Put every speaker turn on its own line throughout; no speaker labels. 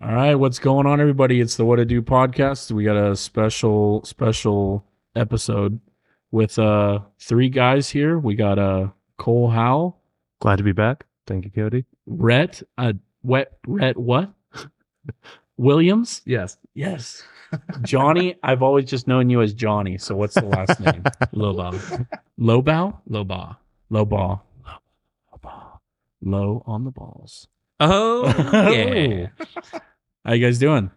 right, what's going on, everybody? It's the What to Do podcast. We got a special, special episode with uh three guys here. We got uh Cole Howell,
Glad to be back. Thank you, Cody.
Rhett, uh, wet, Rhett, what? Williams,
Yes.
yes. Johnny, I've always just known you as Johnny. So what's the last name? Loba, Lobau, Loba, Loba, Loba, low on the balls.
Oh,
yeah. How you guys doing?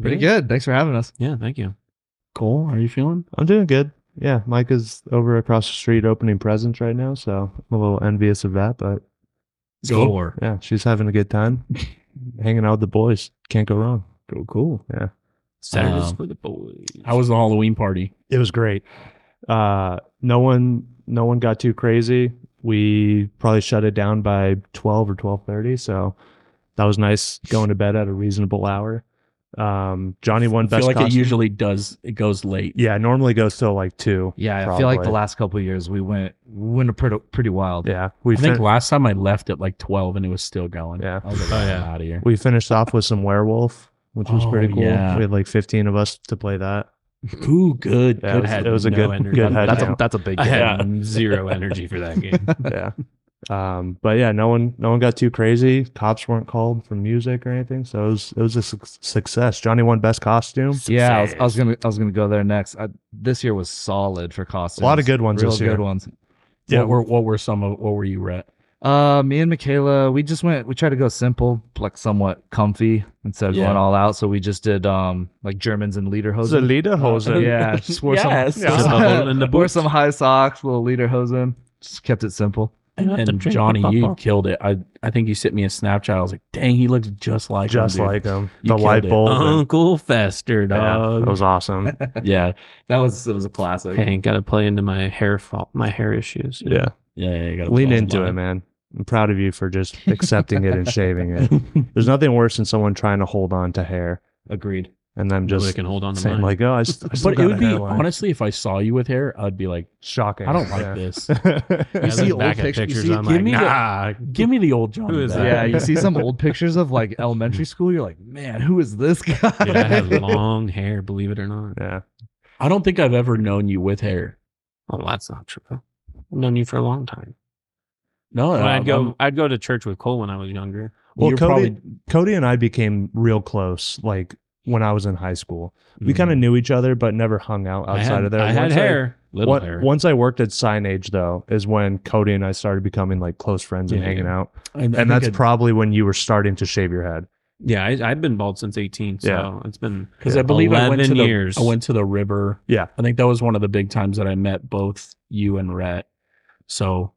Pretty good. Thanks for having us.
Yeah, thank you.
Cole, how are you feeling?
I'm doing good. Yeah, Mike is over across the street opening presents right now, so I'm a little envious of that, but
Score.
yeah, she's having a good time hanging out with the boys. Can't go wrong.
Cool, cool.
Yeah.
Um,
Saturdays
Um,
for the boys.
How was the Halloween party?
It was great. Uh, no one, no one got too crazy. We probably shut it down by twelve or twelve thirty, so that was nice. Going to bed at a reasonable hour. Um, Johnny won
I feel
best.
like it
costume.
usually does. It goes late.
yeah, it normally goes till like two.
Yeah, I feel like the
Probably.
last couple of years we went we went pretty pretty wild.
Yeah, we
I think
fin-
last time I left at like twelve and it was still going.
yeah
I was like,
Oh,
I'm
yeah.
out of here.
we finished off with some werewolf, which was
Oh,
pretty cool.
yeah.
We had like fifteen of us to play that.
Ooh, good.
Yeah,
good
it was,
head.
it was a
no
good,
energy.
good head
that's a
count.
that's a big
I
game.
Yeah.
had zero energy for that game.
yeah. Um, but yeah, no one, no one got too crazy. Cops weren't called for music or anything, so it was, it was a suc success. Johnny won best costume.
Yeah, I was, I was gonna I was gonna go there next. I, this year was solid for costumes.
good ones
real
this
good
year.
ones.
What were what were some of what were you Rhett?
Uh, me and Michaela, we just went. We tried to go simple, like somewhat comfy, instead of
Yeah.
going all out. So we just did um like Germans and lederhosen.
Lederhosen.
yeah, just wore
Yes.
some,
Yeah.
some-
Put a hole in the
wore
boots.
some high socks, little lederhosen. Just kept it simple.
And Johnny, you killed it. I I think you sent me a Snapchat. I was like, dang, he looks just like him,
just
dude.
like him.
You
The
killed
light
it. Uh-huh.
bulb. and-
Uncle Fester,
yeah,
dog.
that was awesome.
yeah,
That was it was a classic.
Hey, got to play into my hair fault, my hair issues.
yeah,
yeah. yeah you gotta
lean
put
into
on
it, man. I'm proud of you for just accepting it and shaving it. There's nothing worse than someone trying to hold on to hair
Agreed.
and then
Just
just
can hold on to
saying
mine.
like, "Oh, I, s- I still
But it
got a
would be
hairline."
honestly, if I saw you with hair, I'd be like,
shocking.
I don't like this.
this.
Yeah,
see
look
old
back
pictures-
at pictures,
you see-
I'm
give
like,
me the-
nah.
Give me the old Johnny.
Who is
back."
that?
Yeah, you see some old pictures of like elementary school. You're like, man, who is this guy?
Dude, I had long hair, believe it or not.
yeah,
I don't think I've ever known you with hair.
Oh, that's not true. I've known you for a long time.
No,
When
I'm-
I'd go,
I'm-
I'd go to church with Cole when I was younger.
Well,
you're
Cody-
probably
Cody and I became real close. Like when I was in high school, we kind of knew each other, but never hung out
Hmm. I
outside
had-
of there.
I had
Once
hair, little
One-
hair.
Once I worked at Signage, though, is when Cody and I started becoming like close friends and
Yeah,
hanging out.
I- I think
And that's
I'd-
probably when you were starting to shave your head.
Yeah, I, I've been bald since 18, so
Yeah.
it's been
because I believe I went to
11
the
years.
I went to the river.
Yeah.
I think that was one of the big times that I met both you and Rhett. So,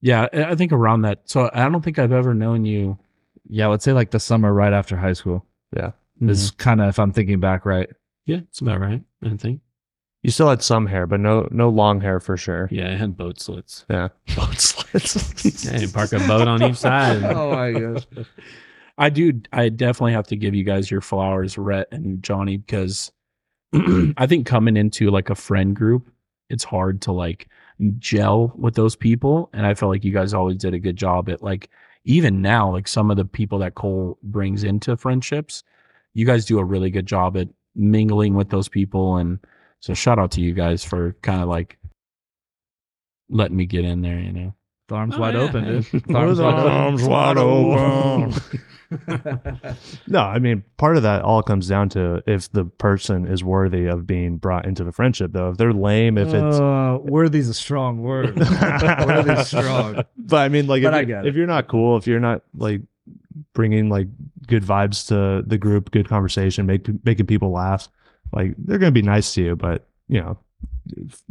yeah, I I think around that. So I don't think I've ever known you.
yeah, I would say like the summer right after high school is
Mm-hmm.
kind of if I'm thinking back right.
Yeah, it's about right. I think.
You still had some hair, but no, no long hair for sure.
Yeah, I had boat slits.
Yeah, boat slits.
Yeah, you park a boat on each side.
my gosh.
I do. I definitely have to give you guys your flowers, Rhett and Johnny, because I think coming into like a friend group, it's hard to like gel with those people. And I felt like you guys always did a good job at like, even now, like some of the people that Cole brings into friendships, you guys do a really good job at mingling with those people. And so, shout out to you guys for kind of like letting me get in there, you know?
The arms
Oh,
wide
yeah.
open, dude. The
Arms
arms wide open.
wide open. No, I mean, part of that all comes down to if the person is worthy of being brought into the friendship, though. If they're lame, if it's.
uh, worthy's a strong word. worthy's strong.
But I mean, like,
Oh. But I
if,
get
you're,
it.
if you're not cool, if you're not like bringing like good vibes to the group, good conversation, make, making people laugh, like, they're going to be nice to you. But, you know,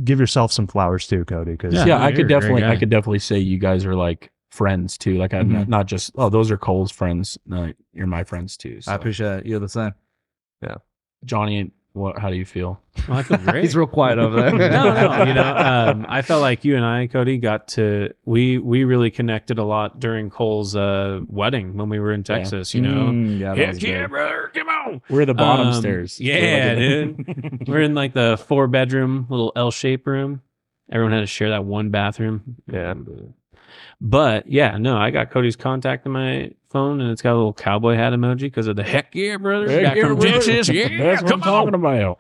give yourself some flowers too, Cody, because
Yeah.
yeah, I
you're
could
a great
definitely, I
guy.
could definitely say you guys are like friends too. Like I'm
Mhm.
not just oh, those are Cole's friends. No, you're my friends too. So.
I appreciate it. You're the same.
Johnny. What? How do you feel?
Well, I feel great.
He's real quiet over there.
no, no, you know, um, I felt like you and I, Cody, got to we we really connected a lot during Cole's uh, wedding when we were in
Yeah.
Texas. You know,
Mm, yeah, that
Heck
was
yeah,
good.
brother, come on.
We're the bottom
Um,
stairs.
yeah,
We're like-
We're in like the four bedroom little L shaped room. Everyone had to share that one bathroom.
Yeah.
But yeah, no, I got Cody's contact in my phone, and it's got a little cowboy hat emoji because of the heck yeah, brother.
Heck
back
yeah,
from
brother.
Texas. Yeah,
That's what I'm
come on.
talking about.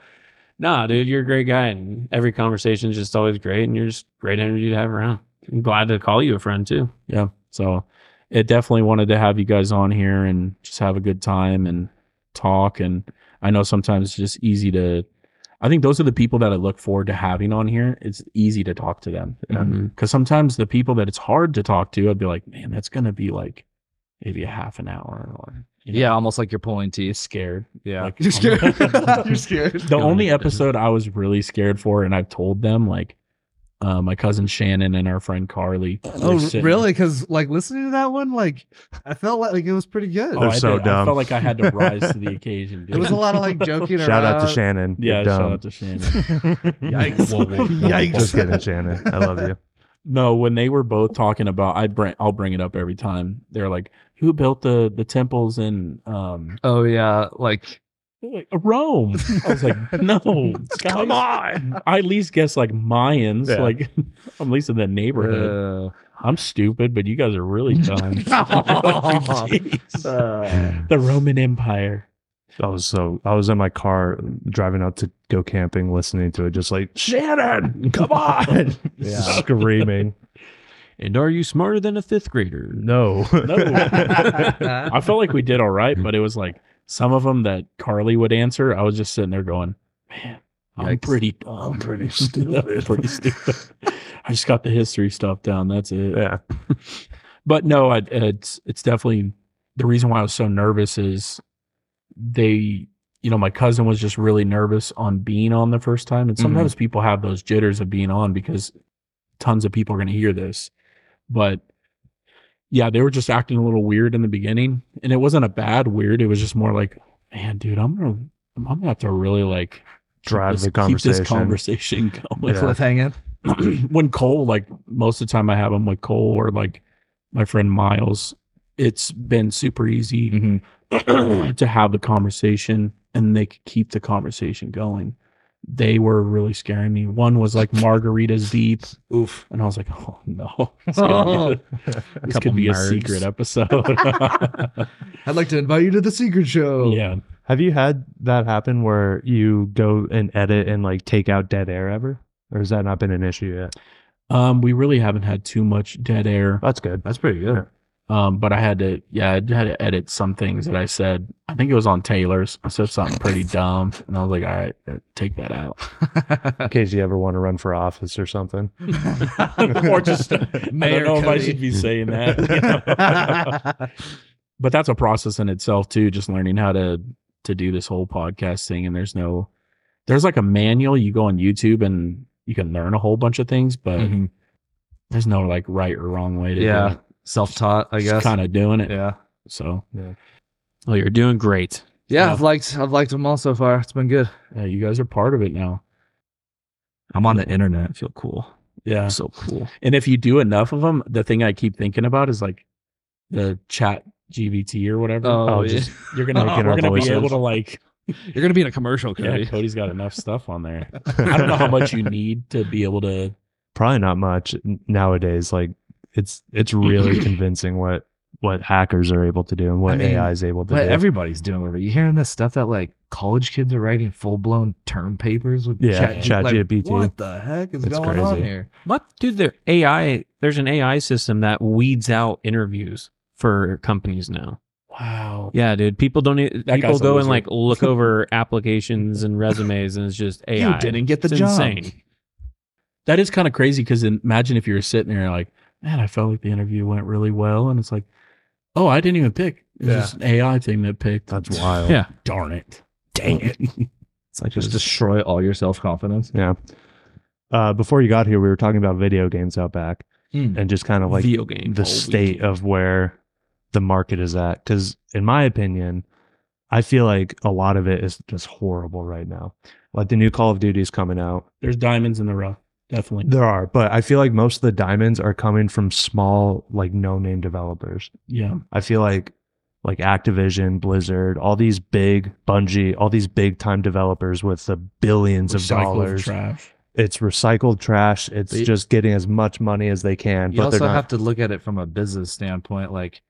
Nah, dude, you're a great guy, and every conversation is just always great, and you're just great energy to have around. I'm glad to call you a friend too.
Yeah. So it definitely wanted to have you guys on here and just have a good time and talk. And I know sometimes it's just easy to, I think those are the people that I look forward to having on here. It's easy to talk to them.
Yeah.
Mm-hmm.
Cause sometimes the people that it's hard to talk to, I'd be like, man, that's going to be like maybe a half an hour or you know,
Yeah, almost like you're pulling teeth.
scared.
Yeah.
Like-
you're scared. you're scared.
the only
it doesn't.
episode I was really scared for, and I've told them like uh, my cousin Shannon and our friend Carly.
Oh,
were sitting-
really? Because like listening to that one, like I felt like, it was pretty good.
Oh,
They're
I
so
did. I
dumb.
felt like I had to rise to the occasion.
It was a
dude.
lot of like joking
Shout out to
around.
Shannon.
yeah.
You're
Shout
dumb.
out to Shannon.
Yikes.
Whoa, whoa, whoa, whoa.
Yikes.
Just kidding, Shannon. I love you.
No, when they were both talking about, I bring, I'll bring it up every time. They're like, "Who built the the temples in um
Oh yeah, like
Rome?" I was like, "No,
Come
guys."
on.
I at least guess like Mayans,
Yeah.
like I'm at least in the neighborhood.
uh,
I'm stupid, but you guys are really dumb. Jeez. the Roman Empire.
I was so I was in my car driving out to go camping, listening to it, just like Shannon, come on,
Yeah.
screaming.
And are you smarter than a fifth grader?
No,
No. I felt like we did all right, but it was like some of them that Carly would answer. I was just sitting there going, man, I'm
Yikes.
pretty dumb. I'm pretty stupid. pretty stupid. I just got the history stuff down. That's it.
yeah,
But no, I, it's it's definitely the reason why I was so nervous is they, you know, my cousin was just really nervous on being on the first time, and sometimes
Mm-hmm.
people have those jitters of being on because tons of people are going to hear this. But yeah, they were just acting a little weird in the beginning, and it wasn't a bad weird. It was just more like, man, dude, I'm gonna I'm gonna have to really like keep
Drive
this-
the
Keep
conversation.
this conversation going.
Yeah.
cliffhanging.
when Cole, like most of the time I have him with Cole or like my friend Miles, it's been super easy
Mm-hmm.
to have the conversation and they could keep the conversation going. They were really scaring me. One was like margaritas deep. Oof. And I was like, oh no. It's gonna be- this
Couple
could be
nerds.
a secret episode.
I'd like to invite you to the secret show.
yeah.
Have you had that happen where you go and edit and like take out dead air ever, or has that not been an issue yet?
Um, we really haven't had too much dead air.
That's good.
that's pretty good.
Um, but I had to, yeah, I had to edit some things that I said. I think it was on Taylor's. I said something pretty dumb, and I was like, "All right, uh, take that out,"
In case you ever want to run for office or something.
or just I
Mayor
don't know if I
Cody.
should be saying that. you know? but that's a process in itself too. Just learning how to to do this whole podcast thing, and there's no, there's like a manual. You go on YouTube and you can learn a whole bunch of things, but
Mhm.
there's no like right or wrong way to
Yeah,
do it.
self-taught, I guess.
kind of doing it.
Yeah,
So
Well, you're doing great.
yeah.
Yeah.
I've liked, I've liked them all so far. It's been good.
yeah, you guys are part of it now.
I'm on the internet. I feel cool.
Yeah.
So cool.
And if you do enough of them, the thing I keep thinking about is like the chat GBT or whatever.
Oh,
yeah.
just-
You're gonna
Making
we're
our
gonna
voices.
be able to like.
you're gonna be in a commercial,
Yeah,
Cody.
Cody's got enough stuff on there. I don't know how much you need to be able to.
Probably not much n- nowadays. Like it's it's really convincing what what hackers are able to do and what
I mean,
AI is able to
But
do.
everybody's doing with it. You hearing this stuff that like college kids are writing full blown term papers with
Yeah,
Chat- like,
ChatGPT.
What the heck is
It's
going on
crazy.
here?
What, dude? The AI. There's an AI system that weeds out interviews for companies now.
Wow.
Yeah, dude. People don't. e-
That
people
guy's a
go and
loser.
like look over applications and resumes, and it's just AI.
You didn't get the
It's
job.
insane.
That is kind of crazy because imagine if you were sitting there like, man, I felt like the interview went really well, and it's like, oh, I didn't even pick. It's
Yeah.
just an AI thing that picked.
That's wild.
Yeah.
Darn it. Dang it.
It's like
Just destroy all your self confidence.
yeah. Uh, before you got here, we were talking about video games out back
Mm.
and just kind of like
Video game.
the
all
state
weekend.
of where the market is at. Because in my opinion, I feel like a lot of it is just horrible right now. Like the new Call of Duty is coming out.
There's diamonds in the rough. Definitely.
There are, but I feel like most of the diamonds are coming from small, like no name developers.
Yeah.
I feel like like Activision, Blizzard, all these big Bungie, all these big time developers with the billions of
Recycle
dollars.
trash.
it's recycled trash. It's
But you-
just getting as much money as they can.
You
but
also
they're not.
have to look at it from a business standpoint. Like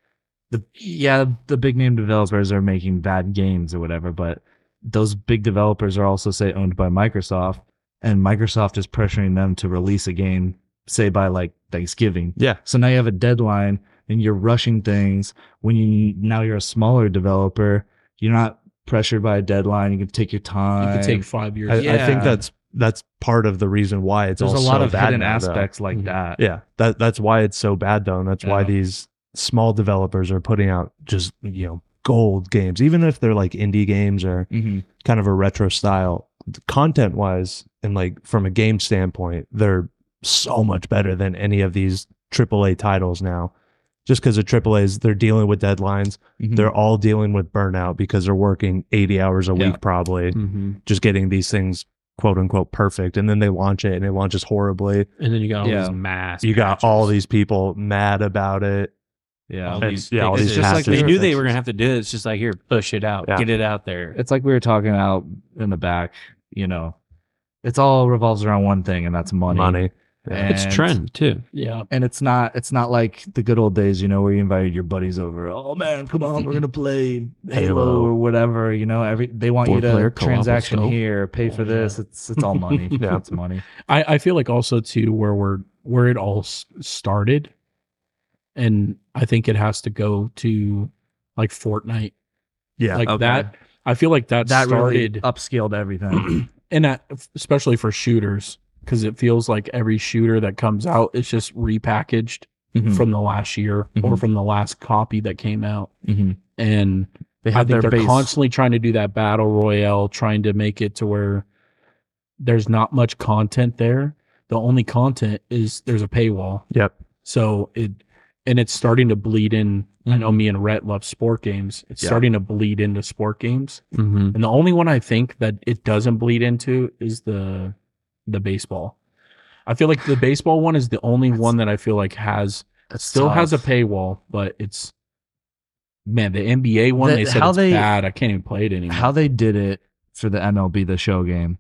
the yeah, the big name developers are making bad games or whatever, but those big developers are also say owned by Microsoft, and Microsoft is pressuring them to release a game, say by like Thanksgiving.
yeah,
So now you have a deadline and you're rushing things when you now you're a smaller developer, you're not pressured by a deadline, you can take your
You
time.
could take five years.
I, I
Yeah.
think that's that's part of the reason why it's
there's a
all
lot
so
of
bad
hidden
now, though. Mm-hmm.
aspects like
Mhm.
that.
Yeah, that that's why it's so bad though, and that's why
Yeah.
these small developers are putting out just you know gold games, even if they're like indie games or
Mhm.
kind of a retro style. Content wise, and like from a game standpoint, they're so much better than any of these AAA titles now. Just because of AAA's, they're dealing with deadlines.
Mhm.
They're all dealing with burnout because they're working 80 hours a
Yeah. Mm.
week, probably
Mm-hmm.
just getting these things quote unquote perfect. And then they launch it and it launches horribly.
And then you got all
Yeah.
these mass.
You got
patches.
all these people mad about it.
yeah.
All
And-
these
yeah, all
fixes.
these
It's just like
patches.
they knew they were gonna have to do it. It's just like here, push it out,
Yeah.
get it out there.
it's like we were talking out in the back, you know, it's all revolves around one thing and that's money.
Money. Yeah.
it's
And-
trend too.
yeah.
And it's not it's not like the good old days, you know, where you invited your buddies over. Oh man, come on, we're gonna play Halo,
Halo.
or whatever. You know, every they want you to
Four-player co-op is
transaction
dope.
here, pay for
Yeah.
this. It's it's all money.
Yeah.
it's money.
I, I feel like also too where we're where it all s- started, and I think it has to go to like Fortnite,
Yeah.
like
okay.
that. I feel like that,
That really
started,
upscaled everything.
and that, especially for shooters, because it feels like every shooter that comes out is just repackaged
Hmm.
Mhm.
from the last year
Mm-hmm.
or
Mhm.
from the last copy that came out,
Mhm.
and
They
I
have
think
their
they're
base.
constantly trying to do that battle royale, trying to make it to where there's not much content there. The only content is there's a paywall.
Yep.
So it and it's starting to bleed in. I
Mm-hmm.
know me and Rhett love sport games. It's
Yeah.
starting to bleed into sport games.
Mm-hmm.
And the only one I think that it doesn't bleed into is the the baseball. I feel like the baseball one is the only one that I feel like has
That's
still has a
tough.
paywall, but it's man the NBA one
The-
they said
how
it's
they-
bad. I can't even play it anymore.
how they did it for the MLB the show game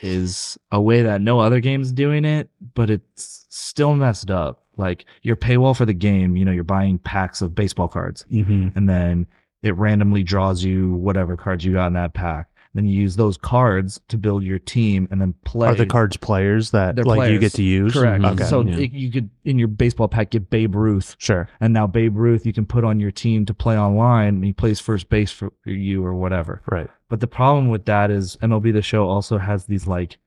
is a way that no other game's doing it, but it's still messed up. Like your paywall for the game, you know, you're buying packs of baseball cards
mm-hmm.
and then it randomly draws you whatever cards you got in that pack. Then you use those cards to build your team and then play.
Are the cards Mm-hmm. players that
They're
like you
players.
get to use?
correct?
Okay.
So
Yeah.
it- you could in your baseball pack get Babe Ruth
sure.
and now Babe Ruth you can put on your team to play online and he plays first base for you or whatever.
Right.
But the problem with that is MLB The Show also has these like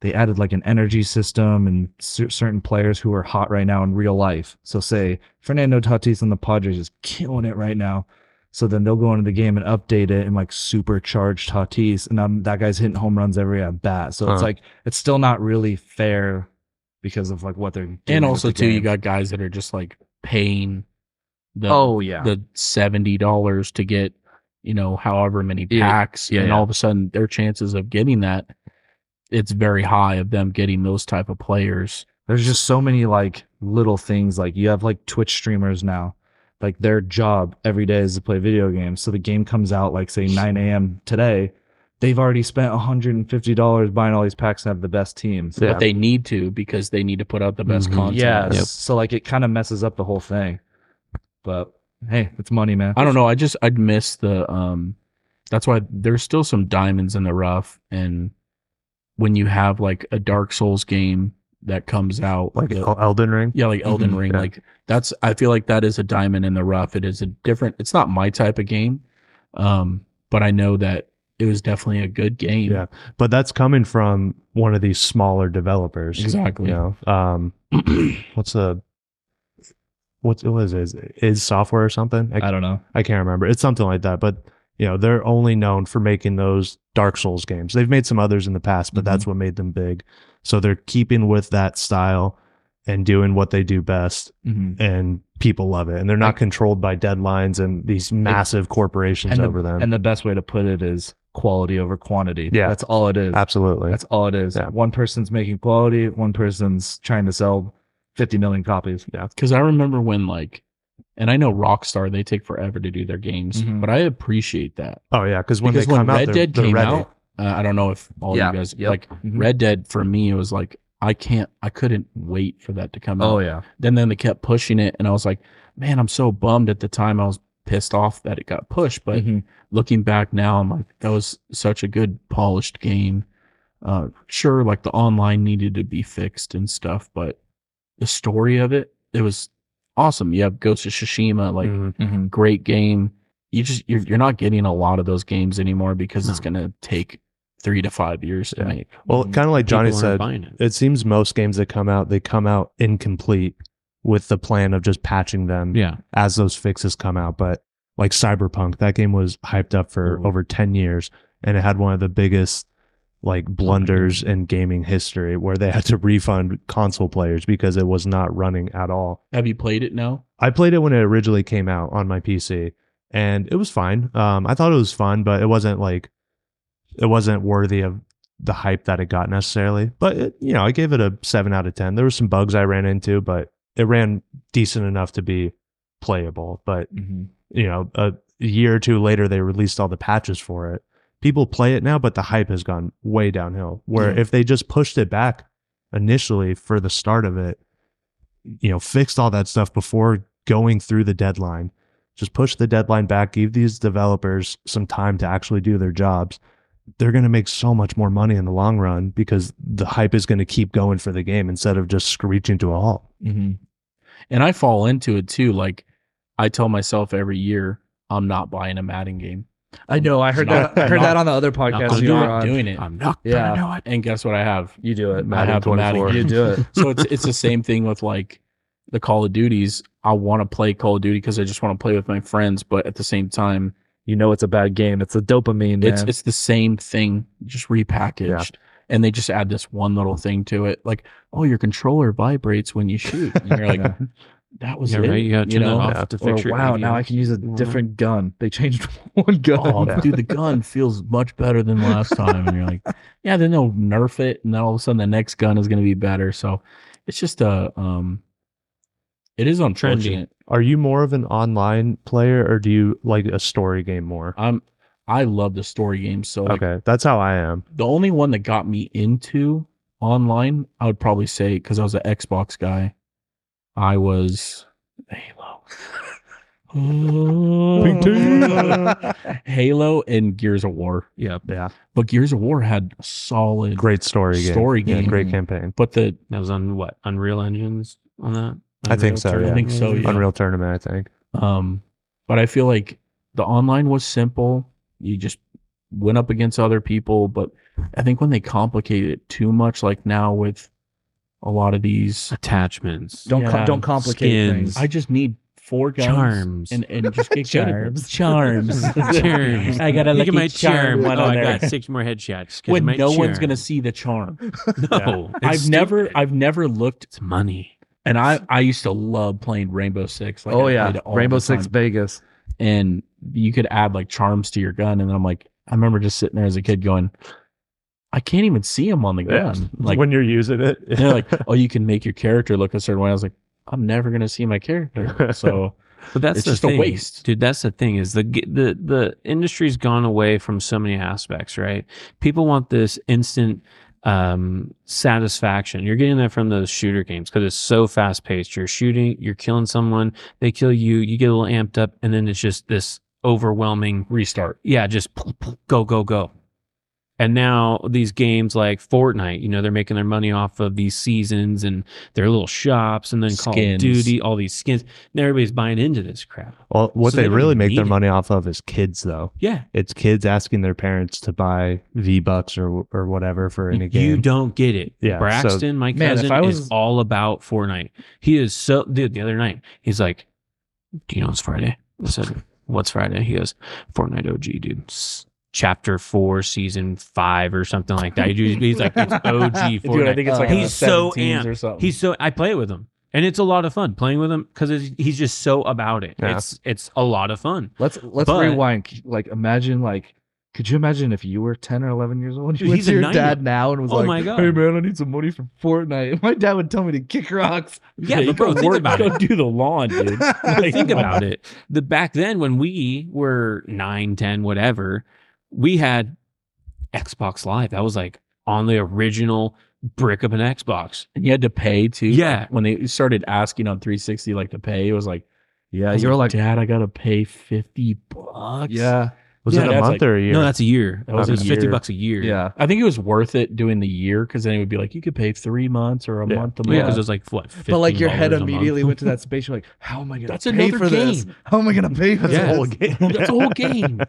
they added like an energy system and cer- certain players who are hot right now in real life. So say Fernando Tatis and the Padres is killing it right now. So then they'll go into the game and update it and like supercharge Tatis, and um, that guy's hitting home runs every at bat. So it's
Huh.
like it's still not really fair because of like what they're doing
And
with
also
the
too, you
game.
got guys that are just like paying the
oh yeah
the seventy dollars to get you know however many
Yeah.
packs,
Yeah,
and
yeah.
all of a sudden their chances of getting that it's very high of them getting those type of players.
There's just so many like little things. Like you have like Twitch streamers now. Like their job every day is to play video games. So the game comes out like say 9 a.m. today. They've already spent $150 buying all these packs and have the best teams.
Yeah.
But they need to because they need to put out the best
Mhm.
content.
Mm-hmm. Yes. So like it kind of messes up the whole thing. But hey, it's money, man.
I don't know. I just I'd miss the um that's why there's still some diamonds in the rough and when you have like a Dark Souls game that comes out
Like
the-
El- Elden Ring.
Yeah, like Elden
Mhm,
Ring.
yeah.
Like that's I feel like that is a diamond in the rough. It is a different it's not my type of game. Um, but I know that it was definitely a good game.
Yeah. But that's coming from one of these smaller developers.
Exactly.
You know, um, what's the what's what is it? Is, is software or something? I,
I don't know.
I can't remember. It's something like that. But you know, they're only known for making those Dark Souls games. They've made some others in the past, but that's what made them big. So they're keeping with that style and doing what they do best,
Mhm.
and people love it. And they're not
I-
controlled by deadlines and these massive corporations
And the,
over them.
and the best way to put it is quality over quantity.
Yeah.
That's all it is.
Absolutely.
That's all it is.
Yeah.
One person's making quality, one person's trying to sell 50 million copies. Yeah.
Cause I remember when like and I know Rockstar, they take forever to do their games,
Mhm.
Mm-hmm.
but I appreciate that.
oh yeah, because when
because
they
when
come out,
Red
they're-
Dead
they're
came
ready.
out, Uh, I don't know if all
Yeah,
you guys
yep.
like
Mm-hmm.
Red Dead for me. It was like I can't, I couldn't wait for that to come out.
Oh yeah.
Then then they kept pushing it, and I was like, man, I'm so bummed. At the time, I was pissed off that it got pushed, but
Mhm.
looking back now, I'm like, that was such a good polished game. Uh, sure, like the online needed to be fixed and stuff, but the story of it, it was awesome. You have Ghost of Tsushima, like
Mm-hmm.
Mhm.
Mhm.
great game. You just you're, you're not getting a lot of those games anymore because it's gonna take three to five years to
Yeah.
make.
Well,
Mhm.
kind of like Johnny
People aren't
said,
buying it.
it seems most games that come out, they come out incomplete with the plan of just patching them
Yeah.
as those fixes come out. But like Cyberpunk, that game was hyped up for
Mhm.
over 10 years and it had one of the biggest like blunders in gaming history where they had to refund console players because it was not running at all.
Have you played it now?
I played it when it originally came out on my PC, and it was fine. Um, I thought it was fun, but it wasn't like it wasn't worthy of the hype that it got necessarily. But it, you know, I gave it a seven out of ten. There were some bugs I ran into, but it ran decent enough to be playable. But
Mhm.
you know, a year or two later, they released all the patches for it. People play it now, but the hype has gone way downhill. Where if they just pushed it back initially for the start of it, you know, fixed all that stuff before going through the deadline, just push the deadline back, give these developers some time to actually do their jobs. They're going to make so much more money in the long run because the hype is going to keep going for the game instead of just screeching to a halt.
Mhm.
And I fall into it too. Like I tell myself every year, I'm not buying a Madden game.
I know. I heard
Not-
that. I heard
not-
that on the other
I'm
podcast you were
not
on.
doing it.
I'm not
Yeah.
gonna know it.
And guess what I have?
You do it.
I
Madden
have the Madden
24. You
game.
do it.
So it's it's the same thing with like the Call of Duties. I want to play Call of Duty because I just want to play with my friends, but at the same time,
You know it's a bad game. It's a dopamine.
it's
man.
it's the same thing just repackaged. And they just add this one little thing to it, like, oh, your controller vibrates when you shoot. And you're like, that was
Yeah,
it.
right. You gotta turn that off to
Or,
fix your
Oh, wow,
ADM.
now I can use a
Mm-hmm.
different gun. They changed one gun.
oh,
Yeah.
dude, the gun feels much better than last time. And you're like, yeah, then they'll nerf it, and then all of a sudden the next gun is going to be better. So it's just a, um, it is unfortunate.
Are you more of an online player or do you like a story game more?
I'm, I love the story games. So like,
Okay, that's how I am.
the only one that got me into online, I would probably say because I was an Xbox guy, I was Halo. Halo and Gears of War.
Yep.
Yeah,
But Gears of War had a solid
great story game.
story
Yeah,
game.
great campaign.
But the
That was on what? Unreal Engines on that?
I think so,
I
Oh, Yeah.
think so. Yeah.
Unreal Tournament, I think.
Um, but I feel like the online was simple. You just went up against other people. But I think when they complicate it too much, like now with a lot of these,
Attachments.
don't
Yeah.
com- don't complicate
Skins.
things.
I just need four guns
Charms.
and and just get
Charms.
charms. Charms.
Charms.
I got a lucky
Look at my charm.
charm.
Why
on
do I
there.
got six more headshots. 'Cause
When
my
no one's
charm.
gonna see the charm.
No. it's
I've never,
stupid.
I've never looked,
It's money.
and I, I used to love playing Rainbow Six. Like
oh
I
yeah,
played it all
Rainbow
the time.
Six Vegas.
and you could add like charms to your gun. And then I'm like, I remember just sitting there as a kid going, I can't even see him on the
Yeah.
gun. Like,
when you're using it.
and they're like, oh, you can make your character look a certain way. I was like, I'm never gonna see my character. So
But that's
It's
the
just a
thing.
waste.
dude. That's the thing is the g- the the industry's gone away from so many aspects, right? People want this instant um, satisfaction. You're getting that from those shooter games because it's so fast paced. You're shooting, you're killing someone, they kill you, you get a little amped up, and then it's just this overwhelming
restart.
yeah, just go, go, go. And now these games like Fortnite, you know, they're making their money off of these seasons and their little shops and then Call of
Skins.
Duty, all these skins. And everybody's buying into this crap.
well, what
So
they,
they don't
really make
need
their
it.
money off of is kids, though.
Yeah.
It's kids asking their parents to buy V Bucks or or whatever for any game.
You don't get it.
Yeah, so-
Braxton, my
Man, if
cousin,
I
is
was-
all about Fortnite. He is so dude, the other night, he's like, Do you know it's Friday? I said, What's Friday? He goes, Fortnite OG, dude. It's chapter four, season five or something like that. He's like, It's OG Fortnite.
Dude, I think it's like
Uh,
in the
he's so
17s
amped.
or something.
He's so I play with him, and it's a lot of fun playing with him because he's just so about it.
Yeah.
It's it's a lot of fun.
Let's let's
But-
rewind. C- Like imagine like. Could you imagine if you were 10 or 11 years old? You
Dude,
went
he's a
to your
nine-
dad now and was
Oh
like,
my God.
hey man, I need some money for Fortnite. My dad would tell me to kick rocks.
Yeah,
you
but bro,
go
think
work-
about
go
it.
do the lawn, dude. Like,
think about it. The back then when we were nine, ten, whatever, we had Xbox Live. That was like on the original brick of an Xbox.
And you had to pay too.
Yeah.
When they started asking on 360 like to pay, it was like,
Yeah,
I was
you're like,
Dad, I gotta pay 50 bucks.
yeah,
Was
Yeah,
it a
that's
month
like-
or a year?
No, that's a year. That
was
was,
a
fifty
year.
bucks a year.
yeah.
I think it was worth it doing the year because then it would be like you could pay three months or a
Yeah.
month a
Yeah,
month.
because it was like what?
But like your head
$15 a month.
immediately went to that space. You're like, how am I gonna
That's
pay
another
for this?
game.
How am I gonna pay for
Yeah,
this whole
that's-
game?
That's the whole game.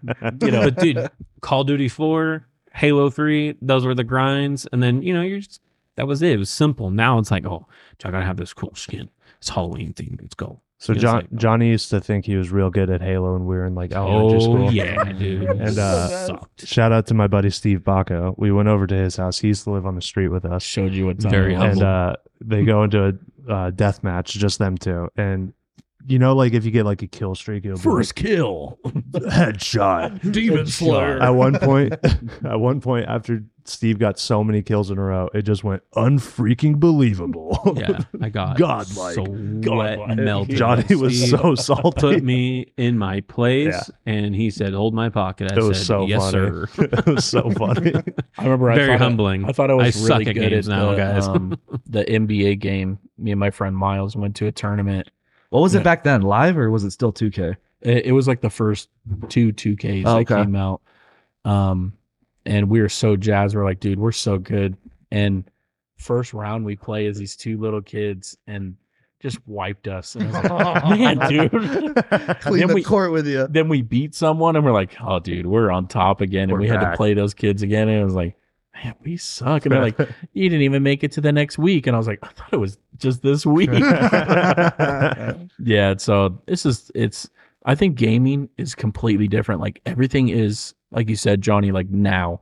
You know,
but dude, Call of Duty 4, Halo 3, those were the grinds. And then, you know, you're just, that was it. It was simple. Now it's like, oh, I gotta have this cool skin. It's Halloween theme. Let's go.
so
It's
John
like-
Johnny used to think he was real good at Halo, and we were in like elementary
Oh
school.
yeah, dude.
And, uh,
sucked.
Shout out to my buddy Steve Bacco. We went over to his house. He used to live on the street with us.
showed you what's
Very
on.
and uh, they go into a uh, death match, just them two. And you know, like if you get like a kill streak, it'll
First kill,
be like, headshot.
Demon Slayer.
at one point, at one point, after Steve got so many kills in a row, it just went unfreaking believable.
Yeah, I got
Godlike.
so
Godlike.
wet melted.
Johnny was
Steve
so salty.
put me in my place,
Yeah.
and he said, "Hold my pocket." I
It was
said,
so
"Yes,
funny.
sir."
it was so funny.
I remember I
Very
thought I-
humbling.
I thought I
I
was
suck
really
at
good
games
at
now,
the,
guys.
um, the NBA game. Me and my friend Miles went to a tournament.
What was
Yeah.
it back then? Live or was it still 2K?
It, it was like the first two 2Ks
Oh,
that
okay.
came out. Um, and we were so jazzed. We're like, dude, we're so good. And first round we play is these two little kids and just wiped us. And I was like, "Oh, man, dude.
Clean
Then
the
we-
court with you.
then we beat someone and we're like, oh, dude, we're on top again.
We're
and we had to
back.
play those kids again. And it was like, man, we suck. And they're like, you didn't even make it to the next week. And I was like, I thought it was just this week. yeah. So this is, it's, I think gaming is completely different. Like everything is, like you said, Johnny, like now.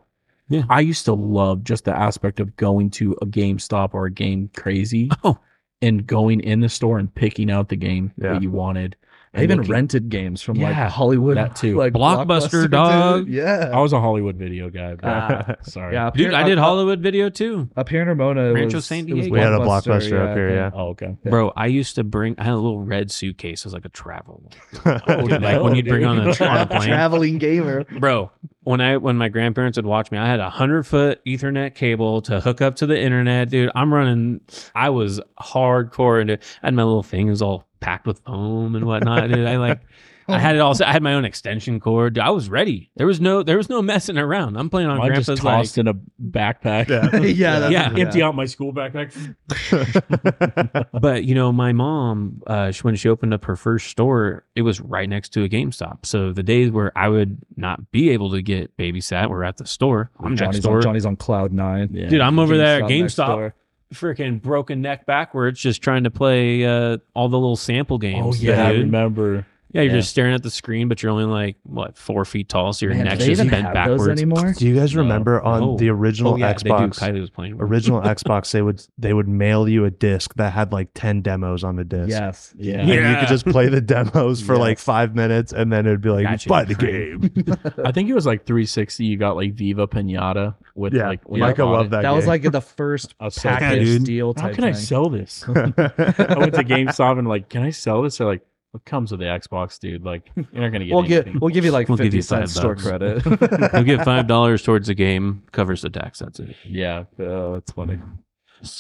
Yeah.
I used to love just the aspect of going to a GameStop or a Game Crazy
Oh.
and going in the store and picking out the game
Yeah.
that you wanted.
I
and
even
looking-
rented games from
Yeah,
like Hollywood.
that too.
Like
Blockbuster,
dude.
dog.
Yeah.
I was a Hollywood video guy. But
Ah.
sorry.
yeah, up
Dude,
here-
I
up-
did
up-
Hollywood video too.
Up here in Ramona, it
Rancho
was,
San
it was
Diego.
we had a blockbuster up here, yeah.
Oh, okay.
Yeah.
Bro, I used to bring. I had a little red suitcase. It was like a travel.
Oh,
Dude, like
no,
when you bring
dude.
on a, on a plane,
Traveling gamer.
bro. When I when my grandparents would watch me, I had a hundred foot Ethernet cable to hook up to the internet, dude. I'm running. I was hardcore into. I had my little thing. It was all packed with foam and whatnot, dude. I like. I had it all. I had my own extension cord. Dude, I was ready. There was no. There was no messing around. I'm playing on
Mine just
grandpa's like.
tossed in a backpack.
Yeah.
yeah, that's,
Yeah.
Empty out my school backpack.
But you know, my mom, uh, she, when she opened up her first store, it was right next to a GameStop. So the days where I would not be able to get babysat were at the store. I'm next
Johnny's
door,
on, Johnny's on cloud nine.
Yeah.
dude. I'm over there at
next
GameStop,
door.
freaking broken neck backwards, just trying to play uh, all the little sample
Oh
games.
yeah, I
dude.
remember.
yeah. You're
Yeah.
just staring at the screen, but you're only like what four feet tall, so your
Man, do
neck's
they
just
even
bent
have those
backwards.
anymore?
Do you guys
No.
remember on
No.
the original
Oh yeah,
Xbox?
they do. Kylie was playing.
original Xbox, they would they would mail you a disc that had like ten demos on the disc.
Yes.
Yeah.
And you
Yeah.
could just play the demos for like five minutes, and then it'd be like,
Gotcha.
buy the
Great.
game.
I think it was like 360. You got like Viva Pinata with
yeah,
like. when you
Micah
bought
loved
it.
that.
That was
game.
like the first
I was so
package
pissed.
deal
How
type
can
thing.
I sell this? I went to GameStop and like, can I sell this? They're like, what comes with the Xbox, dude? Like, you're not gonna get
we'll get
anything.
we'll give you like
We'll give
fifty
you five
cents store
bucks.
credit.
you get five dollars towards the game, covers the tax. That's it.
yeah, uh, that's funny.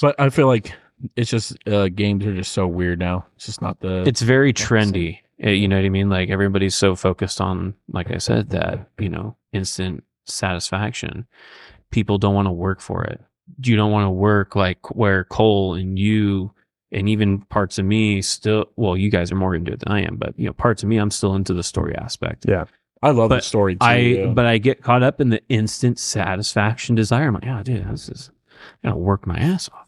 But I feel like it's just uh, games are just so weird now. It's just not the.
it's very
so-
trendy. Uh, you know what I mean? Like everybody's so focused on, like I said, that you know, instant satisfaction. People don't want to work for it. You don't want to work like where Cole and you and even parts of me still. Well, you guys are more into it than I am, but you know, parts of me, I'm still into the story aspect.
I love the
but
story. Too,
I
yeah.
but I get caught up in the instant satisfaction desire. I'm like, oh, dude, this is I gotta work my ass off.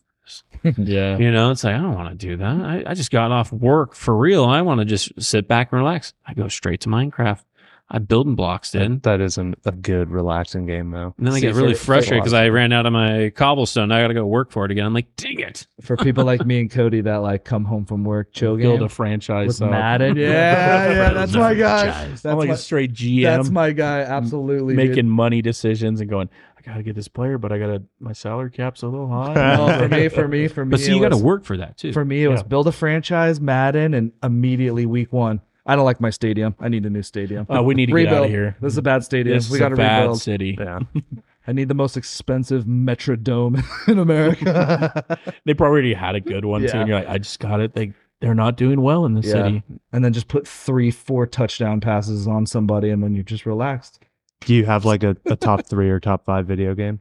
yeah.
You know, it's like, I don't want to do that. I, I just got off work for real. I want to just sit back and relax. I go straight to Minecraft. I building blocks
That-
did.
that isn't a good relaxing game though.
And then I
See,
get
for-
really
for-
frustrated because I ran out of my cobblestone. I got to go work for it again. I'm like, dang it.
For people like me and Cody that like come home from work, chill
build
game
a franchise
with
up.
Madden. Yeah, yeah, that's my guy. That's
I'm like
my,
a straight GM
that's my guy. Absolutely, dude.
making money decisions and going, I gotta get this player, but I gotta my salary cap's a little high.
No, for me, for me, for me.
But see,
it
you got to
was-
work for that too.
For me, it was
Yeah.
build a franchise, Madden, and immediately week one, I don't like my stadium. I need a new stadium.
Uh, we need to get out
Rebuild.
of here.
This is a bad stadium.
This
we
is a
got to
bad
rebuild.
city.
Yeah.
I need the most expensive Metrodome in America.
They probably already had a good one too,
Yeah.
and you're like, I just got it. They they're not doing well in the
Yeah.
city.
and then just put three, four touchdown passes on somebody, and then you're just relaxed.
Do you have like a, a top three or top five video game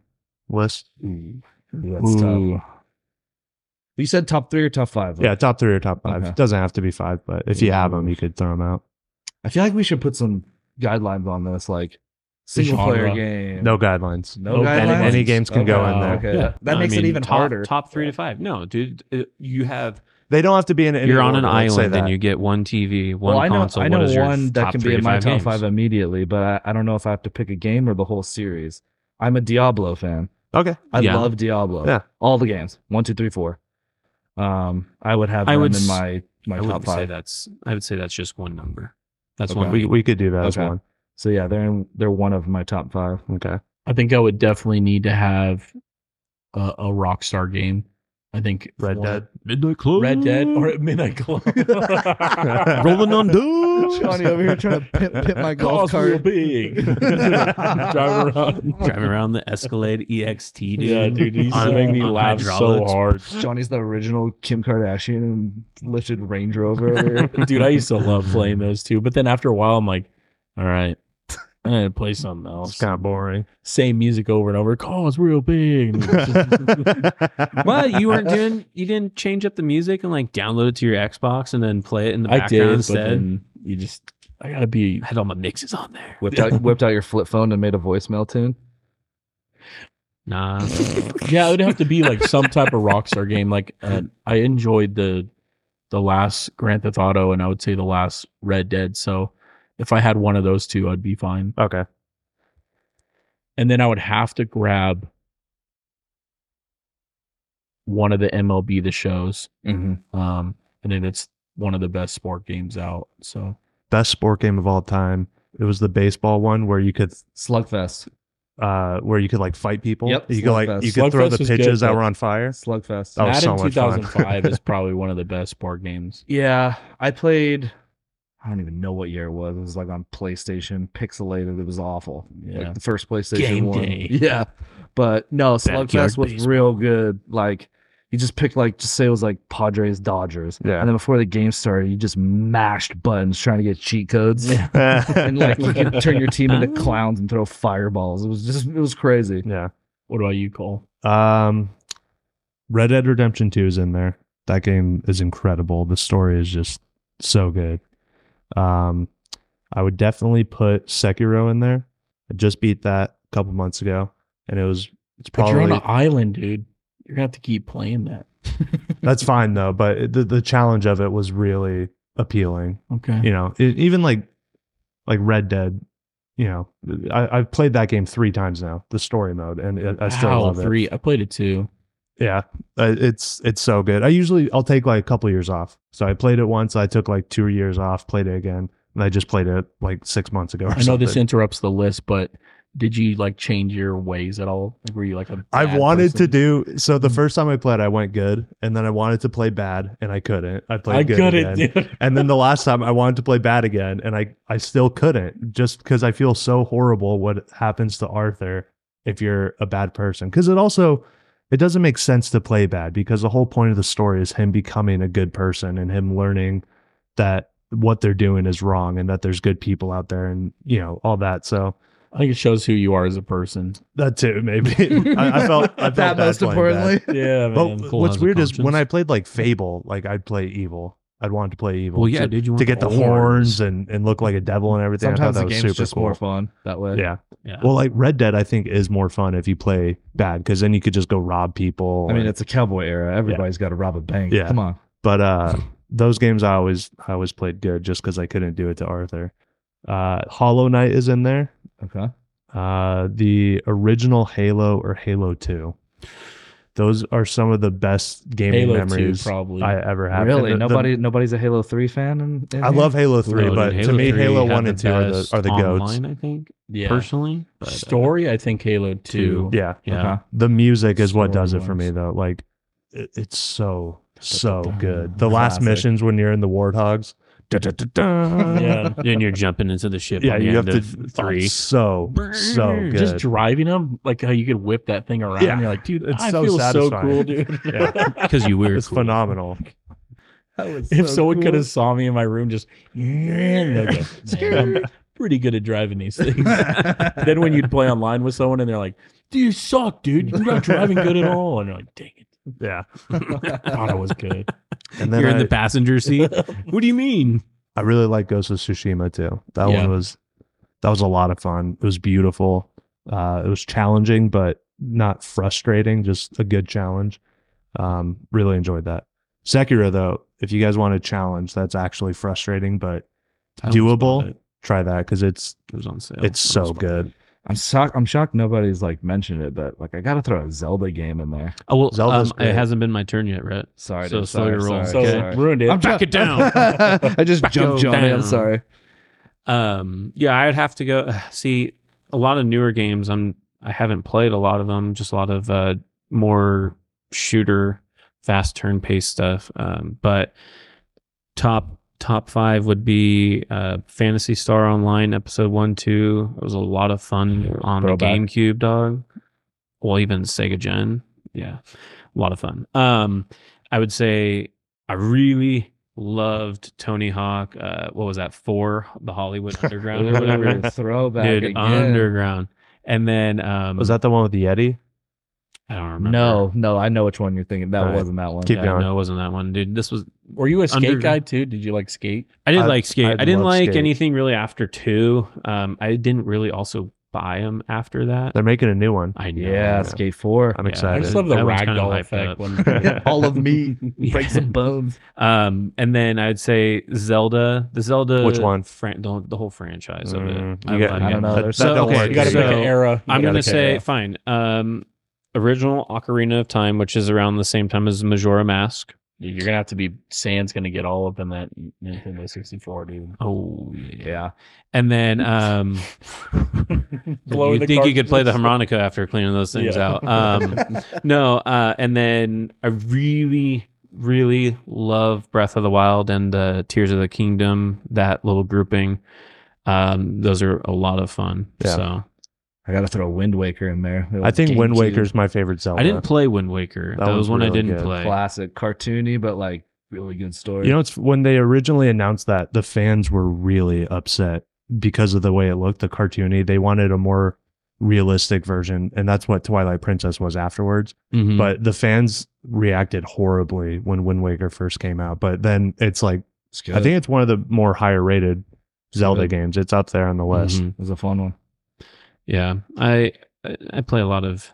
list?
That's tough.
Ooh.
You said top three or top five?
Yeah, top three or top five.
Okay.
Doesn't have to be five, but if you have them, you could throw them out.
I feel like we should put some guidelines on this, like single player
genre.
game.
No guidelines.
no
no, guidelines.
guidelines.
Any games can go
wow.
in there.
Okay,
Yeah.
that, that
I
makes
mean,
it even
top-
harder.
Top three to five. No, dude, it- you have
They don't have to be in. any
you're on an
order, let's say
island and
that.
you get one TV, one
well, I know,
console.
I know
what is your
one that
top
can
three
be in
to
my
five
top
games?
five immediately, but I, I don't know if I have to pick a game or the whole series. I'm a Diablo fan.
Okay.
I
Yeah.
love Diablo.
Yeah.
all the games. One, two, three, four. Um, I would have
I
them
would
in
s-
my my
I
top
would say
five.
that's I would say that's just one number. That's
Okay.
one.
We, we could do that as
Okay.
one.
So yeah, they're in, they're one of my top five.
Okay.
I think I would definitely need to have a, a Rockstar game. I think
Red
one-
Dead.
Midnight Club.
Red Dead, or at Midnight Club. Rolling
Rolling on dudes.
Johnny over here trying to pimp- pimp my
golf
golf cart.
big. Drive around.
driving around the Escalade EXT, dude.
Yeah, dude, he used to
On-
make me
on
laugh so
hydraulics.
hard.
Johnny's the original Kim Kardashian and lifted Range Rover. over here.
Dude, I used to love playing those too. But then after a while, I'm like, all right, I'm going to play something
It's
else.
kind of boring.
Same music over and over. Cause real big.
Well, you weren't doing. You didn't change up the music and like download it to your Xbox and then play it in the
I
background
did, but
instead.
then you just, I got to be.
I had all my mixes on there.
whipped out whipped out your flip phone and made a voicemail tune.
Nah.
Yeah, it would have to be like some type of Rockstar game. Like, uh, I enjoyed the the last Grand Theft Auto and I would say the last Red Dead. So if I had one of those two, I'd be fine.
okay.
and then I would have to grab one of the MLB the shows,
Mm-hmm.
um, and then it's one of the best sport games out. So
Best sport game of all time. It was the baseball one where you could
Slugfest.
uh where you could like fight people.
Yep,
You could like
Slugfest.
you could throw
Slugfest
the
was good,
pitches that
but-
were on fire.
Slugfest.
Oh,
That was
Madden
so much fun.
2005 is probably one of the best sport games.
Yeah, I played. I don't even know what year it was. It was like on PlayStation, pixelated. It was awful.
Yeah.
Like the first PlayStation
Game
one.
Day.
Yeah, but no, Slugfest was
baseball.
real good. Like you just picked like just say it was like Padres Dodgers,
Yeah.
and then before the game started, you just mashed buttons trying to get cheat codes. And like you could turn your team into clowns and throw fireballs. It was just it was crazy.
yeah.
What about you, Cole?
Um, Red Dead Redemption Two is in there. That game is incredible. The story is just so good. Um, I would definitely put Sekiro in there. I just beat that a couple months ago, and it was it's
But you're on
probably
an island, dude. You're gonna have to keep playing that.
that's fine though. But it- the the challenge of it was really appealing.
Okay.
You know, it, even like like Red Dead. You know, I, I've played that game three times now. The story mode, and I, I still
Wow,
love it.
three. I played it too.
Yeah, uh, it's it's so good. I usually I'll take like a couple years off. So I played it once. I took like two years off, played it again, and I just played it like six months ago. Or
I know this
something.
interrupts the list, but did you like change your ways at all? Like, were you like a?
I
bad
wanted
person? Mm.
to do so. The first time I played, I went good, and then I wanted to play bad, and I couldn't. I played
I
good
couldn't,
again.
dude.
And then the last time I wanted to play bad again, and I I still couldn't, just because I feel so horrible what happens to Arthur if you're a bad person. Because it also it doesn't make sense to play bad because the whole point of the story is him becoming a good person and him learning that what they're doing is wrong and that there's good people out there and you know all that. So
I think it shows who you are as a person.
that too maybe I, I felt I felt bad
that most
playing bad.
importantly.
Yeah,
But
Cole
what's
has a
weird is when
conscience.
I played like Fable, like I'd play evil. I'd want to play evil.
well, yeah,
to,
dude. You want
to get the horns and, and look like a devil and everything.
Sometimes
I
the
thought that
game's
was super
just
cool.
more fun that way.
Yeah.
Yeah.
Well, like Red Dead, I think is more fun if you play bad because then you could just go rob people.
I mean,
and-
it's a cowboy era. Everybody's got to rob a bank.
Yeah.
Come on.
but uh, those games I always I always played good just because I couldn't do it to Arthur. Uh, Hollow Knight is in there.
Okay.
Uh, the original Halo or Halo Two. Those are some of the best gaming
Halo
memories
Two, probably.
I ever had.
Really?
And the- the-
Nobody nobody's a Halo 3 fan in, in
I
here?
love Halo Three,
No, dude,
but to
Halo
me,
3
Halo
had
One and Two are the
best
are the goats.
Online, I think
yeah.
personally. but, uh,
Story, I think Halo Two.
Yeah,
Yeah.
Okay.
the music is what does it for me
Story-wise.
though. Like, it, it's so so
Da-da-da.
good. The last
Classic.
missions when you're in the warthogs, Da, da, da, da.
Yeah.
Then you're jumping into the ship.
yeah,
on the
you have
end
to
of three.
oh, so so
Brrr.
good.
Just driving them, like how you could whip that thing around.
Yeah.
and You're like, dude,
It's
I
so
feel so
satisfying.
cool, dude.
Yeah.
because you were
it's phenomenal.
if someone could have saw me in my room, just like, "Man, I'm pretty good at driving these things. then when you'd play online with someone and they're like, "Dude, you suck, dude. You're not driving good at all," and you're like, "Dang it,
Yeah,
thought I was good."
and then
You're in
I,
the passenger seat. what do you mean?
I really like Ghost of Tsushima too. That
Yeah.
one was that was a lot of fun. It was beautiful. Uh, it was challenging, but not frustrating. Just a good challenge. Um, really enjoyed that. Sekiro though, if you guys want a challenge that's actually frustrating but doable,
it.
try that because it's
It was Mm-hmm. on sale.
it's so good.
I'm shocked. I'm shocked nobody's like mentioned it, but like I gotta throw a Zelda game in there.
Oh well,
Zelda's
um,
great.
it hasn't been my turn yet, Rhett.
Sorry,
So
dude,
slow your roll.
So
Okay.
ruined it.
I'm
Back
ju-
it down.
I just
Back
jumped
it
on it. I'm
down.
sorry.
Um, yeah, I'd have to go see a lot of newer games. I'm I haven't played a lot of them. Just a lot of uh, more shooter, fast turn pace stuff. Um, but top top five would be uh, Fantasy Star Online episode one two. It was a lot of fun on the
Throwback.
GameCube, dog. Well, even Sega Gen. Yeah, a lot of fun. Um, I would say I really loved Tony Hawk. Uh, what was that for? The Hollywood Underground or whatever.
Ooh, Throwback.
Dude,
again.
Underground. And then um,
Was that the one with the Yeti?
I don't remember.
No, no, I know which one you're thinking. That
All right.
wasn't that one.
Keep
Yeah,
going.
no, it wasn't that one, dude. This was
Were you a skate
Under-
guy too? Did you like skate?
I did
I-
like skate.
I'd
I didn't
love
like
skate.
anything really after two. Um, I didn't really also buy them after that.
They're making a new one.
I know.
Yeah, Skate Four.
I'm
Yeah,
I
excited.
just love the
That one's kinda
ragdoll
hyped
effect.
up.
When,
All of me
Yeah.
break some bones.
Um, and then I'd say Zelda, the Zelda.
Which one?
Fran- the, the whole franchise of
Mm,
it.
you got-
love
I
it.
don't know.
That-
There's
that
so-
don't
okay,
work.
you got to
so-
pick an era. You gotta
I'm gonna
pick an
say
era.
fine. Um, original Ocarina of Time, which is around the same time as Majora Mask.
You're gonna have to be. Sand's gonna get all up in that Nintendo 64, dude.
Oh yeah. And then um
Blow
you
the
think you could play the
cartridges.
harmonica after cleaning those things
Yeah.
out. Um no, uh and then I really really love Breath of the Wild and uh, Tears of the Kingdom, that little grouping. Um those are a lot of fun.
Yeah.
So
I gotta throw Wind Waker in there. It
I
was
think Wind
GameCube.
Waker's my favorite Zelda.
I didn't play Wind Waker.
That
That, was
one's
one I
really
didn't
good.
play.
classic, cartoony, but like really good story.
You know, it's when they originally announced that the fans were really upset because of the way it looked, the cartoony. They wanted a more realistic version, and that's what Twilight Princess was afterwards.
Mhm.
But the fans reacted horribly when Wind Waker first came out. But then it's like
It's good.
I think it's one of the more higher rated Zelda
Good.
games. It's up there on the list.
Mhm.
it was a fun one.
Yeah, I I- I play a lot of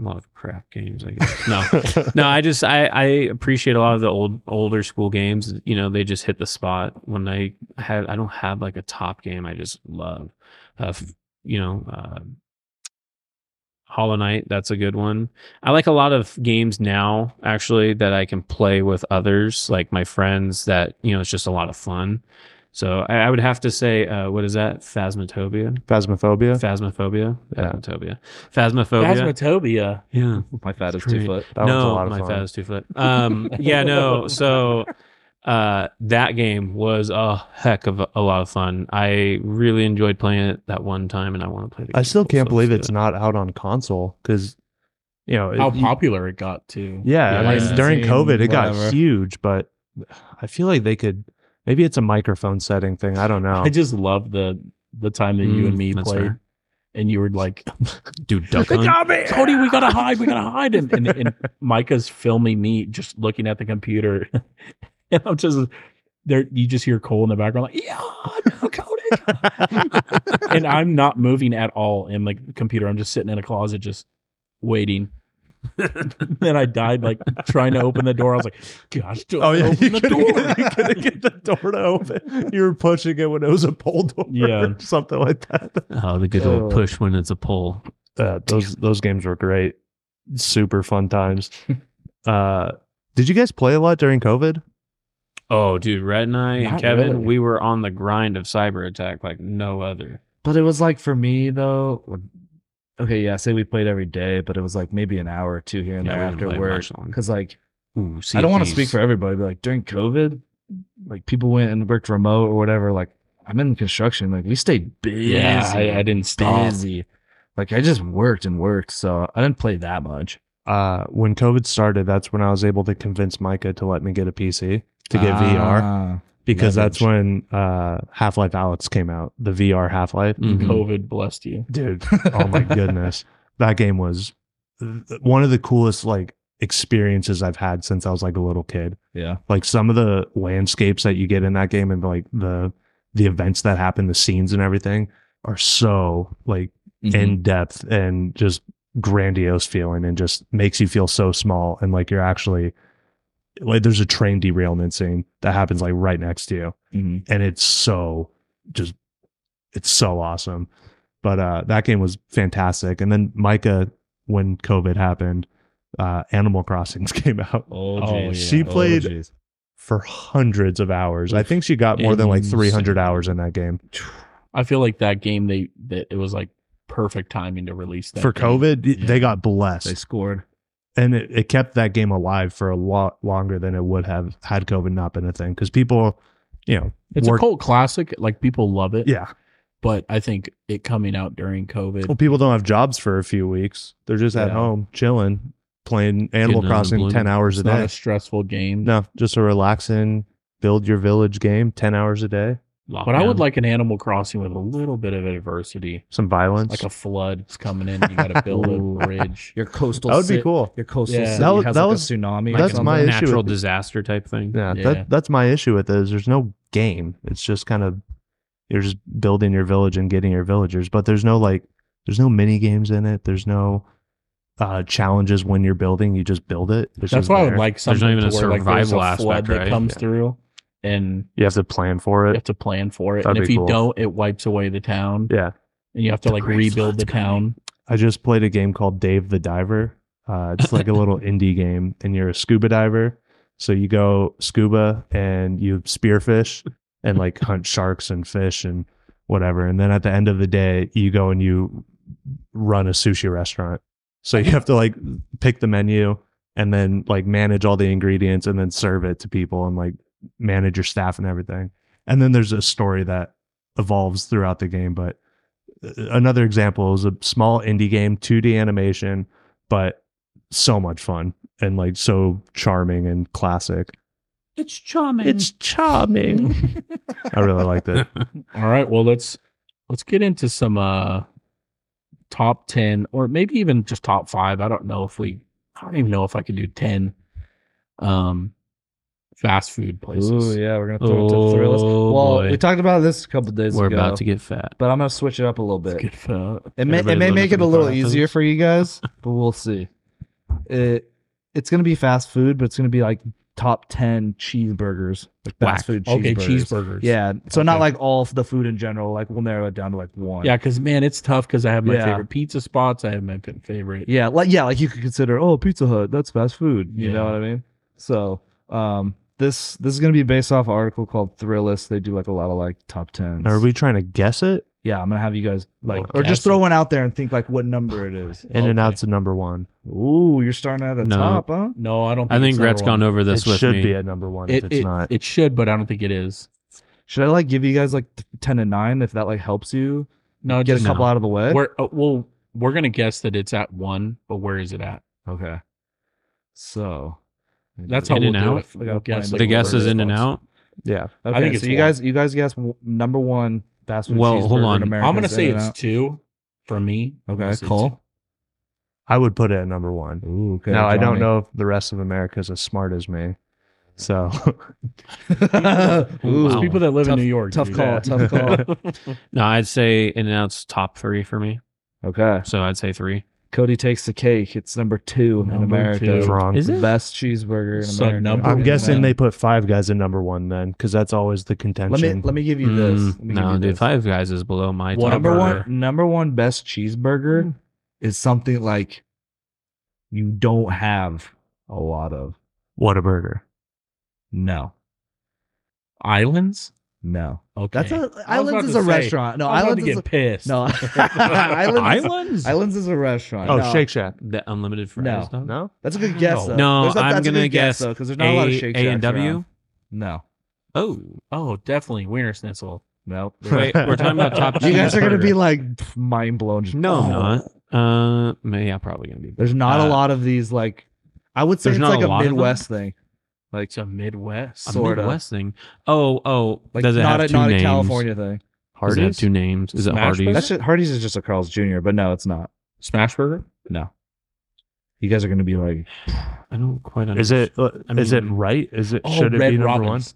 a lot of crap games. I guess no, no. I just I I appreciate a lot of the old older school games. You know, they just hit the spot when I had. I don't have like a top game. I just love. Uh, f- you know, uh, Hollow Knight. That's a good one. I like a lot of games now actually that I can play with others, like my friends. That you know, it's just a lot of fun. So I, I would have to say, uh, what is that? Phasmatobia.
Phasmophobia.
Phasmophobia.
Yeah.
Phasmophobia. Phasmophobia.
Phasmatobia.
yeah.
My fat is
Great.
two foot.
That one's a
no,
lot of
my
fun.
fat is two foot. Um, yeah, no. So uh, that game was a heck of a, a lot of fun. I really enjoyed playing it that one time, and I want to play. The
I still
game
can't
so
believe
good.
it's not out on console because you know it-
How
you-
popular it got too.
Yeah,
Yeah.
I mean, during
Licensing,
COVID, it
whatever.
got huge, but I feel like they could. Maybe it's a microphone setting thing. I don't know.
I just love the the time that you
Oh. Mm,
and me
that's
played,
fair.
and you were like,
dude. Duck Hunt.
Cody, we gotta hide, we gotta hide, and, and, and Micah's filming me just looking at the computer, and I'm just there. You just hear Cole in the background like, yeah, no, Cody, and I'm not moving at all in the computer. I'm just sitting in a closet, just waiting. then I died like trying to open the door. I was like, gosh, do I
Oh,
open the door?
Oh, couldn't get the door to open. You were pushing it when it was a pull door,
Yeah.
something like that.
Oh, the good old
Oh.
push when it's a pull.
Uh, those those games were great, super fun times. Uh, did you guys play a lot during COVID?
Oh, dude, Red and I and
Not
Kevin,
really.
we were on the grind of cyber attack like no other.
But it was like for me though. like- Okay, yeah, I say we played every day, but it was like maybe an hour or two here and
Yeah,
there
we didn't
after
play
work.
much long.
Because like
Ooh, Sea
I
of
don't want to
Thieves.
speak for everybody, but like during COVID, like people went and worked remote or whatever. Like I'm in construction. Like we stayed busy.
Yeah, I, I didn't stop.
busy. Like I just worked and worked, so I didn't play that much.
Uh, when COVID started, that's when I was able to convince Micah to let me get a PC to get VR
Ah,
because that's when
leverage.
uh, Half Life Alex came out, the VR Half Life.
Mm.
Mhm.
COVID blessed you.
Dude, oh my goodness, that game was th- one of the coolest like experiences I've had since I was like a little kid.
Yeah,
like some of the landscapes that you get in that game and like the the events that happen the scenes and everything are so like
Mhm.
in depth and just grandiose feeling and just makes you feel so small and like you're actually like there's a train derailment scene that happens like right next to you
Mhm.
and it's so just it's so awesome but uh that game was fantastic and then micah when covid happened uh animal crossings came out
Oh,
geez.
She played-
geez.
for hundreds of hours. I think she got more than like 300 hours in that game.
I feel like that game they that it was like perfect timing to release that
For
game.
COVID, y-
Yeah.
they got
They
blessed
scored.
and it, it kept that game alive for a lot longer than it would have had COVID not been a thing because people, you know,
It's a
work-
cult classic. Like people love it.
Yeah.
But I think it coming out during COVID.
Well, people don't have jobs for a few weeks. They're just at
Yeah.
home chilling, playing Animal
Getting out of the
Crossing
blue.
10 hours a
It's not
day.
a stressful game.
no, just a relaxing, build your village game 10 hours a day,
But I would
Lockdown.
like an Animal Crossing with a little bit of adversity,
some violence.
like a flood's coming in. You got to build
Ooh.
a bridge.
Your coastal.
that would be
ci-
cool.
Your coastal.
Yeah.
City
That was-
has
that
like
was-
a tsunami.
that's
coming.
my issue
natural
with-
disaster type thing.
Yeah,
Yeah.
That, that's my issue with it. Is there's no game. It's just kind of you're just building your village and getting your villagers, but there's no like there's no mini games in it. There's no uh challenges when you're building. You just build it. It's
That's
just
why I
there.
would like
not
something
even
to
a
where, like, there's
survival
a flood
aspect,
that
right?
comes
Yeah.
through, and
You have to plan for
you
it.
have to plan for it.
That'd
and if
be
you
cool.
don't, it wipes away the town.
Yeah.
and you have to
The
like
great
rebuild
flood's
the town.
I just played a game called Dave the Diver. Uh, it's like a little indie game, and you're a scuba diver. So you go scuba and you spearfish and like hunt sharks and fish and whatever. And then at the end of the day, you go and you run a sushi restaurant. So you have to like pick the menu and then like manage all the ingredients and then serve it to people and like manage your staff and everything. And then there's a story that evolves throughout the game, but another example is a small indie game, 2D animation, but so much fun and like so charming and classic.
It's charming.
It's charming. I really liked it.
All right. Well, let's let's get into some uh top ten, or maybe even just top five. I don't know if we. I don't even know if I could do ten. Um, fast food places.
Ooh, yeah, we're gonna throw it to Thrillist.
Oh,
Well,
boy.
we talked about this a couple days
We're
ago.
about to get fat.
but I'm gonna switch it up a little
Let's
bit.
get fat.
It may, it
Everybody's
may
living
make it a
different
little
lives.
easier for you guys, but we'll see. It it's gonna be fast food, but it's gonna be like top ten cheeseburgers, like
Whack.
fast food cheeseburgers.
Okay, cheeseburgers.
Yeah, so not
Okay.
like all the food in general. Like we'll narrow it down to like one.
Yeah, because man, it's tough because I have my
Yeah.
favorite pizza spots. I have my p- favorite.
yeah, like yeah, like you could consider oh Pizza Hut, that's fast food. You
Yeah.
know what I mean? So um, this this is gonna be based off an article called Thrillist. They do like a lot of like top tens.
Are we trying to guess it?
Yeah, I'm gonna have you guys like,
Oh,
or just
guess
throw one out there and think like what number it is.
In and out's a number one.
Ooh, you're starting at the
No.
top, huh?
No, I don't.
I think
it's number
Brett's
one.
gone over this
it
with
should
me.
be at number one
It,
if it's
it-
not.
it should, but I don't think it is.
Should I like give you guys like t- ten and nine if that like helps you
No,
get a
just
couple out of the way?
we're uh, well, we're gonna guess that it's at one, but where is it at?
okay. So
That's how
In
we'll
and
do
out?
it. We'll guess,
The
like,
the guess
where
is
it
in and out.
yeah.
Okay,
I think it's
so you
one.
guys, you guys guess w- number one fast food.
Well, hold
cheeseburger in
on. I'm
America
I'm gonna
is
say
In-N-Out.
it's two for me. I'm gonna
okay.
say
Cole.
I would put it at number one.
Ooh, okay.
now I don't
Johnny.
know if the rest of America's as smart as me. So
two.
Ooh,
It's people that live
Tough-
in New York.
tough
dude.
call. Tough call.
No, I'd say in and out's top three for me.
okay.
So I'd say three.
Cody takes the cake. It's number two in
Number
America.
two.
it's wrong.
Is
The
it?
best cheeseburger in
So
America.
number
I'm
one.
guessing
Yeah.
they put five guys in number one then, because that's always the
Let
contention.
me let me give you this.
Mm,
Let me give
no,
you
dude,
this.
Five Guys is below my
What
top.
number
order.
one number one best cheeseburger is something like you don't have a lot of.
what a burger.
No,
Islands.
no.
Okay.
That's a
I was
Islands
about
is
to
a
say,
restaurant. No,
I'm about to
Islands is
get
a,
pissed.
no. Islands, is,
Islands?
Islands is a restaurant.
Oh,
no,
Shake Shack.
The unlimited
No.
fries. No,
No?
That's a good guess.
No.
though.
No,
There's
I'm
that's a
gonna
good
guess
though because there's not a lot of Shake
A and
Shacks
W.
around. No,
Oh,
Oh, definitely wiener schnitzel.
Nope.
wait, we're talking about top
you
cheese
guys are gonna
burger.
be like pff, mind blown. Just,
No,
oh.
I'm not. Uh, maybe I'm probably gonna be.
There's not
Uh,
a lot of these. Like, I would say
there's
it's
not
like
a
a,
lot of them?
Midwest thing.
Like it's a Midwest.
A
sorta.
Midwest thing. Oh, oh,
Like,
does it
not
have
a
two
not
names?
a California
Does
thing.
it have
Hardee's?
two names? Is it
Smash
Hardee's?
Burger?
That's just, Hardee's is just a Carl's Jr. But no, it's not.
Smash burger?
No. You guys are gonna be like,
I don't quite understand.
Is it uh,
I
is it
mean-
right? Is it
Oh,
should it
Red
be number one?
Robin's.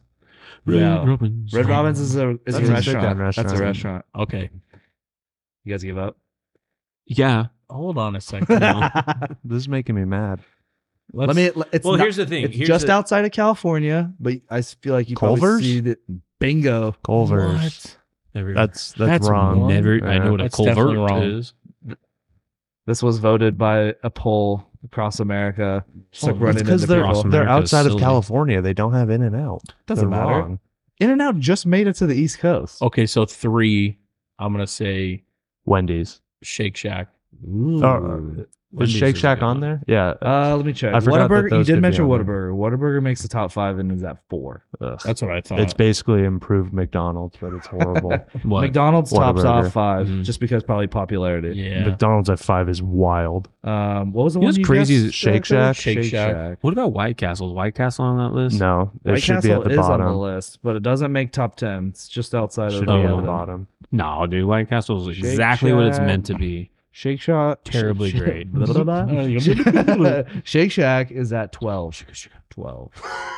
Red
No.
Robin's?
Red Robin's is a is
That's
a
a sit-down
restaurant.
restaurant.
That's a restaurant.
Okay.
You guys give up.
yeah.
Hold on a second. now.
Let
This is making me mad.
Let's-
me. It's
Well,
not-
here's the thing.
It's
Here's
just
the-
outside of California, but I s- feel like you
Culver's?
probably see that. Bingo.
Culver's.
What?
There we go.
That's, that's
That's
wrong.
wrong.
Never. I know what a
That's definitely
culvert
wrong.
is.
This was voted by a poll across America. Just
Oh,
like
it's
running
because
into
they're
people.
Awesome.
they're
America is
outside of
silly.
California. They don't have In and Out.
Doesn't matter. In and Out just made it to the East Coast.
Okay, so three. I'm gonna say
Wendy's.
Shake Shack.
Oh, was
Wendy's
Shake
is a
Shack
good
on
one.
there? Yeah.
Uh, let me check.
Oh, I forgot that
Whataburger. You
those could
did
be
mention
on there.
Whataburger. Whataburger makes the top five and is at four.
Ugh.
That's what I thought.
Uh, It's basically improved McDonald's, but it's horrible.
What?
McDonald's tops
Whataburger. Mm-hmm.
off 5
Mhm.
just because probably popularity.
yeah.
McDonald's at five is wild.
Um, what was
You
the
know
one?
what's
you
crazy
guessed,
is
Shake
uh, Taylor?
Shack?
Shake Shack.
What about White Castle? Is White Castle on that list?
No, it
White
should
Castle
be at the
is
bottom.
on the list, but it doesn't make top ten. It's just outside
should
of
be
the,
at the
other.
bottom.
No, dude. White Castle is
Shake
exactly what it's
Shack.
meant to be.
Shake Shack
Terribly great.
Shake Shack is at twelve. Twelve.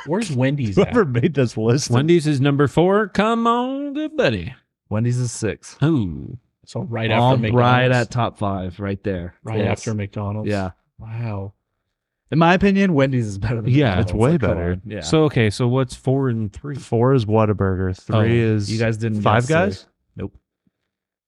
Where's Wendy's at?
made this list,
Wendy's is number four. Come on, good buddy.
Wendy's is six.
Ooh.
So right
All
after
right
McDonald's.
at top five, right there.
right
Yes.
after McDonald's.
Yeah.
Wow.
In my opinion, Wendy's is better than
Yeah,
it's
McDonald's.
way
Like, come
better.
on. Yeah.
So okay, so what's four and three?
Four is Whataburger. Three is
you guys didn't
Five
guess
Guys.
this.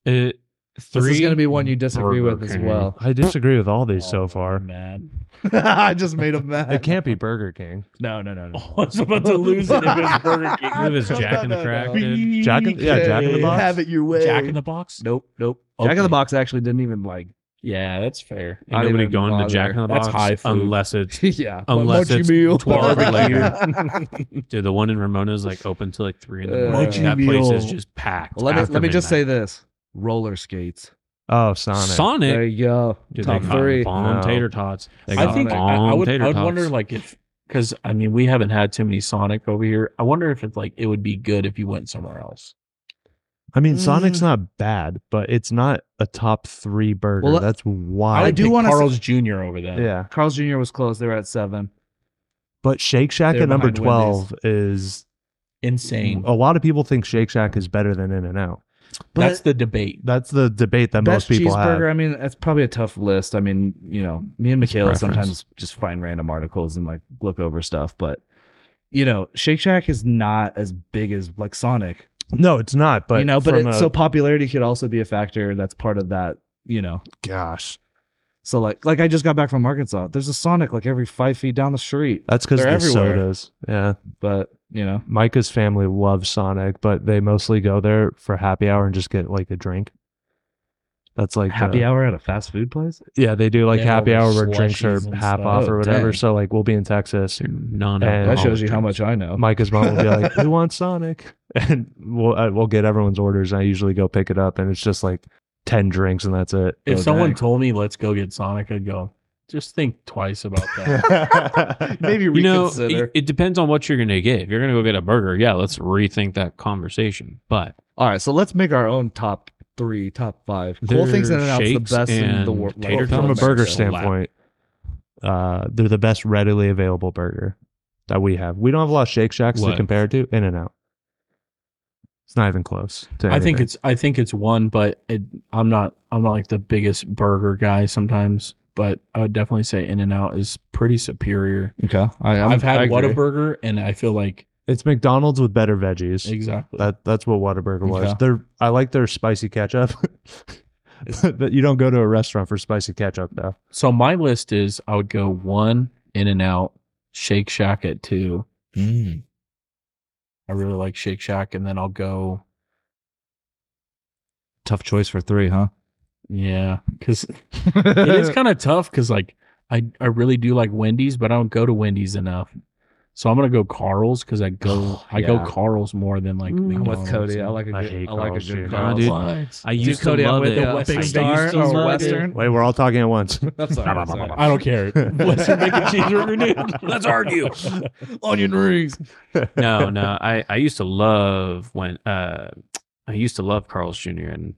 Uh, three.
This is gonna be one you disagree
Burger
with as
King.
well.
I disagree with all these
Oh,
so far.
Man.
I just made him mad.
It can't be Burger King.
No, no, no, no.
I was about to lose it if it was Burger King.
What if it's Jack in the
No, no,
Crack?
no.
dude?
Jack in- yeah, Jack in the
Hey,
Box.
Have it your way.
Jack in the Box?
Nope, nope. Jack in
Okay.
the Box actually didn't even like.
Yeah, that's fair.
Ain't
Not
nobody
even
going to
bother.
Jack in the
That's
Box
high food.
unless it's
yeah.
Unless
Mochi
it's
meal.
barbecue. dude. The one in Ramona is like open till like three in the
Uh,
morning.
Mochi
that place is
meal.
just packed.
let me
after
let me just say
midnight.
this: roller skates.
Oh, Sonic.
Sonic.
There you go.
Dude,
Top
they got
three.
Bomb
No.
tater tots. They
I
got
think I,
bomb
I would.
tater
I would
tots.
wonder like if because I mean we haven't had too many Sonic over here. I wonder if it's like it would be good if you went somewhere else.
I mean,
Mm.
Sonic's not bad, but it's not a top three burger.
Well,
That's
I
wild.
I'd
do
pick
wanna say-
Carl's Jr. over that.
yeah,
Carl's Jr. was close. They were at seven.
but Shake Shack
They're
at number
behind Wendy's.
twelve is
insane.
a lot of people think Shake Shack is better than In and Out.
But
That's the debate.
That's the debate that
best
most people
cheeseburger.
have.
I mean, that's probably a tough list. I mean, you know, me and Michaela
Preference.
sometimes just find random articles and like look over stuff, but. You know, Shake Shack is not as big as like Sonic.
No, it's not. But
you know, but
from
it,
a-
so popularity could also be a factor. That's part of that. You know,
gosh,
So like like I just got back from Arkansas. There's a Sonic like every five feet down the street.
that's because the
They're everywhere.
sodas. Yeah,
But you know,
Micah's family loves Sonic, but they mostly go there for happy hour and just get like a drink. That's like
happy
the-
hour at a fast food place.
Yeah, they do like
They have
happy
all
hour
the
where drinks are
slushies and
half
stuff.
off or
Oh,
whatever.
dang.
So like we'll be in Texas.
They're non.
And-
That shows you how much I know.
Micah's mom will be like, "Who wants Sonic?" And we'll uh, we'll get everyone's orders. And I usually go pick it up, and it's just like ten drinks, and that's it.
If
Oh,
someone
dang.
told me let's go get Sonic, I'd go. Just think twice about that.
Maybe
You know,
reconsider.
it, it depends on what you're going to get. If you're going to go get a burger, yeah, let's rethink that conversation. But
All right, so let's make our own top three, top five. Cool
Their
things in and out's the
shakes
best in the
and
world.
tater
from a
tots.
burger
Slap.
standpoint, uh, they're the best readily available burger that we have. We don't have a lot of Shake Shacks
What?
to compare it to. In and Out. It's not even close. To
I think
anything.
it's I think it's one, but it, I'm not I'm not like the biggest burger guy sometimes. But I would definitely say In and Out is pretty superior.
Okay, I,
i
I'm,
have had
I agree.
Whataburger, and I feel like
it's McDonald's with better veggies.
exactly.
That that's what Whataburger was.
Okay.
They're I like their spicy ketchup. but you don't go to a restaurant for spicy ketchup though.
so my list is I would go one In and Out, Shake Shack at two. I really like Shake Shack, and then I'll go
Tough choice for three, huh?
yeah because it is kind of tough because like I I really do like Wendy's, but I don't go to Wendy's enough. So I'm gonna go Carl's because I go I
Oh, Yeah.
go Carl's more than like.
Mm. I'm with
I'm with
McDonald's.
Cody. I like a
I
good,
hate
I like oh, a
Carl's
good
Jr.
Carl's.
Dude,
What?
I
Dude,
used
Cody,
to
I'm
love
with
it.
the
I
Western
used
Star
to
or
love it.
Western.
Wait, we're all talking at once.
That's all right, that's all
I don't care. Western bacon cheeseburger, dude.
Let's argue.
Onion rings.
no, no. I, I used to love when uh I used to love Carl's Jr. and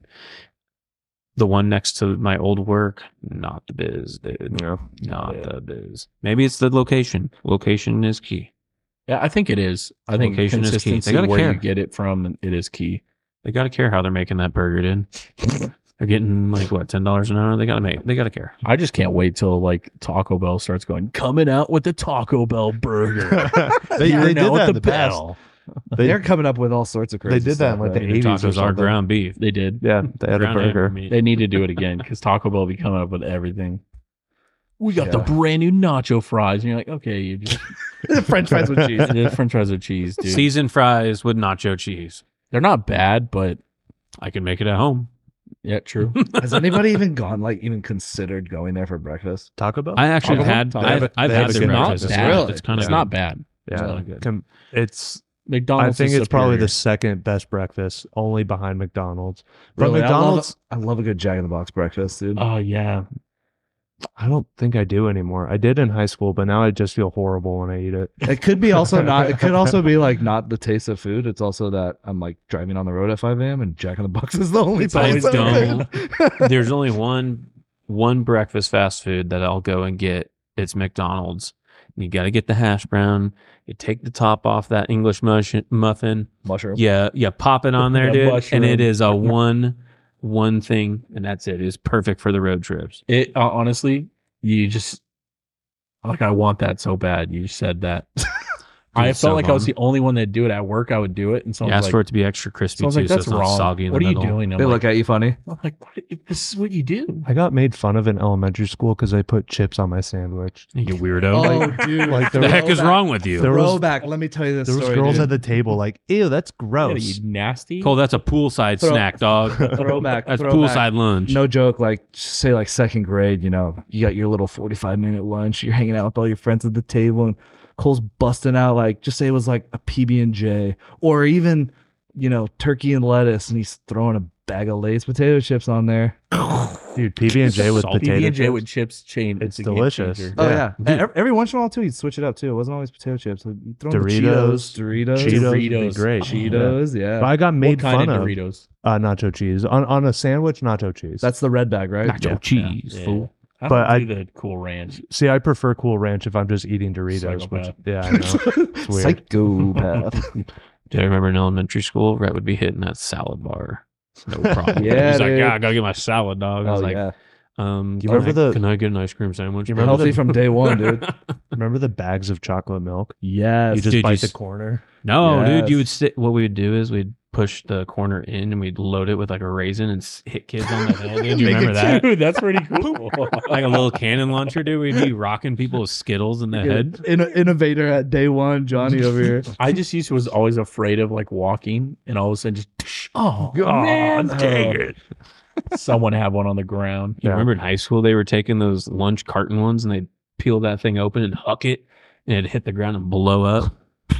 the one next to my old work, not the biz, dude.
No.
Not
Yeah.
the biz. Maybe it's the location. Location is key.
Yeah, I think it is. I think
Location is key. They
consistency,
gotta
where
care.
you get it from, it is key.
They gotta care how they're making that burger, dude. they're getting like what, ten dollars an hour? They gotta make they gotta care.
I just can't wait till like Taco Bell starts going coming out with the Taco Bell burger.
they
You're
they did
now
that
at
in the past.
bell.
They-
They, are coming up with all sorts of crazy.
They did that in
stuff,
like the
right?
eighties or
Tacos are
something.
ground beef.
They did.
Yeah, they had a
Ground
burger.
beef meat.
They need to do it again because Taco Bell be coming up with everything. We got the
Yeah.
brand new nacho fries, and you're like, okay, you just
French fries with cheese.
the French fries with cheese, dude.
Seasoned fries with nacho cheese.
They're not bad, but
I can make it at home.
yeah, true.
Has anybody even gone, like, even considered going there for breakfast?
Taco Bell.
I actually
Taco Bell?
had
Taco
I've,
Bell.
I've
They
had
have a
their
good
breakfast.
breakfast.
It's
Really?
It's kind of
it's not bad.
yeah,
really good.
Com- it's. I
McDonald's.
think
is
it's probably the
superior.
second best breakfast, only behind McDonald's. But
Really, I love-
McDonald's,
I love, a good Jack in the Box breakfast, dude.
Oh yeah,
I don't think I do anymore. I did in high school, but now I just feel horrible when I eat it.
It could be also not. It could also be like not the taste of food. It's also that I'm like driving on the road at 5 a.m. and Jack in the Box is the only
It's
place.
always
open.
There's only one one breakfast fast food that I'll go and get. It's McDonald's. You got to get the hash brown. You take the top off that English mush- muffin.
Mushroom.
Yeah, yeah, pop it on there,
That
dude.
mushroom.
And it is a one one thing, and that's it. It's perfect for the road trips.
it uh, honestly, you just like I want that so bad. You said that. I felt
It's so
like I was
bomb.
the only one that do it at work. I would do it, and
You
someone's
ask
like,
for it to be extra crispy too,
someone's like,
so
"That's
it's not
wrong.
soggy in
what
the
are you
middle.
doing?" I'm
They
like,
look at you funny.
I'm like, what, this is what you do.
I got made fun of in elementary school because I put chips on my sandwich.
You weirdo.
dude.
Like
Oh,
there,
oh, the
was,
heck is wrong with you?
there was
Throwback. Let me tell you this
there was girls at the table like, ew, that's
Yeah,
gross.
you nasty.
Cole, that's a poolside
Throw-
snack, dog.
Throwback,
That's
throwback.
poolside lunch.
no joke, like say like second grade, you know, you got your little 45 minute lunch, you're hanging out with all your friends at the table and Cole's busting out like just say it was like a PB&J or even, you know, turkey and lettuce and he's throwing a bag of Lay's potato chips on there.
Dude, PB and J with
Salty
potato.
PB&J
chips.
with chips chain.
It's
a game
delicious.
changer.
Oh
Yeah.
yeah. And ev- every once in a while too, he'd switch it up too. It wasn't always potato chips. He'd throw in the
Doritos,
Cheetos, Doritos,
Cheetos, would be
Doritos.
great.
Cheetos, yeah.
But I got
What
made
kind
fun
of
of,
Doritos?
uh, nacho cheese on on a sandwich. Nacho cheese.
That's the red bag, right?
Nacho cheese,
Yeah.
fool.
I
But I-
don't do the cool ranch.
see, I prefer Cool Ranch if I'm just eating Doritos. Which,
Psychopath.
yeah, I know. It's weird.
Psychopath.
Do I remember in elementary school, Rhett would be hitting that salad bar. No problem.
Yeah,
He's like,
dude.
"Ah, I gotta get my salad, dog. I
oh
was like,
yeah.
um,
You
can
remember
I-
the-
Can I get an ice cream sandwich?
You remember
Healthy from day one, dude.
Remember the bags of chocolate milk?
Yes.
You just
Dude,
bite
you
the
s-
corner.
No, dude. You
Yes.
would sit. What we would do is we'd push the corner in and we'd load it with like a raisin and s- hit kids on the hill. Dude, you
Make
remember
it
that?
Dude, that's pretty cool.
Like a little cannon launcher, dude. We'd be rocking people with Skittles in the head.
Inno- innovator at day one, Johnny over here.
I just used to was always afraid of like walking, and all of a sudden, just oh man,
dang
it! Someone had one on the ground.
You
Yeah.
remember in high school they were taking those lunch carton ones and they'd peel that thing open and huck it and it'd hit the ground and blow up.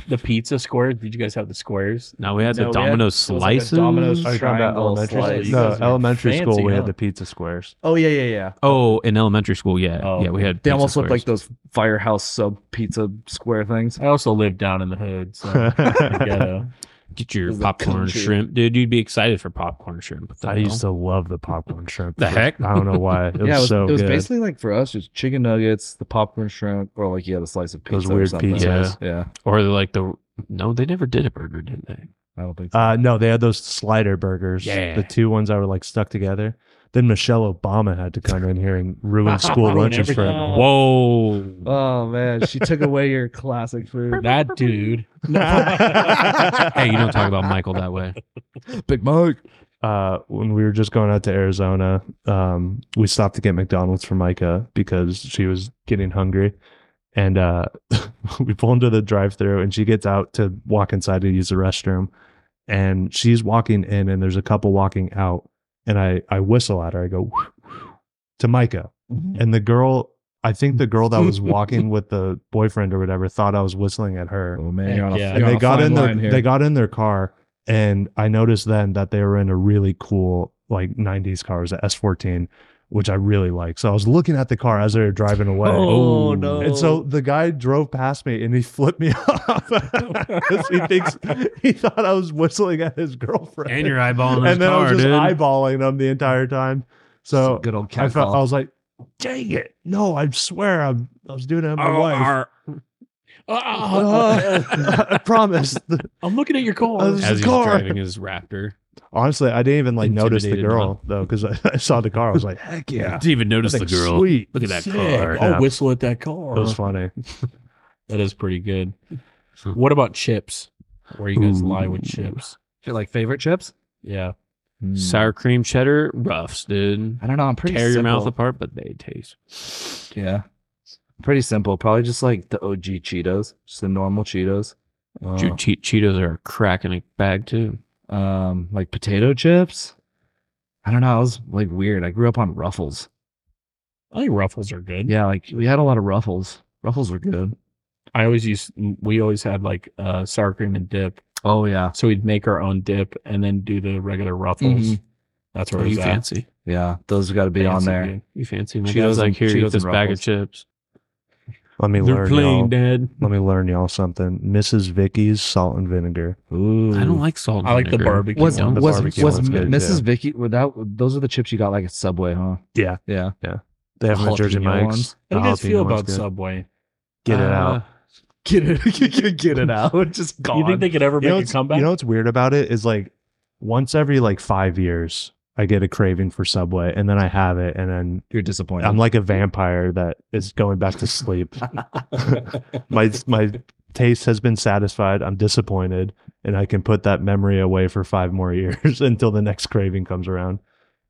The pizza squares. Did you guys have the squares?
Now we had
No,
the
we had-
domino
it was like a
slices.
Domino's
Are you Oh, talking about
Triangle
elementary? school?
slice.
You
No,
guys are
elementary school.
fancy,
We
huh?
had the pizza squares.
Oh yeah, yeah, yeah.
Oh, in elementary school, yeah,
Oh,
yeah, we had.
They
pizza
almost look
squares.
like those firehouse sub pizza square things.
I also lived down in the hood, so I gotta-
get your
It was a
popcorn
country.
shrimp, dude. You'd be excited for popcorn shrimp. What the
I
hell?
used to love the popcorn shrimp.
The heck?
I don't know why. It was,
yeah, it was,
so
it was
good.
basically like for us, just chicken nuggets, the popcorn shrimp, or like yeah, the slice of pizza.
Those
or
weird
something.
pizzas.
Yeah.
or they're like the no, they never did a burger, did they?
I don't think so.
Uh, no, they had those slider burgers.
Yeah.
The two ones that were like stuck together. Then Michelle Obama had to come in here and ruin school lunches for
everything.
everyone.
Whoa,
oh man, she took away your classic food.
that dude.
hey, you don't talk about Michael that way.
Big Mike.
uh, when we were just going out to Arizona, um, we stopped to get McDonald's for Micah because she was getting hungry. And uh, we pull into the drive through and she gets out to walk inside to use the restroom. And she's walking in and there's a couple walking out. And I, I whistle at her. I go to Micah. And the girl I think the girl that was walking with the boyfriend or whatever thought I was whistling at her.
Oh man, you're on a,
Yeah.
you're
and
on
they
a
got
fine
in their
line here.
they got in their car and i noticed then that they were in a really cool like 90s car it was a s14 which i really like so i was looking at the car as they were driving away
Oh, no.
and so the guy drove past me and he flipped me off 'Cause he thinks he thought i was whistling at his girlfriend
and you're eyeballing his
and then i
car,
was just
dude.
eyeballing him the entire time so
good old
i
cat
felt i
call.
was like dang it no i swear i'm i was doing it at my
Oh,
wife
arr.
Ah,
Uh, I promise.
I'm looking at your car.
This is
As he's
car.
driving his Raptor,
Honestly, I didn't even like notice the
Intimidated,
girl though, because I, I saw the car. I was like, heck yeah.
didn't even notice the
That's
girl.
Sweet.
Look at that
Sick.
car.
I'll
Yeah.
whistle at that car.
It was funny.
That is pretty good. What about chips? Where you guys lie with chips?
Shit, like favorite chips?
Yeah. Mm.
Hmm.
Sour cream cheddar, roughs, dude.
I don't know. I'm pretty
Tear your
simple.
mouth apart, but they taste.
Yeah, pretty simple. Probably just like the OG Cheetos, just the normal Cheetos.
Oh.
Uh,
Dude, che- Cheetos are a crack in a bag too.
um, like potato chips. I don't know. I was like weird. I grew up on Ruffles.
I think ruffles are good.
Yeah, like we had a lot of Ruffles. Ruffles were good.
I always used we always had like uh sour cream and dip.
Oh yeah,
So we'd make our own dip and then do the regular ruffles.
Mhm.
That's where
Are
it
you
was at.
fancy?
yeah. Those got to be on
Fancy,
there.
dude.
You fancy? My
Cheetos
dad's like
and-
here,
Cheetos
eat this
and
bag of
Ruffles.
chips.
Let me
They're
learn
playing
y'all.
dead.
Let me learn y'all something. Mrs. Vicky's salt and vinegar.
Ooh.
I don't like salt. and
I like the
vinegar.
barbecue
Was
one.
the
was
barbecue
was
one's good,
Mrs.
yeah.
Vicky? Without those are the chips you got like at Subway, huh?
Yeah.
Yeah.
They have them at
Jalapeno
Jersey Mike's.
ones.
The
How do you guys
jalapeno
feel
one's
about
good.
Subway?
Get it
Uh,
out.
Get it, get it out. Just gone.
You think they could ever
You know,
make a
what's,
comeback?
you know what's weird about it is like once every like five years, I get a craving for Subway and then I have it and then
You're disappointed.
I'm like a vampire that is going back to sleep. my my taste has been satisfied. I'm disappointed, and I can put that memory away for five more years until the next craving comes around.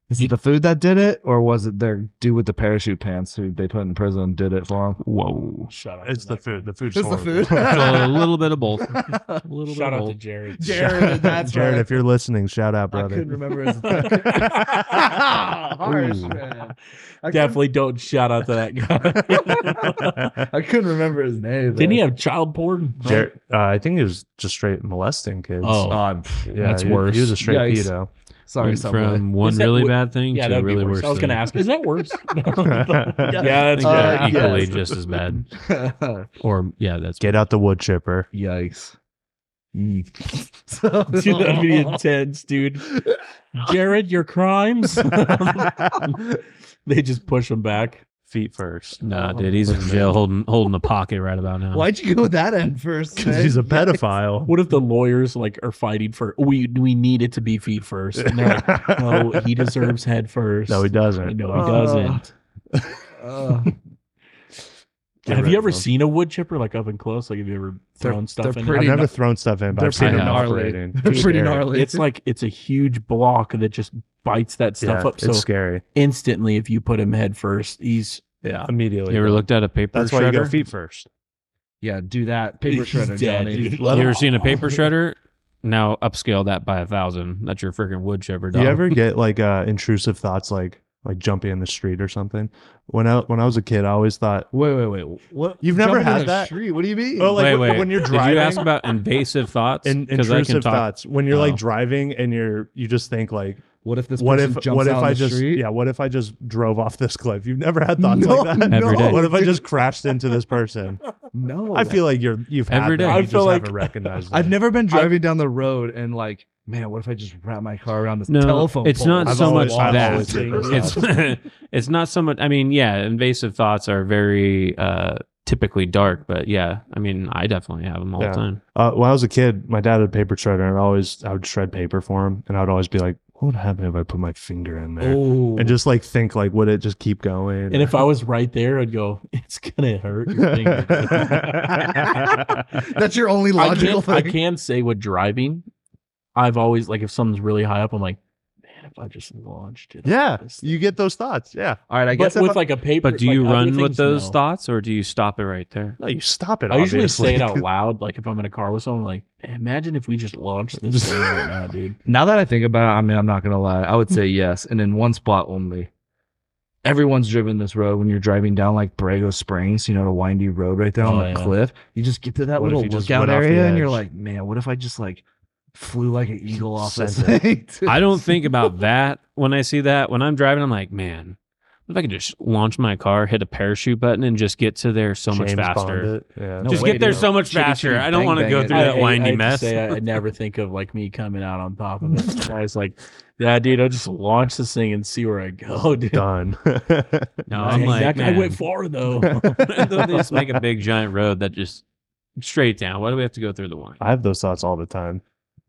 Is it the food that did it, or was it their dude with the parachute pants who they put in prison did it for him?
Whoa.
Shut up.
It's the food. The food's
It's the
horrible.
food.
So a little bit of both. A little
Shout
bit
out
of
to
both.
Jerry.
Jared, that's
Jared,
right.
if you're listening, shout out, brother.
remember his
Harsh,
Ooh.
man. I
Definitely don't shout out to that guy.
I couldn't remember his name.
Didn't he have child porn?
Jared, uh, I think he was just straight molesting kids.
Oh,
yeah,
that's
he,
worse.
He was a straight
Yikes.
pedo.
sorry,
Went
someone.
from one
Is that
really
wo-
bad thing
yeah,
to
that
a
would
really
be worse.
worse.
I was going to
thing.
ask, is that worse?
Yeah.
yeah, that's
I
Uh,
think they're
yes.
equally just as bad. Or yeah, that's
Get out the wood chipper.
Yikes.
good. Dude, that'd be intense, dude. Jared, your crimes. they just push him back.
Feet first.
nah, dude. He's in jail holding holding a pocket right about now.
Why'd you go that end first?
Because he's a pedophile.
What if the lawyers like are fighting for we we need it to be feet first? And they're like, no, he deserves head first.
No, he doesn't.
No,
Uh,
he doesn't.
Get
have
rid
you
of
ever
him.
seen a wood chipper like up and close? Like have you ever
They're-
thrown stuff
they're
in?
I've
pretty
it?
never
gna-
thrown stuff in, but
they're
I've seen
pretty
them
gnarly.
operating.
They're pretty
Scary.
gnarly.
It's like it's a huge block that just bites that
Yeah,
stuff up. So
it's scary.
instantly, if you put him head first, he's
yeah.
Immediately.
You ever looked at a paper
That's why you
shredder?
go feet first.
Yeah, do that. Paper
He's
shredder,
dead,
Johnny.
dude.
You ever seen a paper shredder? Now upscale that by a thousand. That's your freaking wood chipper.
Do
Dog.
you ever get like uh, intrusive thoughts, like like jumping in the street or something? When I when I was a kid, I always thought,
Wait, wait, wait. What?
You've never
Jumping in
had
the
that?
Street? What do you mean?
oh, like
Wait,
when-
wait.
when you're
Did
driving,
you ask about invasive thoughts?
in,
Because I can
intrusive
talk.
thoughts when you're like
Oh.
driving and you're you just think like,
what if this
what
person
if
jumps
what if
out in
I
the
just
street?
yeah, what if I just drove off this cliff? You've never had thoughts like that.
Every day.
What if I just crashed into this person?
No.
I feel like you're you've had
Every
that,
day.
You
I
just
feel like-
haven't recognized.
I've
that.
never been driving down the road and like, man, what if I just wrap my car around this
No,
telephone?
it's
pole?
not
I've
so
always-
much
I've
that.
always been those
It's it's not so much. I mean, yeah, invasive thoughts are very uh, typically dark, but yeah, I mean, I definitely have them all
Yeah.
the time.
Uh, when I was a kid, my dad had a paper shredder, and I always I would shred paper for him, and I would always be like, "What would happen if I put my finger in there?"
Oh,
And just like think, like, would it just keep going?
And if I was right there, I'd go, it's gonna hurt your finger.
that's your only
I,
logical
can, I
thing.
can say with driving, I've always like if something's really high up, I'm like, man, if I just launched it.
yeah, you get those thoughts. Yeah,
All right, I
But
guess
with
if
like a paper.
But do you
like, other
run with
things,
those
no.
thoughts, or do you stop it right there?
no, you stop it.
I usually say
obviously.
it out loud, like if I'm in a car with someone, like, imagine if we just launched this thing right now, dude.
now that I think about it, I mean, I'm not gonna lie. I would say yes, and in one spot only. everyone's driven this road when you're driving down like Borrego Springs, you know, the windy road right there on
Oh,
the
yeah.
cliff. You just get to that
What if
little
you just
lookout
went off the
area and you're
edge?
like, man, what if I just like flew like an eagle off this
Sunset.
thing? to
I don't think about that when I see that. When I'm driving, I'm like, man, what if I could just launch my car, hit a parachute button, and just get to there so much
James
faster.
Bond it. Yeah.
No
just
way,
get there
dude.
so much
Chitty, chitty,
faster. I don't
bang,
want to
bang
go
it.
through
I-
that
I- I
windy
hate to
mess.
say, I, I never think of like me coming out on top of it. I was like, yeah, dude, I'll just launch this thing and see where I go, dude.
done.
no,
I-
I'm like,
I
man,
went far though.
Don't they just make a big giant road that just straight down. Why do we have to go through the wine?
I have those thoughts all the time.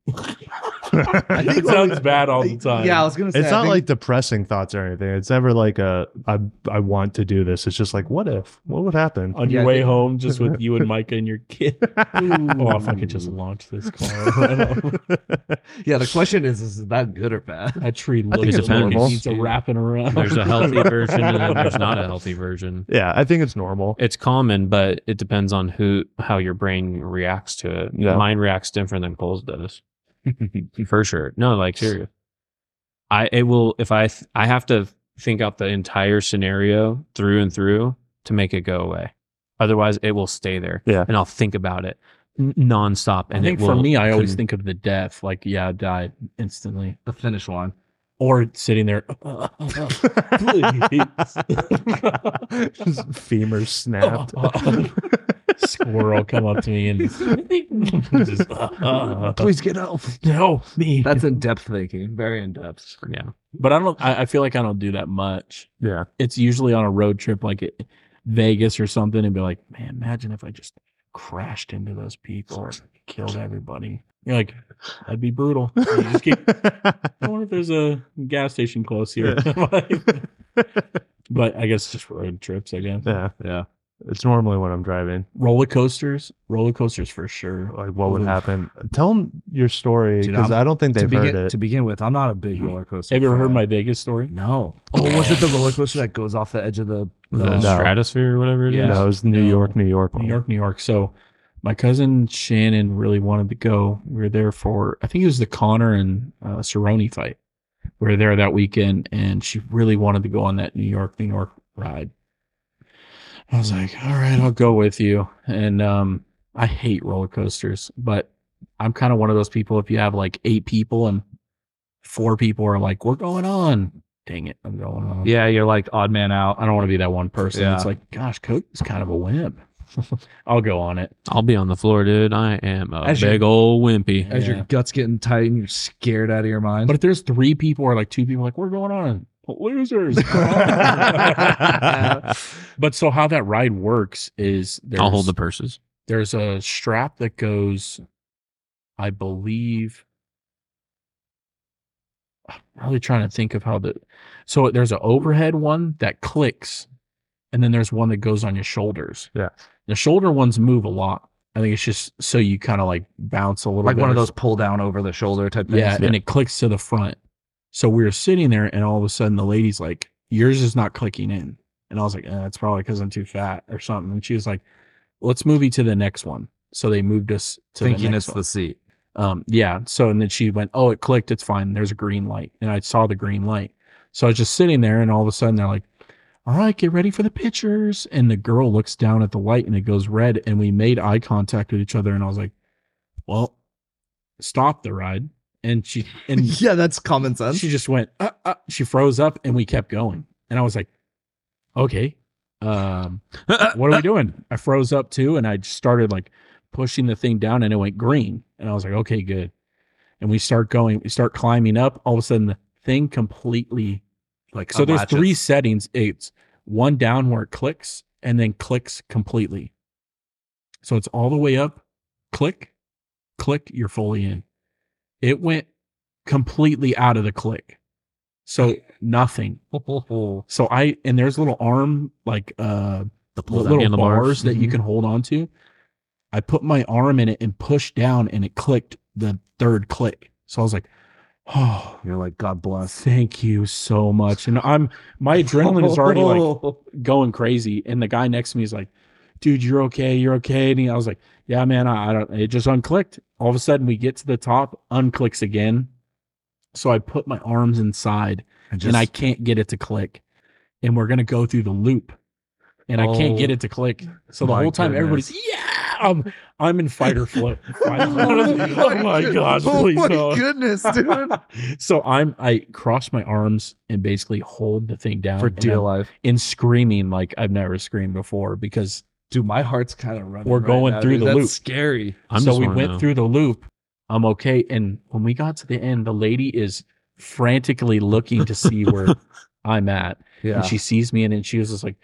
it sounds bad all the time.
Yeah, I was gonna say
It's
I
not
think-
like depressing thoughts or anything. It's never like a I I want to do this. It's just like what if? What would happen?
on
Yeah,
your
I
way
think-
home, just with you and Micah and your kid. oh, if I could just
Ooh.
launch this car.
Yeah, the question is, is that good or bad?
that tree looks
it's
like
normal.
it needs a wrapping around.
There's a healthy version and then there's not a healthy version.
yeah, I think it's normal.
It's common, but it depends on who how your brain reacts to it.
Yeah.
Mine reacts different than Cole's does. For sure. No, like serious. I it will if I th- I have to think out the entire scenario through and through to make it go away. Otherwise, it will stay there.
Yeah.
And I'll think about it n- nonstop.
I
And
think
it
for
will,
me, I always
couldn't-
think of the death. Like, yeah, I died instantly,
The finish line.
or sitting there.
Just femur snapped.
Squirrel come up to me and just,
Please get help.
help me.
That's in depth thinking. Very in depth.
Yeah.
but I don't. I, I feel like I don't do that much.
yeah.
It's usually on a road trip, like it, Vegas or something, and be like, man, imagine if I just crashed into those people or killed everybody. You're like, that'd be brutal. You just keep, I wonder if there's a gas station close here. but I guess just road trips again.
yeah.
Yeah.
It's normally when I'm driving.
Roller coasters, roller coasters for sure.
Like what would
Oof.
happen? Tell them your story
Dude,
because
I'm-
I don't think
To
they've heard
begin,
it. Mm-hmm.
to begin with, I'm not a big roller coaster.
Have you ever heard
fan.
my Vegas story?
No. Oh, was it the roller coaster that goes off the edge of the?
The
No.
stratosphere or whatever it is.
Yeah.
No, it was New
No.
York, New York.
New York, New York. So my cousin Shannon really wanted to go. We were there for I think it was the Connor and uh, Cerrone fight. We were there that weekend, and she really wanted to go on that New York, New York ride. I was like, "All right, I'll go with you." And um, I hate roller coasters, but I'm kind of one of those people. If you have like eight people and four people are like, "We're going on," dang it, I'm going on.
Yeah, you're like odd man out.
I don't want to be that one person.
Yeah.
It's like, gosh, Cody's kind of a wimp. I'll go on it.
I'll be on the floor, dude. I am a
As you-
big old wimpy.
As
Yeah.
your guts getting tight and you're scared out of your mind.
But if there's three people or like two people, like we're going on losers. but so how that ride works is there's
I'll hold the purses.
there's a strap that goes, I believe. I'm really trying to think of how the so there's an overhead one that clicks, and then there's one that goes on your shoulders.
Yeah.
the shoulder ones move a lot. I think it's just so you kind of like bounce a little,
like
bit
one of
or
those pull down over the shoulder type things.
Yeah, and it clicks to the front. So we were sitting there, and all of a sudden, the lady's like, "Yours is not clicking in," and I was like, eh, "It's probably because I'm too fat or something." And she was like, "Let's move you to the next one." So they moved us to the
thinking
next
it's
one.
the seat.
Um, yeah. So and then she went, "Oh, it clicked. It's fine. There's a green light." And I saw the green light. So I was just sitting there, and all of a sudden they're like, "All right, get ready for the pictures." And the girl looks down at the light, and it goes red. And we made eye contact with each other, and I was like, "Well, stop the ride." And she and
yeah, that's common sense.
she just went, uh, uh, she froze up, and we kept going. And I was like, "Okay, um, what are we doing? I froze up too, and I just started like pushing the thing down, and it went green. And I was like, okay, good. And we start going, we start climbing up. All of a sudden, the thing completely like so. There's
Unlatches.
three settings. It's one down where it clicks, and then clicks completely. So it's all the way up, click, click. You're fully in. It went completely out of the click. So nothing.
the
So I and there's a little arm like uh
pull
little
down.
handlebar.
bars that you
Mhm.
can hold on to. I put my arm in it and pushed down, and it clicked the third click. So I was like, "Oh,
You're like, God bless.
thank you so much." And I'm my adrenaline is already like going crazy, and the guy next to me is like, "Dude, you're okay, you're okay." And he- I was like, "Yeah, man, I, I don't." It just unclicked. All of a sudden, we get to the top, unclicks again. So I put my arms inside, and I can't get it to click. and we're gonna go through the loop, and I can't
Oh.
get it to click. So the
My
whole time everybody's yeah, I'm I'm in fighter flow. oh my god,
Oh
please
my
no.
goodness, dude.
so I'm I cross my arms and basically hold the thing down
for
and
dear
I'm-
life.
and screaming like I've never screamed before because
Dude, my heart's kind of running.
We're
right
going
now,
through
dude.
the
That's
loop.
Scary.
I'm
so
just
we
wanna
went
know.
through the loop. I'm okay. And when we got to the end, the lady is frantically looking to see where I'm at.
Yeah.
And she sees me and then she was just like,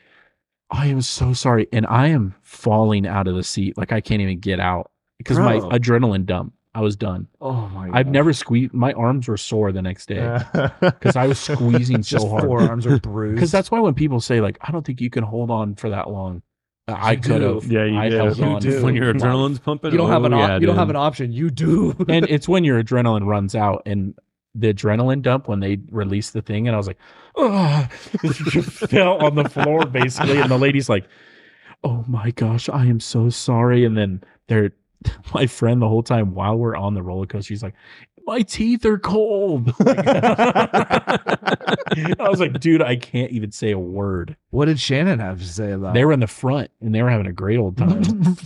I am so sorry. And I am falling out of the seat. Like I can't even get out because my
Bro.
adrenaline dump. I was done.
oh my.
I've
God.
never squeezed. My arms were sore the next day because
Because
I was squeezing so
Just
hard.
forearms are bruised.
Because that's why when people say like, I don't think you can hold on for that long. I
You
could
do.
have.
Yeah, you
I
do.
held
You
on
do.
for
when your
my
adrenaline's pumping.
you don't have an.
oh,
op-
yeah,
you don't
dude.
have an option. You do.
and it's when your adrenaline runs out and the adrenaline dump when they released the thing and i was like oh fell on the floor basically and the lady's like oh my gosh i am so sorry and then they're my friend the whole time while we're on the roller coaster she's like my teeth are cold i was like dude i can't even say a word
what did Shannon have to say about?
they
it?
were in the front and they were having a great old time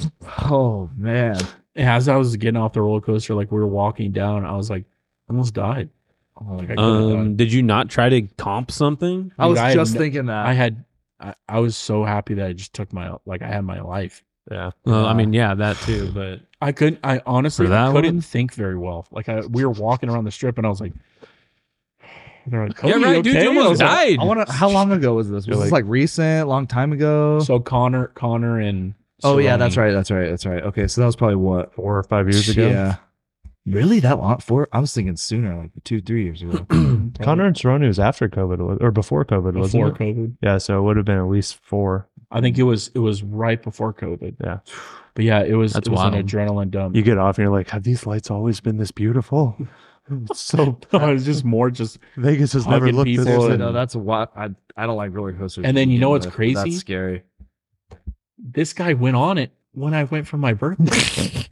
oh man.
as i was getting off the roller coaster like we were walking down i was like almost died
Oh,
Like, I could've done it.
Um, did you not try to comp something?
I was
I had
just
no-
thinking that.
I had I, I was so happy that I just took my like I had my life.
Yeah. Well, I mean, yeah, that too. But
I couldn't I honestly
For that
I couldn't
one?
think very well. Like I we were walking around the strip and I was like they're like,
yeah,
"Cody,
right,
you
dude,
okay?"
you
I
almost
was like-
died.
I want to. How long ago was this? Was
You're
this
like-
like recent? Long time ago?
so Connor, Connor, and
oh yeah,
Saloni-
that's right. That's right. That's right. Okay, so that was probably what
four or five years ago,
Yeah. Really, that long? Four? I was thinking sooner, like two, three years ago.
Connor and Cerrone was after COVID wa- or before Mm-hmm. COVID, wasn't
before
it?
COVID.
Yeah, so it would have been at least four.
I think it was it was right before COVID.
Yeah.
but yeah, it was
That's
it was an
wild.
adrenaline dump.
You get off and you're like, have these lights always been this beautiful? It's so
I was just more just
Vegas has never
Hugging
looked this
people
good.
and-
that's what I I don't like roller coasters.
And then
to
you know what's
begin with.
crazy?
scary.
this guy went on it when I went for my birthday.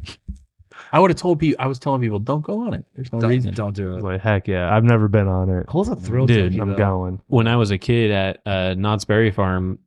I would have told people I was telling people don't go on it. There's no reason.
don't do
Like, heck yeah, I've never been on it.
Cole's a thrill
Dude,
junkie,
I'm
though.
going.
when I was a kid at uh, Knott's Berry Farm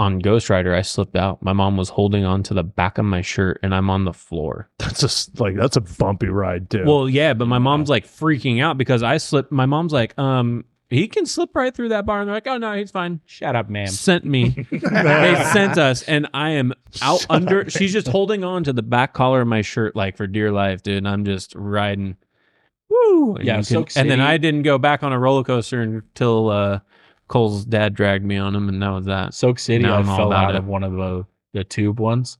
on Ghost Rider, I slipped out. My mom was holding on to the back of my shirt, and I'm on the floor.
That's just like that's a bumpy ride too.
Well, yeah, but my mom's like freaking out because I slipped. My mom's like, um, he can slip right through that bar, and they're like, oh no, he's fine.
Shut up, man.
Sent me. they sent us, and I am out under. She's just holding on to the back collar of my shirt like for dear life, dude. And I'm just riding. Woo! And
Yeah,
you can-
Silk
and then
City.
I didn't go back on a roller coaster until uh, Cole's dad dragged me on him, and that was that.
Soak City,
Now
I
I'm all
fell
about
out
it.
of one of the, the tube ones,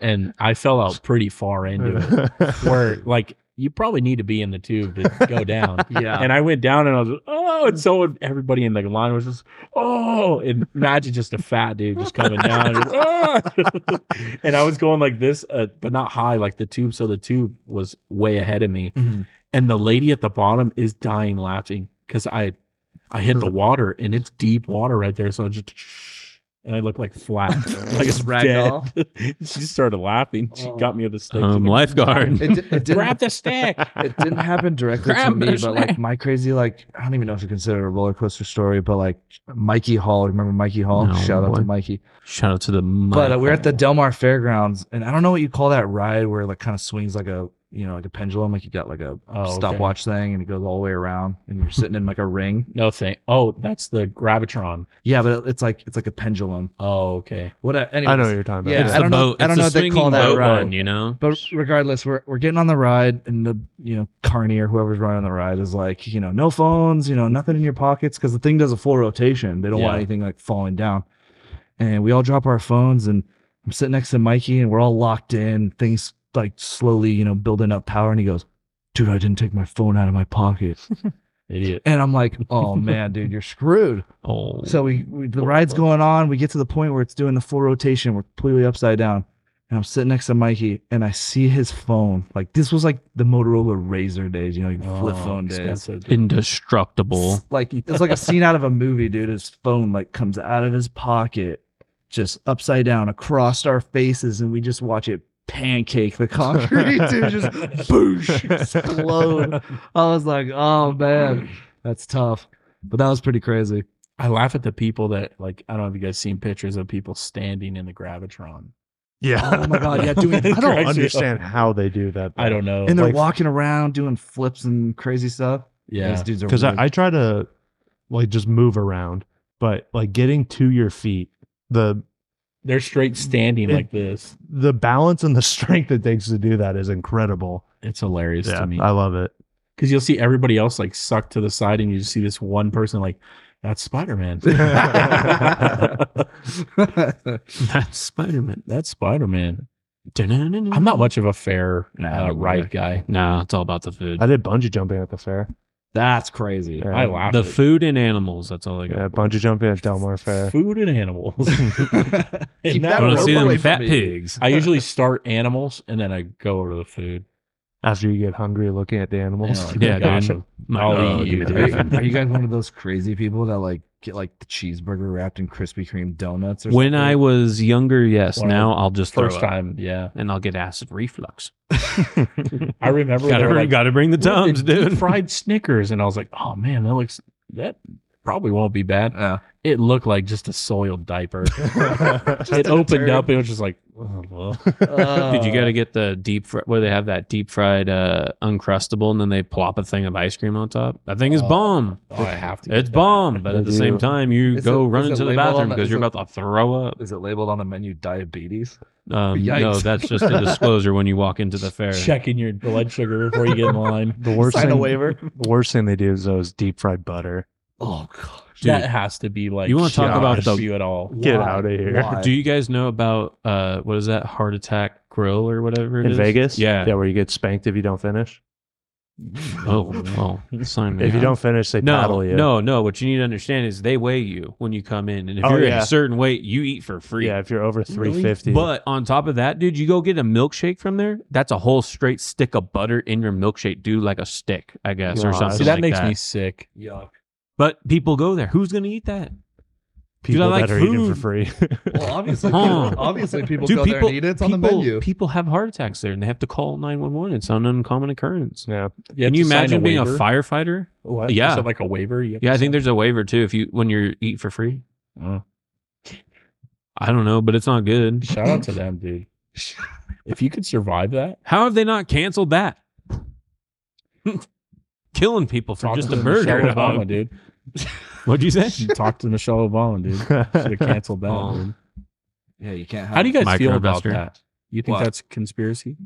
and I fell out pretty far into it. Where like you probably need to be in the tube to go down.
Oh.
Yeah.
And I went down and I was oh, and so everybody in the line was just oh, and imagine just a fat dude just coming down, just, "Oh!" and I was going like this, uh, but not high like the tube. So the tube was way ahead of me,
Mhm.
and the lady at the bottom is dying laughing because I, I hit the water and it's deep water right there, so I just and I look like flat, like it's dead.
Ragdoll.
she started laughing. She got me with a stick.
Um,
She's like,
lifeguard.
It, di- it didn't
Grab the stick.
it didn't happen directly to
Grab
me,
this
but like my crazy, like I don't even know if you consider it a roller coaster story, but like Mikey Hall, remember Mikey Hall?
No,
Shout out
what?
to Mikey.
Shout out to the.
But uh,
Mike.
we're at the Del Mar Fairgrounds, and I don't know what you call that ride where it like kind of swings like a you know like a pendulum, like you got like a
Oh, okay.
stopwatch thing, and it goes all the way around, and you're sitting in like a ring.
No thank. Oh, that's the gravitron.
Yeah, but it's like it's like a pendulum.
Oh, okay.
What? Anyways,
I know what you're talking about.
Yeah.
It's
I
the
don't know-
boat.
I
It's
don't
the
know what they
swinging
call that
boat
ride.
one, you know.
But regardless, we're we're getting on the ride, and the you know carney or whoever's running the ride is like, you know, no phones, you know, nothing in your pockets, because the thing does a full rotation. They don't
Yeah.
want anything like falling down. And we all drop our phones, and I'm sitting next to Mikey, and we're all locked in. Things like slowly, you know, building up power, and he goes, "Dude, I didn't take my phone out of my pocket,"
Idiot.
and I'm like, "Oh man, dude, you're screwed."
Oh,
So we, we the ride's going on. We get to the point where it's doing the full rotation. We're completely upside down. And I'm sitting next to Mikey and I see his phone. Like this was like the Motorola Razor days, you know, like flip
Oh,
phone days.
expensive.
indestructible.
Like it's like a scene out of a movie, dude. His phone like comes out of his pocket, just upside down across our faces, and we just watch it pancake the concrete, dude. Just boosh, explode. I was like, oh man, that's tough. But that was pretty crazy.
I laugh at the people that like I don't know if you guys seen pictures of people standing in the gravitron.
Yeah.
Oh my God, yeah, doing-
I don't
Cracks you
understand
up.
how they do that.
I don't know.
and they're
Like-
walking around doing flips and crazy stuff.
yeah.
These dudes are
because
weird.
I, I try to like just move around, but like getting to your feet, the
They're straight standing
It-
like this.
the balance and the strength it takes to do that is incredible.
It's hilarious
yeah,
to me.
I love it.
Because you'll see everybody else like sucked to the side and you just see this one person like, that's Spider Man.
That's Spider Man.
that's Spider Man. I'm not much of a fair
Mm-hmm. Nah,
uh,
me
ride guy.
No, it's all about the food.
I did bungee jumping at the fair.
That's crazy.
Yeah.
I laugh.
The
at
food and animals. That's all I got.
Yeah, bungee jumping at Delmar Fair.
food and animals.
Keep
and
I
that
want
rope
to see them
away from
fat
me.
pigs.
I usually start animals and then I go over to the food.
After you get hungry, looking at the animals.
And I'm
Oh, Yeah,
gosh,
dude. My-
I'll
oh,
eat
give me
you.
the
Are you,
bacon.
are you guys one of those crazy people that like get like the cheeseburger wrapped in Krispy Kreme donuts? Or
When I
something?
was younger, yes.
Well,
now I'll just throw
first
up
time, yeah.
and I'll get acid reflux.
I remember
Gotta,
they were like,
gotta bring the
"Look, they
tums, dude.
Fried Snickers, and I was like, oh man, that looks that probably won't be bad.
Yeah.
It looked like just a soiled diaper. it opened up, it was just like, oh, well.
Dude, you got to get the deep fr- where they have that deep fried uh, uncrustable, and then they plop a thing of ice cream on top. That thing is
Oh,
bomb.
oh, I have to. get
It's
that.
bomb, but
I
at the same
do.
time, you
Is
go
it-
run
is it
into the
labeled on
bathroom
the-
because
is
you're
it-
about to throw up.
Is it labeled on the menu diabetes?
Um, no,
Yikes.
that's just a disclosure when you walk into the fair.
Checking your blood sugar before you get in line.
the worst
Sign a
thing,
waiver.
the worst thing they do is those deep fried butter.
Oh gosh.
Dude,
that has to be like
you wanna talk
shit
about
for
the-
you at all.
Get
Why?
out of here.
Why?
Do you guys know about uh, what is that heart attack grill or whatever it
In
is?
Vegas,
Yeah.
yeah, where you get spanked if you don't finish.
Oh, well, sign me
If you
up.
don't finish, they
No,
paddle you.
no, no. What you need to understand is they weigh you when you come in, and if
Oh,
you're at
yeah.
a certain weight, you eat for free.
yeah, if you're over
Really?
three fifty,
But on top of that, dude, you go get a milkshake from there. That's a whole straight stick of butter in your milkshake, dude, like a stick, I guess, or
Gosh.
something.
See, that
like
makes me sick.
Yuck.
But people go there. Who's gonna eat that?
people
I like
that are eating for
food.
free.
Well, obviously,
Huh.
people, obviously people
Dude,
go there
people-
and eat it. It's on the
people,
menu.
people have heart attacks there, and they have to call nine one one. It's an uncommon occurrence.
yeah,
Can you imagine being a
fire?
firefighter?
What?
Yeah.
Is it like a waiver? You have
Yeah,
to
I think
sign?
there's a waiver too if you when you eat for free.
Oh.
I don't know, but it's not good.
Shout out to them, dude. if you could survive that,
How have they not canceled that? Killing people for
talk
just
to
a murder.
Michelle Obama,
dog.
dude.
What'd you say?
Talk to Michelle Obama, dude. Should have canceled that.
Oh.
dude.
yeah, you can't. Have
How do you guys feel about
Microinvestor.
that? You think
What?
that's conspiracy?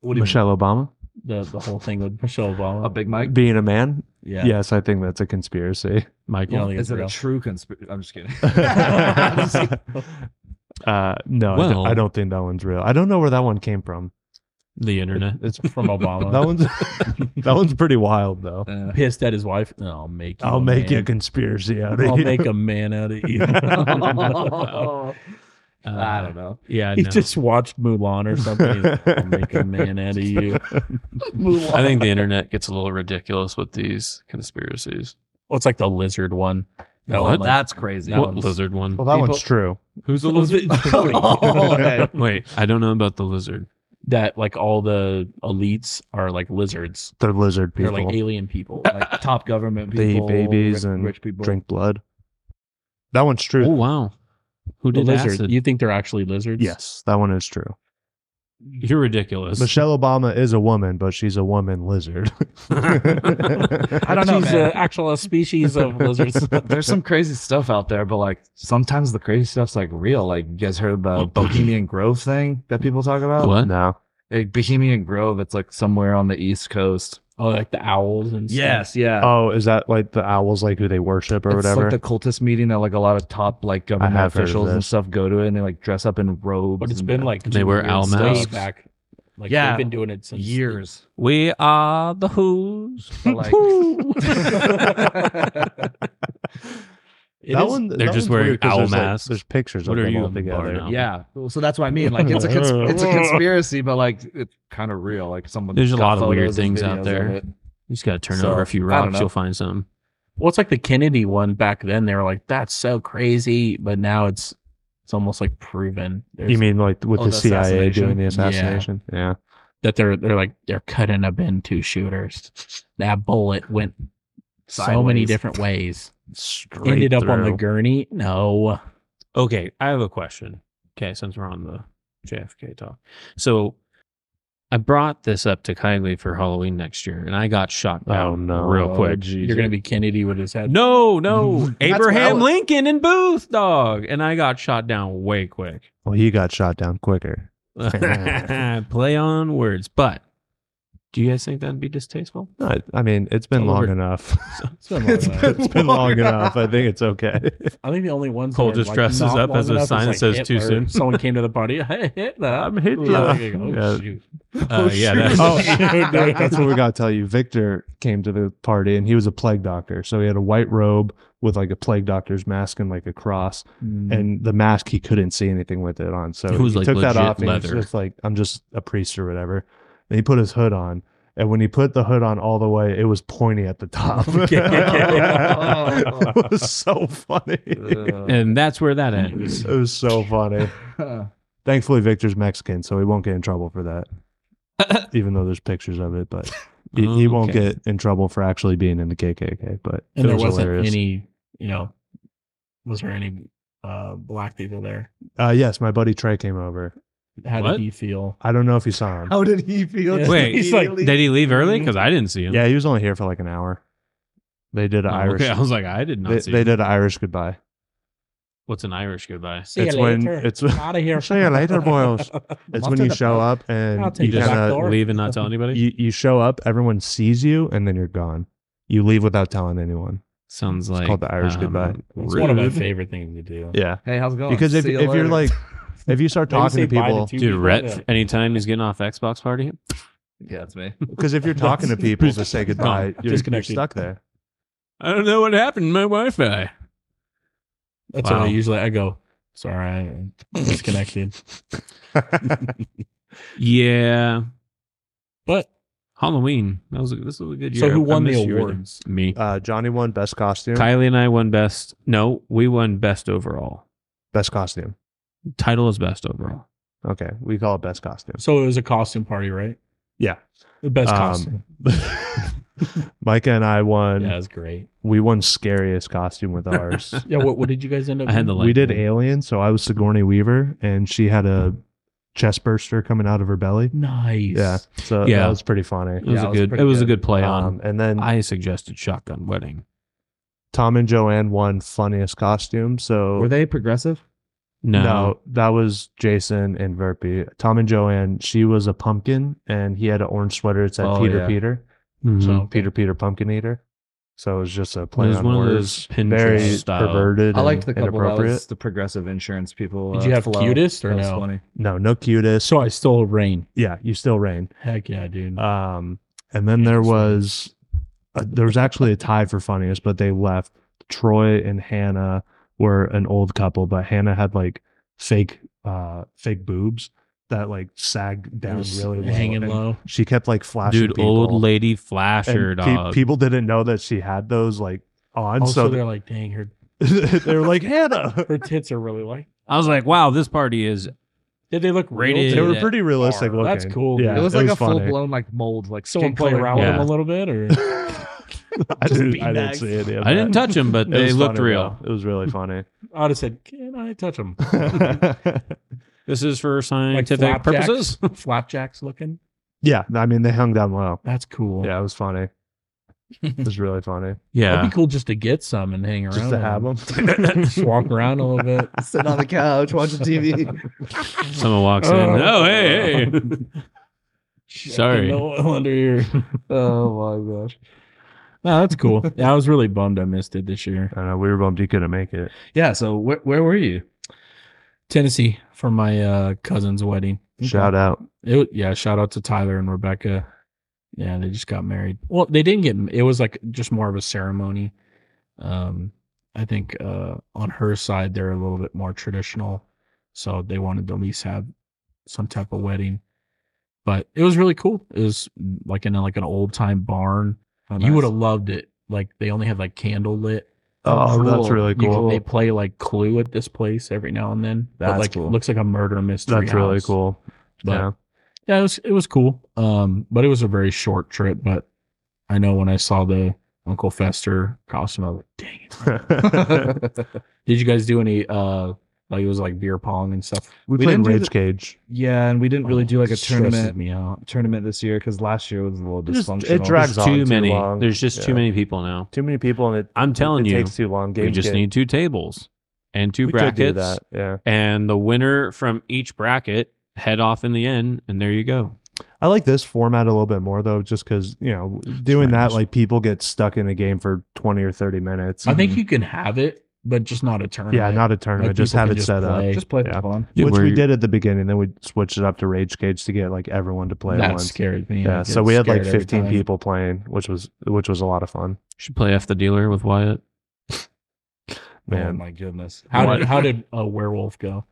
What do you
Michelle Obama
The the whole thing with Michelle Obama.
mean? A big mic?
being a man.
yeah.
Yes, I think that's a conspiracy.
You don't
Michael.
think it's
Is it a
real?
true conspiracy? I'm just kidding.
Uh, no, I,
Well-
don't, I don't think that one's real. I don't know where that one came from.
The internet.
It's
From Obama.
that one's that one's pretty wild though.
Uh,
pissed at his wife. I'll make you.
I'll
a
make
man.
a conspiracy out of
I'll
you.
make a man out of you.
Uh,
I don't know.
Yeah,
he
no.
just watched Mulan or something. He's like, I'll make a man out of you.
I think the internet gets a little ridiculous with these conspiracies.
Well, it's like the lizard one. That
Well,
one, like,
Oh, that's crazy.
What lizard one?
well, that
People-
one's true.
Who's the lizard?
Oh, hey.
Wait, I don't know about the lizard.
that like all the elites are like lizards.
They're lizard people.
They're like alien people.
like top government
They eat
people,
babies
rich,
and
rich people.
Drink blood. That one's true.
Oh wow, who
The
did
lizard.
acid?
You think they're actually lizards?
Yes, that one is true.
You're ridiculous.
Michelle Obama is a woman, but she's a woman lizard.
I don't know,
She's a
man.
actual species of lizards.
There's some crazy stuff out there, but like sometimes the crazy stuff's like real. Like you guys heard the Bohemian Grove thing that people talk about?
What?
no.
Like, Bohemian Grove, it's like somewhere on the East Coast.
oh, like the owls and stuff.
yeah.
Oh, is that like the owls, like who they worship or
it's
whatever?
like the cultist meeting that like a lot of top like government
have heard of
officials and
this.
stuff go to, and they like dress up in robes.
But it's
and
been like
They
two
wear
years
owl
way
masks.
back. Like
Yeah.
they've been doing it since
years.
we are the who's.
But, like,
It
that
is-
one,
they're
that
just
one's
wearing
weird 'cause
owl
there's, like-
masks.
there's pictures
What
of
are
them
you,
all together.
Barno?
yeah. Well, so that's what I mean. Like it's a cons- it's a conspiracy, but like it's kind of real. Like someone
There's a lot
got
of weird
photos and
things out
videos of
there.
it.
You just gotta turn
So,
over a few
I don't
rocks,
know.
you'll find some.
Well, it's like the Kennedy one back then. They were like, "That's so crazy," but now it's it's almost like proven. There's-
You mean like with
Oh,
the
the
CIA doing
assassination?
the
Yeah.
assassination? Yeah.
that they're they're like there couldn't have been two shooters. That bullet went so many
Sideways.
different ways.
straight
ended up on the
through.
gurney. No,
Okay, I have a question. Okay, since we're on the JFK talk. So I brought this up to Kylie for Halloween next year and I got shot down
Oh, no.
Oh, real quick.
you're gonna be Kennedy with his head.
No, no.
That's
Abraham
what I was-
Lincoln and Booth, dog. And I got shot down way quick.
Well, he got shot down quicker.
Play on words. But do you guys think that'd be distasteful?
No, I- I mean, it's been long
Over-
enough.
It's been long enough.
it's been long enough. I think it's okay.
I think the only ones
Cole
that are,
just dresses
not
up
long
as a
enough is,
sign that
like,
says too
Hitler.
soon.
Someone came to the party. Hey, Hitler.
I'm Hitler.
Like, oh,
Yeah.
shoot.
Uh, yeah, that's
Oh,
shoot.
that- that's what we got to tell you. Victor came to the party and he was a plague doctor. So he had a white robe with like a plague doctor's mask and like a cross.
Mm-hmm.
Mm.
And the mask, he couldn't see anything with it on. So
It was,
Oh, he
like,
took that
legit
off and he
leather.
was just like, I'm just a priest or whatever. And he put his hood on. And when he put the hood on all the way, it was pointy at the top.
Okay.
it was so funny.
and that's where that ends.
It was so funny. Thankfully, Victor's Mexican, so he won't get in trouble for that. Even though there's pictures of it, but he, he won't
Okay.
get in trouble for actually being in the KKK. But
and
it
there
was
wasn't
hilarious.
any. You know, was there any uh, black people there?
Uh, yes, my buddy Trey came over.
How
What?
did he feel?
I don't know if you saw him.
How did he feel?
Yeah.
Wait,
He's like,
Immediately?
Did he leave early? Because I didn't see him.
Yeah, he was only here for like an hour. They did an
Oh,
Irish.
okay, I was like, I did not
they,
see.
they
him.
did an Irish goodbye.
What's an Irish goodbye?
See
It's
you
when-
later.
it's-
out of here.
See you later, boys. It's
Off
when
to
you
the
show
pub.
up
I'll
and
take
you
the back
kinda,
door.
Leave and not tell anybody.
you, you show up, everyone sees you, and then you're gone. You leave without telling anyone.
Sounds like um,
called the Irish goodbye.
It's one of Oh, my
rude.
favorite things to do.
Yeah,
Hey, how's it going?
because if
See you
if you're like,
later.
if you start
Maybe
talking
say
to
bye
people,
two
Dude,
people.
Rhett,
Yeah.
anytime he's getting off Xbox party,
yeah, it's me.
Because if you're talking to people to say goodbye, you're, you're
Disconnected.
stuck there.
I don't know what happened to my Wi-Fi.
That's
Wow.
what I usually I go. Sorry, I'm disconnected.
Yeah,
But
Halloween. That was a, this was a good year.
so who
I
won
miss
the
you, really.
awards?
Me.
Uh, Johnny won best costume.
Kylie and I won best. No, we won best overall.
best costume.
Title is best overall.
Okay, we call it best costume.
So it was a costume party, right?
Yeah.
The best
Um,
costume.
Micah and I won.
Yeah, that was great.
We won scariest costume with ours.
Yeah, what, what did you guys end up?
I had the
we did
lightning.
Alien, so I was Sigourney Weaver, and she had a chest burster coming out of her belly.
nice.
Yeah, so
Yeah.
that was pretty funny.
It was
Yeah,
a
it was
good.
pretty
It was a
good.
good play on.
Um, and then
I suggested Shotgun Wedding.
Tom and Joanne won funniest costume. So
Were they progressive?
No,
that was Jason and Verpy. Tom and Joanne, she was a pumpkin and he had an orange sweater. It said
Oh,
Peter
yeah.
Peter.
Mhm.
So Peter Peter Pumpkin Eater. So it was just a play
It was
on
one of
words.
those Pinterest
Very
style.
perverted.
I liked
and
the couple that
inappropriate.
was the progressive insurance people.
Did you
uh,
have
flow.
cutest or
That was
no?
funny.
No, no cutest.
So I stole rain.
yeah, you still reign.
Heck yeah, dude.
Um, and then there was uh there was actually a tie for funniest, but they left. Troy and Hannah were an old couple, but Hannah had like fake uh fake boobs that like sagged down
Just
really low.
hanging
and
low.
She kept like flashing
dude,
people.
old lady
and
flasher
pe-
dog.
people didn't know that she had those like on,
Also,
so
they're like, dang, her
they, they were like Hannah.
her tits are really light.
I was like, wow, this party is
Did they look real?
Rated.
to
They
you?
were pretty realistic looking.
That's cool,
Yeah,
dude.
it was like a
funny.
full blown like mold. Like
Someone
skin
play
color.
around with
Yeah.
them a little bit, or
I,
Just
didn't, I didn't
beanbags.
see any of
I didn't
that.
touch them, but
It
they
was
looked
funny,
real.
though. It was really funny.
I'd have said, "Can I touch them?"
This is for scientific purposes.
flapjacks looking.
yeah, I mean they hung down low.
That's cool.
Yeah, it was funny. It was really funny.
It'd
Yeah.
be cool just to get some and hang around.
Just to
with
have them.
Just walk around a little bit.
Sitting on the couch watching TV.
Someone walks in.
Oh.
Oh, hey, hey. Sorry.
No oil under your.
oh my gosh.
No, that's cool. Yeah, I was really bummed I missed it this year.
I don't know. We were bummed you couldn't make it.
Yeah. So where where were you?
Tennessee for my uh, cousin's wedding.
Shout out.
It, wa- yeah, shout out to Tyler and Rebecca. Yeah, they just got married. Well, they didn't get. m- It was like just more of a ceremony. Um, I think uh, on her side they're a little bit more traditional, so they wanted to at least have some type of wedding. But it was really cool. It was mm, like in a, like an old time barn.
Oh,
You
nice.
would have loved it. Like they only had like candle lit.
Oh,
cool.
that's really
You can-
cool.
they play like Clue at this place every now and then. but,
That's
like
cool.
looks like a murder mystery.
That's really
house.
cool.
But
yeah.
yeah, it was it was cool. Um, but it was a very short trip. But I know when I saw the Uncle Fester costume, I was like, dang it, Did you guys do any uh like it was like beer pong and stuff?
we,
played
didn't do
Rage
the-
Cage.
yeah, and we didn't really
Oh,
do like a
it stresses
tournament
me out.
tournament this year because last year was a little
Just-
dysfunctional.
it drags
There's too
on too
many.
long.
There's just too
Yeah.
many people now.
Too many people, and it.
I'm telling
it
you,
takes too long.
we
Games
just
get-
need two tables and two
we could do
brackets,
that. Yeah,
and the winner from each bracket head off in the end, and there you go.
I like this format a little bit more though, just because you know, doing
nice.
that like people get stuck in a game for twenty or thirty minutes.
I think you can have it, but just not a tournament.
Mm-hmm. yeah, not a tournament.
Like,
just
people
have
can
it
just
set
play.
up,
Just play
Yeah.
for fun.
Dude,
which
we're-
we did at the beginning. Then we switched it up to Rage Cage to get like everyone to play at
that
once.
scared me.
Yeah,
I
so
get
we had like
scared every
15
time.
people playing, which was which was a lot of fun.
Should play F the dealer with Wyatt.
Oh
Man,
my goodness.
How did how did a werewolf go?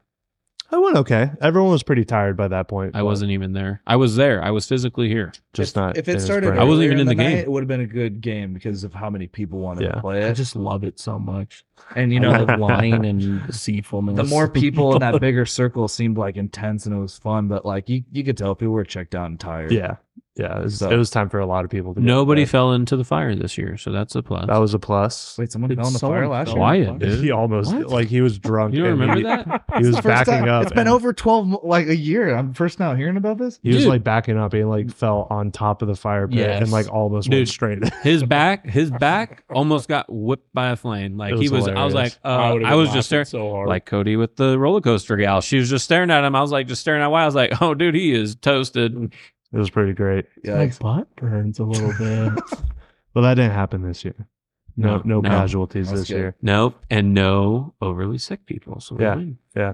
I went okay. Everyone was pretty tired by that point.
I
but
wasn't even there. I was there. I was physically here.
just
if,
not.
If
in
it
his
started,
brain.
I wasn't
earlier
even in the game.
night, It would have been a good game because of how many people wanted to
Yeah.
play
I
it.
just love it so much. And you know, the wine and seafoodness.
the more people in that bigger circle seemed like intense and it was fun, but like you, you could tell people were checked out and tired.
Yeah, yeah. It was,
So-
it was time for a lot of people to. get
Nobody
to
fell into the fire this year, so that's a plus.
bed. That was a plus.
Wait, someone
Did
fell in the
someone
fire last
fall?
year.
Wyatt did.
He almost
What?
like he was drunk.
You
and
don't remember
he,
that?
He was
It's the first
backing
time-
up.
It's been
and
over twelve, mo- like a year. I'm first now hearing about this.
He was
Dude.
like backing up and like fell on top of the fire pit
Yes.
and like almost
Dude.
went straight.
His back, his back almost got whipped by a flame. Like
It
he
was
was. I was like,
hilarious.
uh, I, was just staring.
so hard.
Like Cody with the roller coaster gal, she was just staring at him. I was like, just staring at Wyatt. I was like, oh, dude, he is toasted.
it was pretty great.
my
Yikes.
butt burns a little bit.
Well, that didn't happen this year. No, no,
No, no.
casualties
That's
this
good.
year.
Nope, and no overly sick people. So we're
Yeah.
good.
Yeah.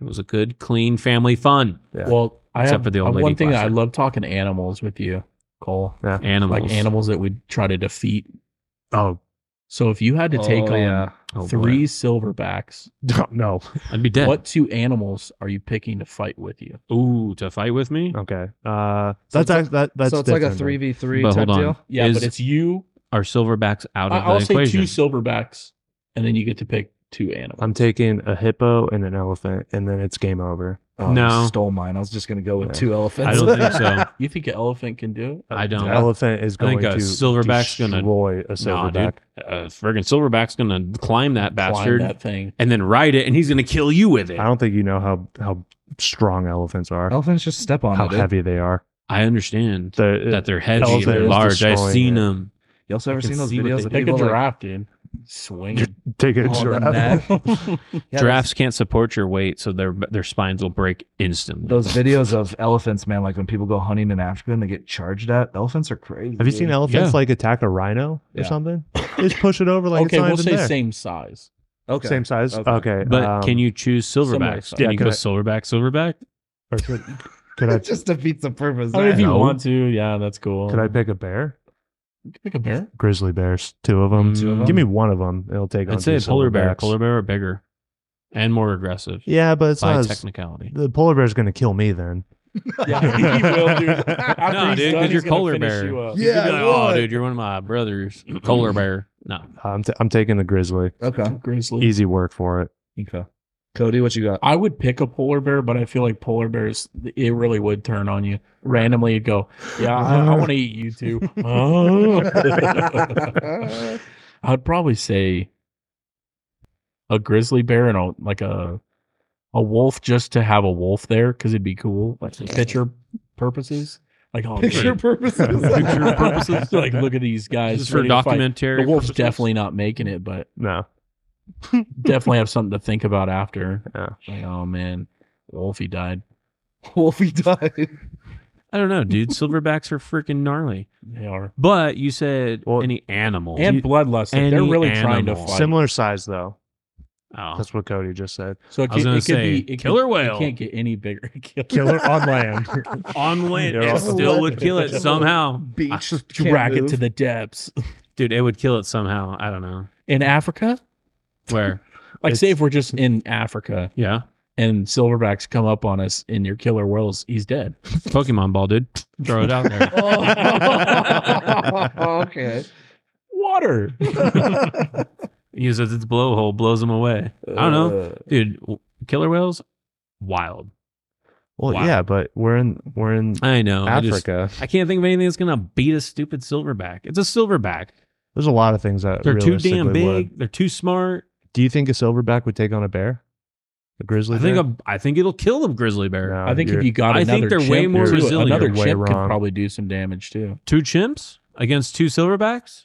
it was a good, clean family fun.
Yeah.
Well, I
Except
have,
for the
uh,
old lady
one thing that I
blaster.
love talking animals with you, Cole.
Animals,
Like animals that we try to defeat.
Oh
So if you had to take
Oh,
on
yeah.
Oh, boy.
three silverbacks,
no.
I'd be dead.
what two animals are you picking to fight with you?
Ooh, to fight with me?
Oh.
Okay. Uh,
So
that's
it's-
ac- that, that's
so it's like a
different
three
then.
v three
But
type
hold on.
deal.
Yeah,
Is-
but it's you.
Are silverbacks out
I,
of the
I'll say
equation?
two silverbacks, and then you get to pick two animals.
I'm taking a hippo and an elephant, and then it's game over.
Oh,
No.
you stole mine. I was just gonna go with
Yeah.
two
I
elephants.
don't think so.
you think an elephant can do it?
I don't.
The elephant is
I
going
think a
to
silverback's gonna-
destroy a
Nah,
silverback.
dude. Uh, friggin' silverback's gonna climb that
Climb
bastard
that thing.
and then ride it, and he's gonna kill you with it.
I
I,
don't think you know how how strong elephants are,
Elephants just step Oh, on
how
it. dude.
heavy they are. uh,
understand
They're,
that they're heavy, and
elephant
they're
is
large. I've
destroying
seen
it.
them.
You also
I
ever
can
seen those
see what
videos
they-
of
pick a
people like,
giraffe, dude. Swing. it.
taking a
on Oh, the
giraffe.
neck? Yeah,
Giraffes can't support your weight, so their their spines will break instantly.
those videos of elephants, man, like when people go hunting in Africa and they get charged at, elephants are crazy.
Have you seen
dude.
elephants like attack a rhino or
Yeah.
something? They just push it over like
okay,
it's not
we'll
even
say
there.
same size.
Okay.
Same size.
Okay.
Okay,
but
um,
can you choose
similar
silverbacks?
size.
Can
Yeah,
you
can
go
I-
silverback, silverback?
Or could, could I
It just defeats the purpose.
I mean, if
man.
you
No.
want to, yeah, that's cool.
could I pick a bear?
pick a bear?
Grizzly bears, two of them.
Two of 'em?
Give me one of them. It'll take. on
I'd say
two
a polar bear.
silverbacks.
Polar bear are bigger and more aggressive
Yeah, but it's
by
not. as-
technicality.
the polar bear's gonna kill me then.
Yeah, he will, dude. After
No,
he's
dude,
done,
'cause
he's
you're
gonna
polar
finish
bear.
you up.
Yeah,
You'd be
I
like, oh,
would.
dude, you're one of my brothers. Polar bear. No.
I'm t- I'm taking the grizzly.
Okay.
Grizzly.
Easy work for it.
Okay. Cody, what you got?
I would pick a polar bear, but I feel like polar bears, it really would turn on you. Randomly, you'd go, Yeah, I, I want to eat you too.
Oh.
I'd probably say a grizzly bear and a like a a wolf just to have a wolf there because it'd be cool, like for picture purposes. Like oh,
Picture
great.
purposes.
picture purposes. like look at these guys.
This is for
ready to fight.
documentary.
The wolf's
purposes.
definitely not making it, but
No,
definitely have something to think about after.
Yeah.
Like oh man, Wolfie died.
Wolfie died.
I don't know, dude. Silverbacks are freaking gnarly.
They are
But you said
Well,
any animal.
and bloodlust.
any
They're really trying to
animal.
fight.
similar size though.
oh.
That's what Cody just said.
So it
I was
can-
gonna
it could
say,
be, it
killer
could,
whale.
It can't get any bigger. Killer,
on land.
on land,
You're
it
all-
still would kill it somehow.
Beach.
drag it to the depths.
Dude, it would kill it somehow. I don't know.
In Africa,
Where?
like say
It's-
if we're just in Africa
Yeah.
and silverbacks come up on us and your killer whales, he's dead.
Pokemon ball, dude. Throw it out there.
oh, okay.
Water.
Uses its blowhole, blows them away. I don't
Uh,
know. Dude, w- killer whales, wild.
well,
Wow.
yeah, but we're in we're in
I know. I, just-
Africa.
I can't think of anything that's gonna beat a stupid silverback. It's a silverback.
There's a lot of things that
They're too damn
realistically
big.
would.
They're too smart.
Do you think a silverback would take on a bear? A grizzly?
I think
bear?
a, I think it'll kill the grizzly bear.
No,
I think if
you're-
you got
I think
another
they're
chimp,
way more
too,
resilient.
Another
You're way
chimp could
wrong.
probably do some damage too.
Two chimps against two silverbacks.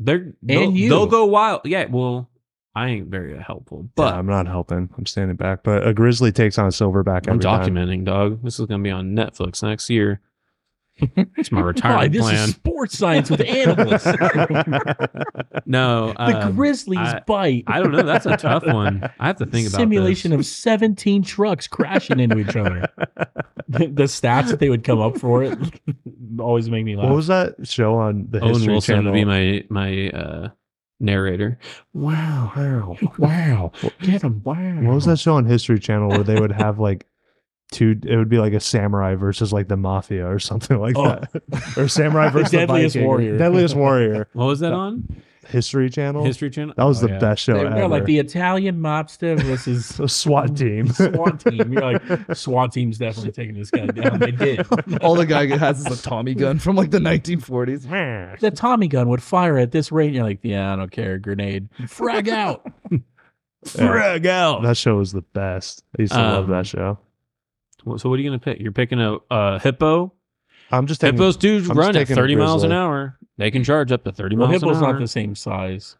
They're they'll,
you.
they'll go wild. Yeah. Well, I ain't very helpful,
Yeah,
but
I'm not helping. I'm standing back. But a grizzly takes on a silverback.
I'm
every time.
documenting, dog. This is gonna be on Netflix next year. It's
Oh,
my
Why,
retirement
Oh, this
plan.
is sports science with animals.
no,
the
um,
grizzlies
I-
bite.
I don't know. That's a tough one. I have to think about
simulation
this.
of 17 trucks crashing into each other. the, the stats that they would come up for it always make me laugh.
What was that show on the
Owen
History
Wilson
Channel?
to be my my uh, narrator.
Wow, wow, wow. Get him, wow.
What was that show on History Channel where they would have like two? It would be like a samurai versus like the mafia or something like
Oh.
that, or samurai versus the
Deadliest
Viking.
Warrior.
Deadliest Warrior.
What was that on
History Channel.
History Channel?
That was
Oh,
the
yeah.
best show
they
ever.
were like the Italian mobster versus
A SWAT team.
SWAT team. You're like, SWAT team's definitely taking this guy down. They did.
All the guy has is a Tommy gun from like the 1940s.
The Tommy gun would fire at this rate. And you're like, yeah, I don't care. Grenade. Frag out. Frag out.
that show was the best. I used to love
Um,
that show.
Well, So what are you gonna pick? You're picking a, a hippo.
I'm just taking.
Hippos do
I'm
run at
taking a
30 miles an
grizzly.
hour. They can charge up to 30
Well,
miles an
hippo's
hour.
not the same size.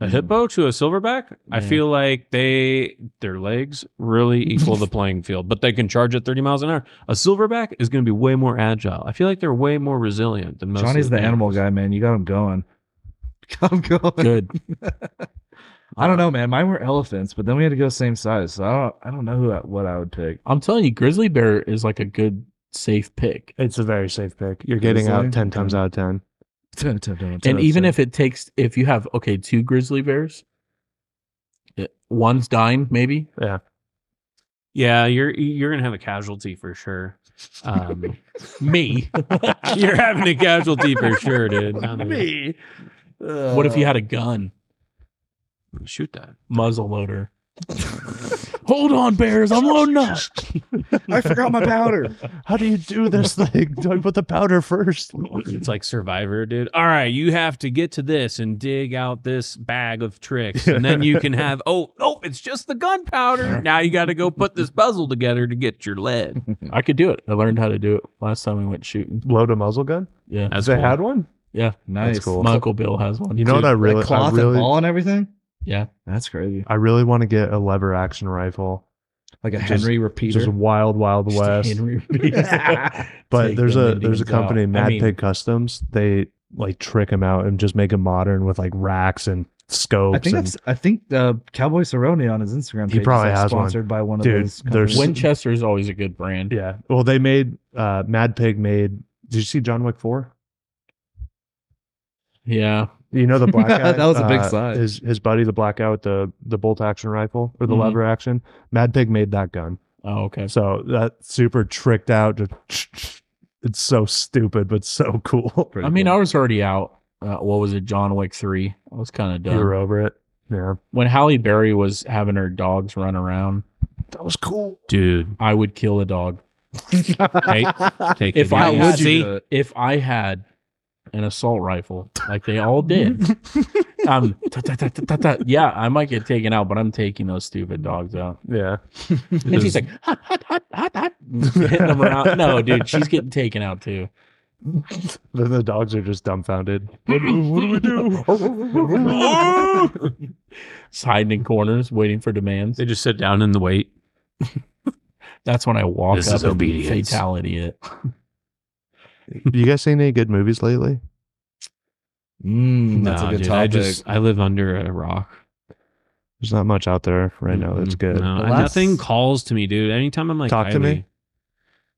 a hippo to a silverback, I
Yeah.
feel like they their legs really equal the playing field, but they can charge at 30 miles an hour. A silverback is going to be way more agile. I feel like they're way more resilient than most.
Johnny's
of
the animal guy, man. You got him going. Got him going.
Good.
I don't know, man. Mine were elephants, but then we had to go same size, so I don't. I don't know who I, what I would pick.
I'm telling you, grizzly bear is like a good, safe pick.
it's a very safe pick. You're getting
Grizzly?
out ten times out of ten.
And even if it takes, if you have okay, two grizzly bears, it- one's dying maybe.
Yeah, you're you're going to have a casualty for sure. Um,
Me.
you're having a casualty for sure, dude. No, no, no.
what if you had a gun,
shoot that?
muzzle loader? Hold on, bears. I'm loading up.
I forgot my powder.
How do you do this thing? Do I put the powder first?
It's like Survivor, dude. All right, you have to get to this and dig out this bag of tricks, and then you can have. Oh, oh, it's just the gunpowder. Now you got to go put this puzzle together to get your lead.
I could do it. I learned how to do it last time we went shooting.
Load a muzzle gun.
Yeah,
That's
they
cool.
had one.
Nice.
That's cool.
my uncle Bill has one.
You know
too.
what I really,
Like cloth
I really,
and ball and everything.
Yeah.
That's crazy.
I really want to get a lever action rifle.
Like a
Just-
Henry repeater.
Just wild, wild
Just
west.
Henry Reeves.
But
Take
there's
them
a
Indians
there's a company,
out.
Mad
I mean,
Pig Customs. They like trick them out and just make them modern with like racks and scopes.
I think
and,
that's. I think uh, Cowboy Cerrone on his Instagram.
He
page is,
probably
like,
has one.
sponsored by one of
Dude,
those.
there's-
companies.
Winchester is always a good brand.
yeah. Well, they made uh, Mad Pig made. Did you see John Wick four?
Yeah.
You know the black guy.
That was a big
uh,
sigh.
His his buddy, the black guy with the the bolt action rifle or the
Mhm.
Mm-hmm.
lever action. Mad Pig made that gun.
Oh, okay.
So that super tricked out. Just it's so stupid, but so cool.
I mean, I was already out. Uh, what was it? John Wick three. I was kind of done.
You're over it. Yeah,
when Halle Berry was having her dogs run around,
that was cool.
dude.
I would kill a dog.
Take, take
If
it
I
easy.
had-
See?
do it?
If I had an assault rifle, like they all did, um, ta- ta- ta- ta- ta- ta, yeah, I might get taken out, but I'm taking those stupid dogs out.
Yeah.
And she's like, hot, hot, hot, hot, hot, hitting them around. No, dude, she's getting taken out too.
Then the dogs are just dumbfounded. What, do- what do we do?
Just hiding in corners, waiting for demands.
they just sit down and wait.
That's when I walk
This
up
is
and
obedience.
fatality it.
you guys seen any good movies lately?
Mm, that's
Nah,
a good
dude,
topic.
I just I live under a rock.
There's not much out there right now that's
Mm,
good.
No,
The last-
Nothing calls to me, dude. Anytime I'm like,
Talk to
Kylie-
me?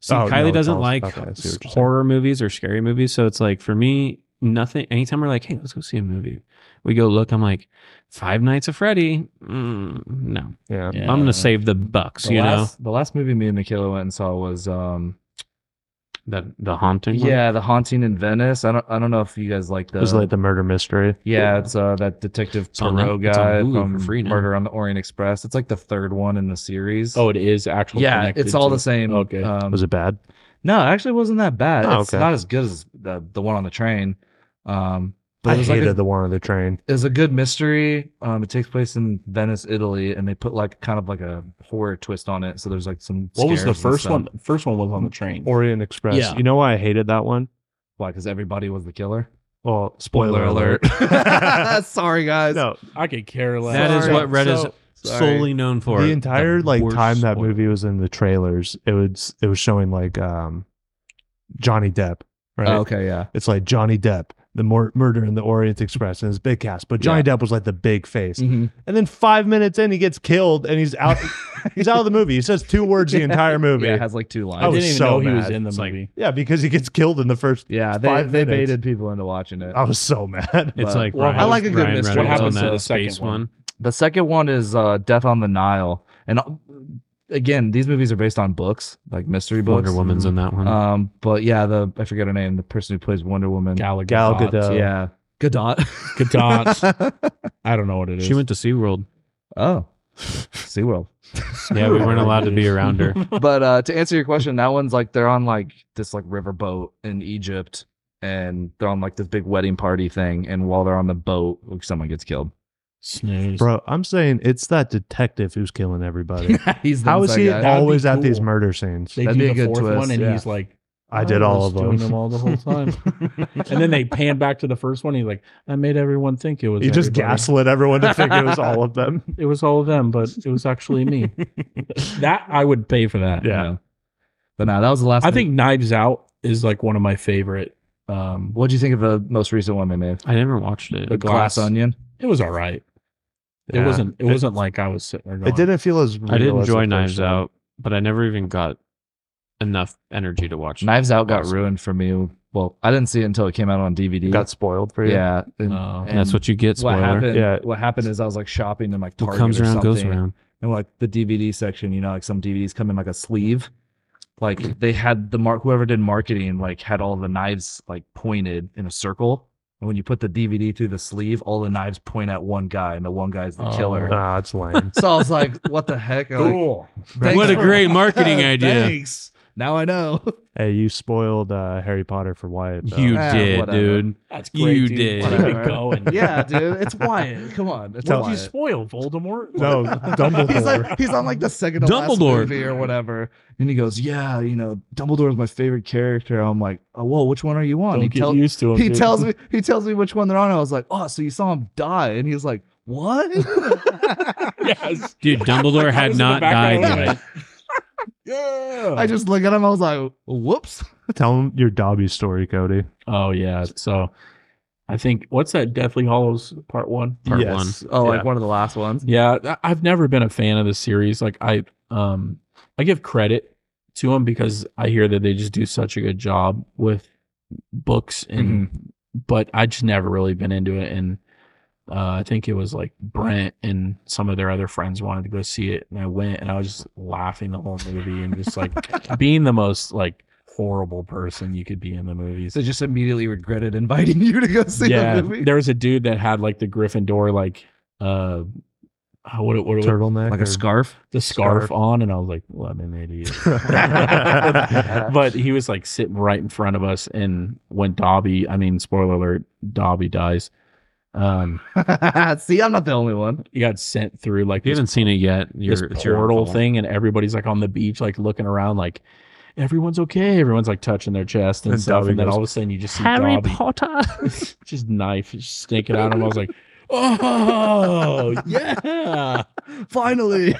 See,
Oh,
Kylie
no, it
doesn't
calls.
like
Okay, I see what you're
horror movies or scary movies, so it's like for me, nothing. Anytime we're like, hey, let's go see a movie, we go look. I'm like, Five Nights at Freddy. Mm, no,
Yeah.
I'm
Yeah.
gonna save the bucks.
the
you
last, the last movie me and Michaela went and saw was um
know, the the haunting. one?
yeah, The Haunting in Venice. I don't I don't know if you guys like the
It was like the murder mystery.
yeah, it's uh that Detective
It's on Net-
Poirot
it's on
guy
Hulu for
from
free now.
Murder on the Orient Express. It's like the third one in the series.
Oh, it is actual.
yeah,
connected
it's all
to-
the same.
Okay.
um,
Was it bad?
No, it actually wasn't that bad.
Oh,
it's
okay.
not as good as the the one on the train. Um, But
I
it was like
hated
a-
the one on the train.
is a good mystery. Um, it takes place in Venice, Italy, and they put like kind of like a horror twist on it. So there's like some.
What was
scares
the
and
first
stuff.
one? The first one was on the train.
Orient Express.
Yeah.
You know why I hated that one?
Why? Because everybody was the killer.
Well, spoiler, alert.
Sorry, guys.
no,
I could care less.
That is
Sorry.
what Red
So-
is
sorry.
solely known for.
the entire like
worst
time that
spoiler.
movie was in the trailers, it was it was showing like um Johnny Depp, right?
Oh, okay, yeah.
It's like Johnny Depp, the mor- murder in the Orient Express, and his big cast. But Johnny Depp was like the big face,
Mm.
and then five minutes in, he gets killed, and he's out. he's out of the movie. He says two words the entire movie.
Yeah, it
Yeah,
has like two
I,
I was
lines.
didn't even
so
know he was
mad.
in the
It's like-
movie.
because he gets killed in the first.
yeah, they,
five
they
minutes. Oh.
baited people into watching it.
I was so mad.
It's
but-
like
Well,
Ryan-
I
like a good
Ryan
mystery.
Reynolds
What happens
on
to
that
the second
space
one?
one.
The second one is uh, Death on the Nile, and uh, again, these movies are based on books, like mystery books.
Wonder Woman's in that one.
Um, but yeah, the I forget her name, the person who plays Wonder Woman.
Gal Gadot.
Gal Gadot.
yeah, Gadot.
Gadot. I don't know what it is.
she went to SeaWorld.
oh, SeaWorld.
Yeah, we weren't allowed to be around her.
but uh, to answer your question, that one's like they're on like this like river boat in Egypt, and they're on like this big wedding party thing, and while they're on the boat, like, someone gets killed.
Snooze.
Bro, I'm saying it's that detective who's killing everybody.
He's the
How is
inside
he
guy.
That'd be
always at these
cool.
murder scenes?
They
That'd
do
be
the
a good
fourth one,
twist,
and
yeah.
he's like,
I did all of
Doing them
them.
all the whole time. and then they pan back to the first one. He's like, I made everyone think it was.
You just
everybody.
gaslit everyone to think it was all of them.
It was all of them, but it was actually me. that I would pay for that.
Yeah.
But no, that was the last.
I
movie.
think Knives Out is like one of my favorite. Um,
What'd you think of the most recent one they made?
I never watched it.
The glass,
Glass.
onion.
it was all right. It
Yeah.
wasn't. It
It-
wasn't like I was sitting there. Going,
It didn't feel as. Real
I did
as the
enjoy
first
Knives
one.
Out, but I never even got enough energy to watch. it.
Knives Out got
Awesome.
ruined for me. Well, I didn't see it until it came out on DVD.
Got spoiled for you.
yeah. and
Oh.
and-
That's what you get. Spoiler.
What happened?
Yeah.
What happened is I was like shopping in like
What
Target
comes
or
around goes
something,
around.
And like the DVD section, you know, like some DVDs come in like a sleeve. Like they had the mark. Whoever did marketing like had all the knives like pointed in a circle. And when you put the DVD through the sleeve, all the knives point at one guy, and the one guy's the
Oh.
killer.
Ah, it's lame.
So I was like, "What the heck?" I'm like,
Cool.
"Thanks
What a
for-
great marketing idea.
Thanks. Now I know.
hey, you spoiled uh, Harry Potter for Wyatt. though.
You
Ah,
did,
whatever.
dude.
That's
You
great. dude.
did.
Keep it
Whatever.
going.
yeah, dude. It's Wyatt. Come on. It's
What did you
Wyatt.
spoil, Voldemort?
No, Dumbledore.
He's like he's on like the second to last
Dumbledore.
movie or whatever, and he goes, "Yeah, you know, Dumbledore's my favorite character." I'm like, "Oh, whoa, which one are you on?"
Don't
He,
get
tell-
used to him.
he
dude.
tells me he tells me which one they're on. I was like, "Oh, so you saw him die?" And he's like, "What?"
Yes.
Dude, Dumbledore
I was
had
in the
not died
background.
yet.
yeah.
I just look at him. I was like, "Whoops."
Tell him your Dobby story, Cody.
Oh yeah. So I think what's that Deathly Hollows part one?
Part
Yes.
one.
Oh,
Yeah.
like one of the last ones.
Yeah, I- I've never been a fan of the series. Like I um I give credit to them because I hear that they just do such a good job with books and
Mm-hmm.
but I just never really been into it and uh, I think it was like Brent and some of their other friends wanted to go see it, and I went, and I was just laughing the whole movie, and just like being the most like horrible person you could be in the movies
So just immediately regretted inviting you to go see
yeah,
the movie.
there was a dude that had like the Gryffindor like uh uh, what what, what
Turtleneck.
Like a scarf.
the scarf,
scarf.
on, and I was like, "What an idiot!"
or...
but he was like sitting right in front of us, and when Dobby, I mean, spoiler alert, Dobby dies. Um,
See, I'm not the only one.
he got sent through like
If you
this,
haven't seen it yet, you're,
this
it's your own
portal
fault.
thing, and everybody's like on the beach, like looking around, like everyone's okay. Everyone's like touching their chest and,
And
stuff,
Dobby
and then
goes,
all of a sudden you just see
Harry
Dobby
Potter.
just knife, just sneaking out of him. I was like, "Oh yeah!"
Finally.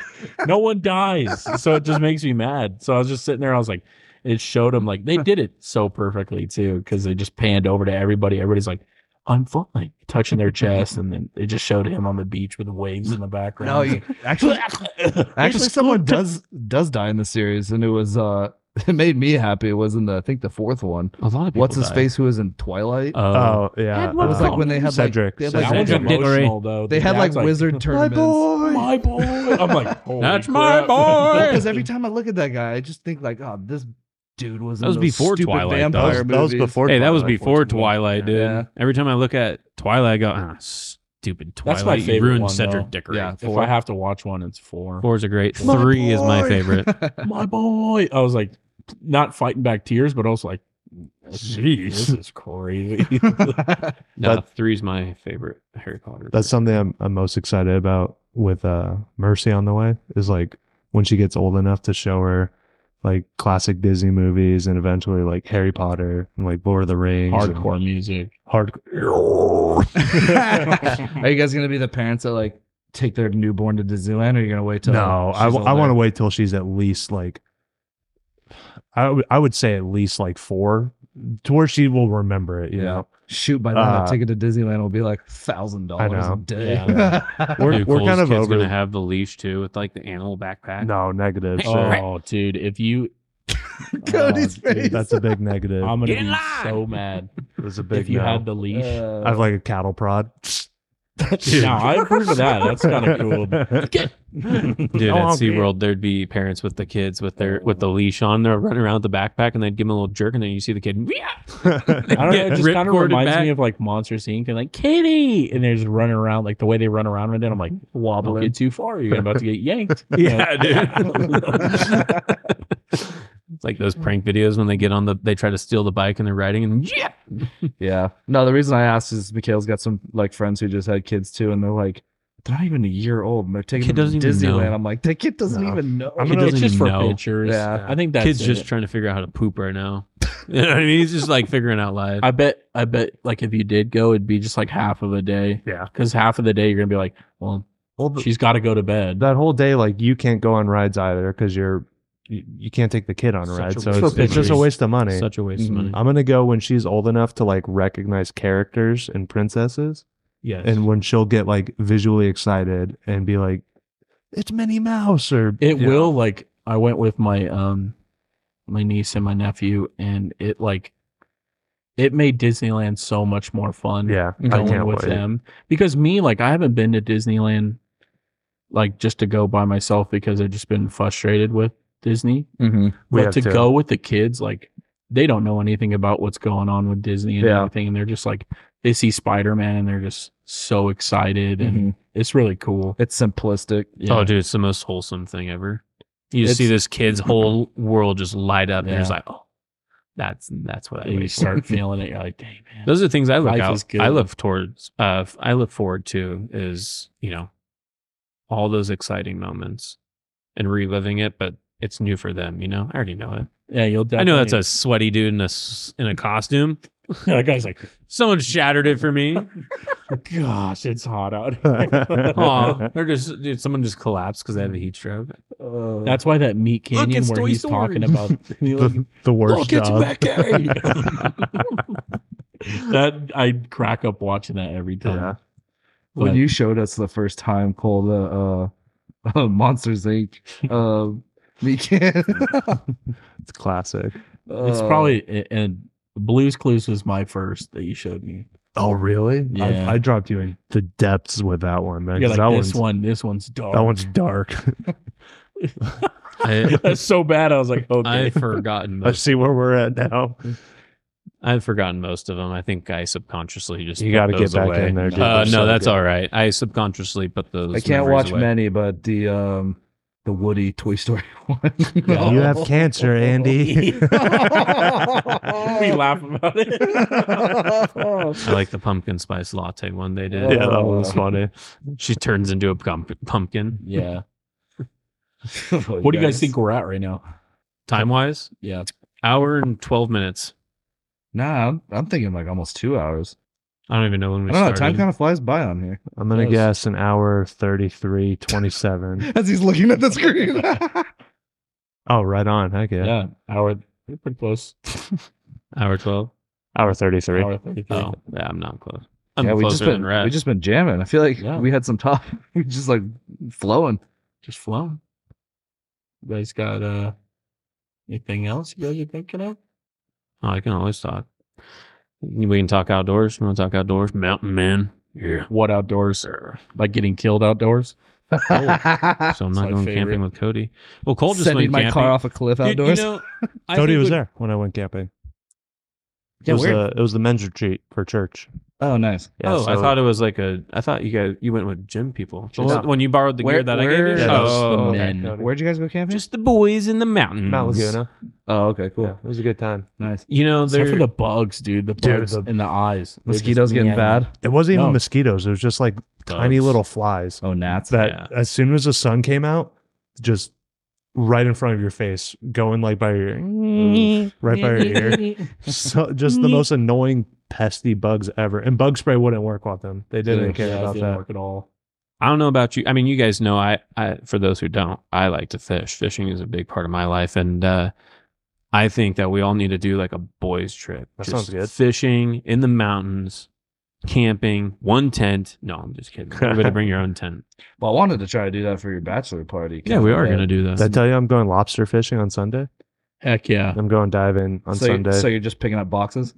no one dies. So it just makes me mad. So I was just sitting there. I was like, it showed them like they did it so perfectly too, because they just panned over to everybody. Everybody's like, I'm fine, touching their chest, and then it just showed him on the beach with the waves in the background.
no, you, actually, Actually,
Just
someone does does die in the series, and it was uh, it made me happy. It was in the I think the fourth one.
A lot of people
What's his
die.
face who was in Twilight?
Oh,
Oh, yeah.
it was like
uh,
when they had
Cedric.
like they
that
had like,
one's
Cedric.
wizard-
Don't worry.
emotional though.
they
The
had like
dad's
wizard tournaments.
My boy. I'm like, "Holy
That's my
crap."
boy.
Because every time I look at that guy, I just think like, oh, this dude was
That
in
was
those
before
stupid
Twilight, though.
That was,
vampire
that was
movies.
before.
Hey, that was
Twilight,
before
14.
Twilight, dude.
Yeah.
Every time I look at Twilight, I go, ah, stupid Twilight.
That's my
You
favorite
ruined
one,
Cedric
though.
Diggory.
Yeah.
If I have to watch one, it's four.
Four is a great.
My
Three is my
boy.
favorite.
My boy. I was like, not fighting back tears, but also like,
Jeez.
This is crazy.
No,
That-
three's my favorite Harry Potter.
That's something I'm, I'm most excited about with uh, Mercy on the way is like when she gets old enough to show her like classic Disney movies and eventually like Harry Potter and like Lord of the Rings. and
Hardcore music.
Hardcore.
are you guys gonna be the parents that like take their newborn to Disneyland, or are you gonna wait till?
no, I,
she's older?
want to wait till she's at least like, I would- I would say at least like four to where she will remember it, you
Yeah.
know?
shoot by then
Uh,
the ticket to Disneyland will be like thousand dollars
know.
a day.
We're,
Dude,
we're
Cole's
kind of
kid's
over.
gonna have the leash too with like the animal backpack.
no, negative. sir.
Oh, dude, if you,
Cody's
Oh, dude,
face.
That's a big negative.
I'm gonna
Get in
be
line!
so mad
That's a big
Um, if you
no.
had the leash.
I have
Uh,
like a cattle prod.
no, I approve of that. That's kind of cool.
Dude,
Oh,
at
man.
SeaWorld, there'd be parents with the kids with their with the leash on. They're running around with the backpack, and they'd give them a little jerk, and then you see the kid. "Meow."
I don't know. It
Get
just kind of
ripcorded
reminds
back.
me of like Monsters Inc. and like Kitty, and they're just running around like the way they run around with it. I'm like, don't
Wobbling.
get too far. You're about to get yanked.
Yeah, dude. it's like those prank videos when they get on the, they try to steal the bike and they're riding, and yeah,
yeah. No, the reason I asked is Mikhail's got some like friends who just had kids too, and they're like, they're not even a year old, and they're taking
Kid
them to
doesn't even know.
Disneyland. I'm like, the kid doesn't
No.
even know.
I'm
It's
gonna-
doesn't
just
even
for
know.
pictures.
Yeah.
I think that's
kid's
it.
just trying to figure out how to poop right now. You know what I mean? He's just like figuring out life.
I bet. I bet. Like if you did go, it'd be just like half of a day.
Yeah.
Because half of the day you're gonna be like, well,
Well, the-
she's got to go to bed.
that whole day, like you can't go on rides either because you're you, you can't take the kid on a
Such
ride,
a
so
waste
it's,
of
it's just a
money.
waste of money.
Such a waste
Mhm.
of money.
I'm gonna go when she's old enough to like recognize characters and princesses,
Yes.
and when she'll get like visually excited and be like, "It's Minnie Mouse," or
It
Yeah.
will like I went with my um my niece and my nephew and it like it made Disneyland so much more fun.
yeah, I
Going
can't
with
wait.
them. Because me, like I haven't been to Disneyland like just to go by myself because I've just been frustrated with Disney.
Mm-hmm.
We
but
have
to,
to.
go with the kids, like they don't know anything about what's going on with Disney and
Yeah.
everything. And they're just like they see Spider Man and they're just so excited and it's really cool.
Mm-hmm. It's simplistic.
Yeah.
Oh, dude, it's the most wholesome thing ever. You just see
It's-
this kid's whole world just light up, and
Yeah.
you're just like, oh, that's that's what I
And you
need.
start feeling it, you're like, dang man.
Those are things I look
Life
out.
is good.
I look towards. Uh, f- I look forward to is you know, all those exciting moments, and reliving it. But it's new for them. You know, I already know it.
Yeah, you'll
I
definitely.
know that's a sweaty dude in a s- in a costume.
that guy's like,
Someone shattered it for me.
gosh, it's hot out.
Aw, they're just dude, someone just collapsed because they have a heat stroke.
Uh,
That's why that meat
Look,
canyon
it's
where
Toy
he's
Story.
talking about
the, the worst job.
Mickey. that I crack up watching that every time.
Yeah.
when
But-
you showed us the first time called uh, uh, Monsters Inc. Uh, me can.
It's classic.
It's
Oh.
Uh,
probably a- and Blue's Clues was my first that you showed me.
Oh, really?
Yeah.
I, I dropped you in the depths with that one, man.
You're
'cause
like
that
this
one's
one, this one's dark.
that one's dark.
I,
that's so bad. I was like, okay.
I've forgotten.
Let's
Most,
see where we're at now.
I've forgotten most of them. I think I subconsciously just
You
got to
get back in there. Dude.
Uh,
They're
no,
so
that's
good.
all right. I subconsciously put those.
Uh, I can't
memories
watch
away.
many, but the um, the Woody Toy Story one.
Yeah,
You have cancer, Andy.
we laugh about it.
I like the pumpkin spice latte one they did.
yeah, that one's funny.
She turns into a pump- pumpkin.
yeah. What do you guys think we're at right now?
Time wise,
Yeah.
hour and twelve minutes.
Nah, I'm, I'm thinking like almost two hours.
I don't even know when we
I don't know.
started.
Time kind of flies by on here
I'm gonna
Yes.
guess an hour 33, 27.
as he's looking at the screen.
oh, right on. Heck yeah.
Yeah. Hour. We're pretty close.
hour twelve.
Hour 33.
Hour 33.
Oh, yeah, I'm not close. I'm
yeah, we just
closer
been
than Rat.
we just been jamming. I feel like
Yeah.
we had some top. We just like flowing.
Just flowing. You guys got uh anything else you guys are thinking of?
oh, I can always talk. We can talk outdoors. You want to talk outdoors? Mountain men. Yeah.
What outdoors? Like getting killed outdoors?
So I'm
It's
not
my
going
favorite.
camping with Cody. Well, Cole just
Sending
went
my
camping.
car off a cliff
Dude,
outdoors.
You know, I
Cody
think
was
we-
there when I went camping.
Yeah,
it was
where-
the it was the men's retreat for church.
Oh, nice.
Yeah,
oh, I
so-
thought it was like a. I thought you guys you went with gym people. The
Just-
one- when you borrowed the
Where-
gear that I gave
where-
you.
Yeah,
Oh,
just the
oh,
Mac
man.
Cody.
Where'd you guys go camping?
just the boys in the mountains.
Mount Laguna.
oh, okay, cool,
Yeah, it was a good time.
nice.
You know,
Except for
they're
the bugs, dude. The
Dude,
bugs
the-
in the eyes. They're just
Mosquitoes getting
meowing.
bad.
It wasn't even
No.
mosquitoes. It was just like tiny
Bugs.
little flies
Oh, gnats.
that
Yeah.
as soon as the sun came out, just right in front of your face, going like by your right by your ear. So just the most annoying pesty bugs ever. And bug spray wouldn't work on them. They didn't
Yeah,
care
it
about
didn't
that.
work at all.
I don't know about you. I mean, you guys know I, I for those who don't, I like to fish. Fishing is a big part of my life and uh I think that we all need to do like a boys trip.
That sounds good.
Fishing in the mountains, camping, one tent. No, I'm just kidding. Everybody bring your own tent.
Well, I wanted to try to do that for your bachelor party.
Yeah, we are going to do
Did I
this.
tell you I'm going lobster fishing on Sunday?
Heck yeah.
I'm going diving on
so
Sunday.
You, so you're just picking up boxes.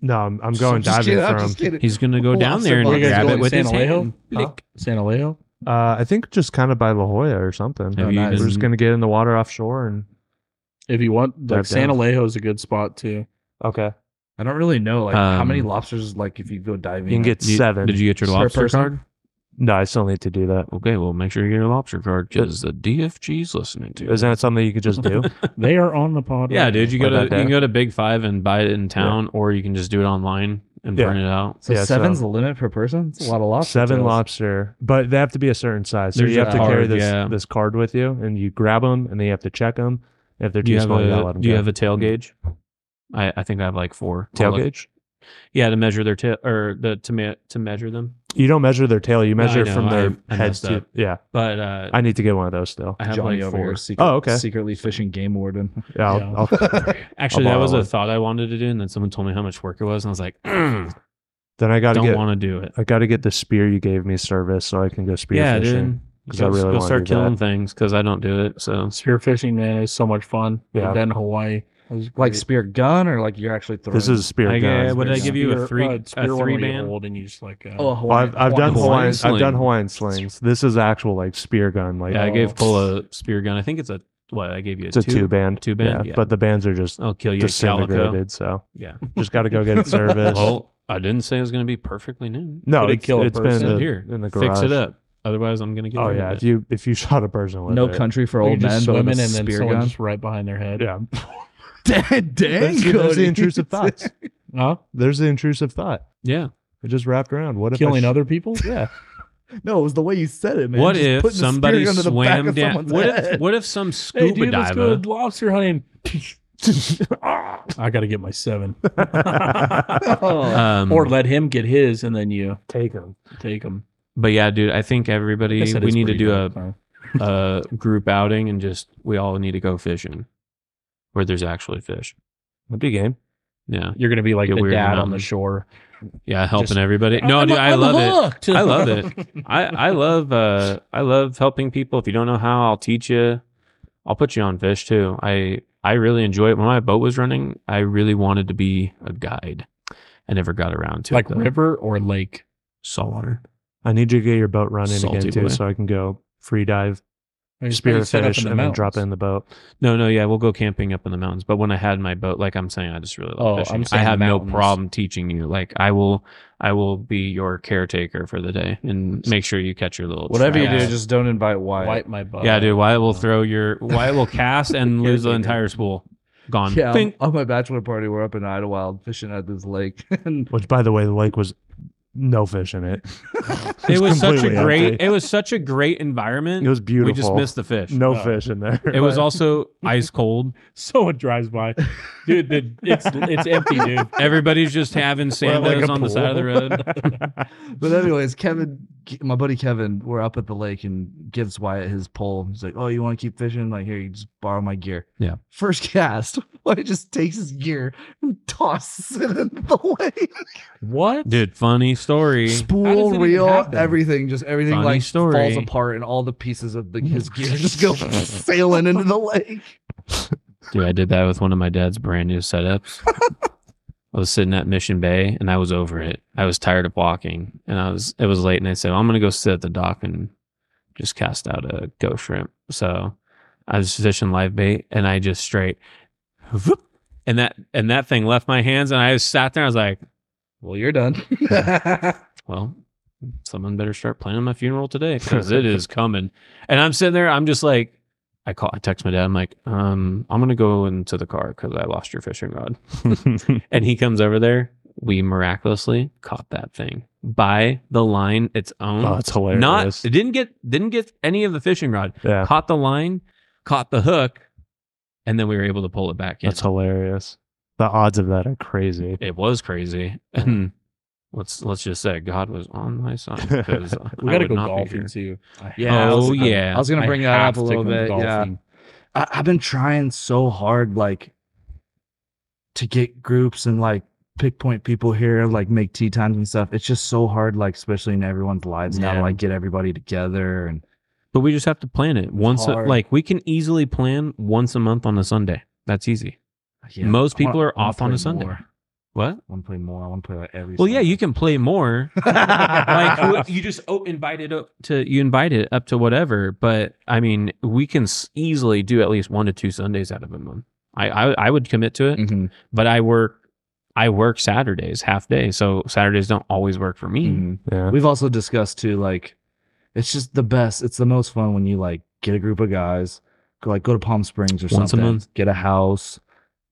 no, I'm, I'm going diving
i
from.
He's going to go
Lots
down
of
there and
bugs.
grab
Going
it with
San
his hand.
Alejo? San Alejo?
Uh, I think just kind of by La Jolla or something.
Have
Oh,
you
nice.
We're
been-
just gonna get in the water offshore and
If you want, like
Dive
San
down.
Alejo is a good spot too.
okay.
I don't really know like how many
Um,
lobsters like if you go diving.
You can get
Did you-
seven.
Did you get your
Per
lobster
person?
card?
no, I still need to do that.
Okay, well, make sure you get your lobster card because the DFG's listening to.
Isn't that something you could just do?
They are on the pod.
Yeah,
right
dude, you go
Like
to
that
you
there?
can go to Big Five and buy it in town, or you can just do it online and
Yeah.
print it out.
so
yeah,
seven's
so-
the limit per person. It's a lot of lobsters.
Seven lobster, but they have to be a certain size. So
There's
you
a
have to
card,
carry this
yeah.
this card with you, and you grab them, and then you have to check them. If they're
Do
too
you have
small, you gotta let
a
them
Do you
go.
have a tail gauge? I, I think I have like four
Tail
I'll look.
gauge?
Yeah, to measure their tail or the to me- to measure them.
you don't measure their tail; you
No, I
measure
know,
from their
I- I
head
messed
to.
up.
Yeah,
But uh, I,
I need to get one of those still.
have
Johnny
like
over
four.
here, secret,
Oh, okay.
secretly fishing game warden.
Yeah, I'll,
Yeah.
I'll-
Actually,
I'll
that
borrow
was a
one.
thought I wanted to do, and then someone told me how much work it was, and I was like, "Mm,
then I got to
don't
get
want to do it.
I got to get the spear you gave me service so I can go spear
Yeah,
fishing.
dude.
'cause I
You'll,
really
you'll
wanna
start
do that.
killing things because I don't do it. So
Spearfishing, man, is so much fun.
Yeah.
Yeah. That in Hawaii. It was
Like
great.
spear gun or like you're actually throwing.
This is a spear
I,
gun.
uh, what did I give you a
Spear-
three
uh,
a
spear one
three
where you
band?
hold and you just like, uh,
Oh,
Well,
Hawaiian,
I've, I've done
Hawaiian
Hawaiian.
sling.
I've done Hawaiian slings. This is actual like spear gun. Like
Yeah, I
Oh.
gave Cole a spear gun. I think it's a what I gave you. A
it's a two,
tube.
band.
two band, yeah.
But the bands are just
I'll kill you, Calico. Oh,
disintegrated. So
Yeah.
just got to go get it serviced.
Well, I didn't say it was going to be perfectly new.
no,
Could it
it's,
kill a
it's been in
person?
the,
Here,
in the garage.
Fix it up. Otherwise, I'm going to get.
Oh
rid
yeah,
Of
if
it.
you if you shot a person with
no
it,
country for
Or
old
you're just
men, but
swimming
with a
and then
spear
someone
gun.
just right behind their head.
Yeah,
Dang,
that's, that's the intrusive thoughts.
Huh?
There's the intrusive thought.
Yeah.
It just wrapped around. What if I
Killing
sh-
other people?
Yeah,
No, it was the way you said it, man.
what
Just
if
putting the spear
somebody
gun to the back
swam
of
down?
someone's
What
head.
if, what if some scuba
hey, dude, let's go
diver?
lobster hunting. Ah, I got to get my seven.
Um,
or let him get his and then you
take them.
take him.
but yeah, dude, I think everybody we need to do a, a group outing and just we all need to go fishing where there's actually fish.
That'd be game.
Yeah,
You're going to be like
Get
the
weird
dad
and
on the
mountain.
shore.
yeah, helping
Just-
everybody. No, dude, I love it. I love
it.
I, I love uh I love helping people. If you don't know how, I'll teach you. I'll put you on fish too. I I really enjoy it. When my boat was running, I really wanted to be a guide. I never got around to
like
it. though.
river or lake.
saltwater.
I need you to get your boat running
Salty
again too,
boy.
so I can go free dive,
I just
spear
probably set up
fish,
in the
and then drop
mountains.
it in the boat.
No, no, yeah, we'll go camping up in the mountains. But when I had my boat, like I'm saying, I just really love
Oh,
fishing.
I'm
I
saying
have no
mountains.
problem teaching you. Like I will, I will be your caretaker for the day and make sure you catch your little
Whatever you do,
traps.
just don't invite Wyatt.
Wipe my butt.
Yeah, dude. Wyatt will throw your Wyatt will cast and lose the
Caretaker.
entire spool. Gone.
Yeah,
Bing.
on my bachelor party, we're up in Idlewild fishing at this lake, and
Which, by the way, the lake was no fish in it.
it was such a
completely
great
empty.
it was such a great environment
It was beautiful.
we just missed the fish
no
Oh.
fish in there.
it was also ice cold
Someone drives by, dude. The, it's it's empty, dude.
everybody's just having
like
sandos
a
on the side of the
pool.
road
But anyways, Kevin, my buddy Kevin, we're up at the lake and gives Wyatt his pole. He's like, "Oh, you want to keep fishing? Like, here, you just borrow my gear."
Yeah.
First cast, Wyatt just takes his gear and tosses it in the lake.
What,
dude funny story
How does it
Spool,
even
reel,
happen?
everything, just everything
Funny
like
story.
falls apart, and all the pieces of the, his gear just go sailing into the lake.
dude i did that with one of my dad's brand new setups i was sitting at mission bay and i was over it i was tired of walking and i was it was late and i said well, i'm gonna go sit at the dock and just cast out a go shrimp so i was fishing live bait and i just straight whoop, and that and that thing left my hands and i sat there i was like
Well, you're done.
well, someone better start planning my funeral today because it is coming. And I'm sitting there, I'm just like, I call, I text my dad. I'm like, um, I'm gonna go into the car because I lost your fishing rod. and he comes over there. We miraculously caught that thing by the line its own.
Oh, it's hilarious.
Not it didn't get didn't get any of the fishing rod.
yeah,
Caught the line, caught the hook, and then we were able to pull it back in.
that's hilarious. The odds of that are crazy.
it was crazy. And let's let's just say God was on my side. 'cause
we
I
gotta
would
go
not be
golfing
here.
too.
Yeah.
I was-
Oh yeah.
I was gonna
I
bring that up
have
a
to
little
go
bit. Yeah.
golfing.
I, I've been trying so hard, like, to get groups and like pick point people here, like make tea times and stuff. It's just so hard, like, especially in everyone's lives now, to
Yeah.
like get everybody together. And
But we just have to plan it once. A,
hard.
like we can easily plan once a month on a Sunday. That's easy.
yeah,
Most
I wanna-
people are
I wanna
off on
play
a Sunday.
more.
What?
I want to play more. I want to play like every.
Well, yeah,
Sunday.
you can play more. like wh- you just oh, invite it up to you invite it up to whatever. But I mean, we can s- easily do at least one to two Sundays out of a month. I I, I would commit to it.
Mhm,
But I work. I work Saturdays half day, so Saturdays don't always work for me.
mhm.
Yeah,
We've also discussed too, like, it's just the best. It's the most fun when you like get a group of guys, go like go to Palm Springs or
Once a
something,
month.
get a house.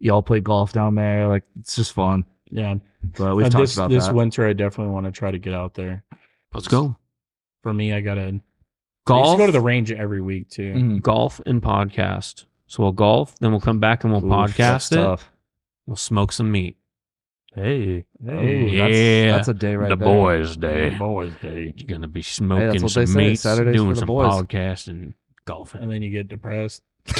Y'all play golf down there. Like it's just fun.
Yeah,
But we've
Uh,
talked
this,
about
this
that.
winter. I definitely want to try to get out there.
Let's go
For me, I gotta I used
golf. Mm.
to go to the range every week too.
Mhm.
golf and podcast. So we'll golf, then we'll come back and we'll
Ooh, that's
podcast it.
tough.
We'll smoke some meat.
hey,
Hey,
Oh, yeah.
that's, that's a day right
the
there.
boys' day.
Boys day.
You're gonna be smoking
what
some
they say,
meat,
Saturdays for
doing
the
some
boys.
podcast and golfing.
And then you get depressed.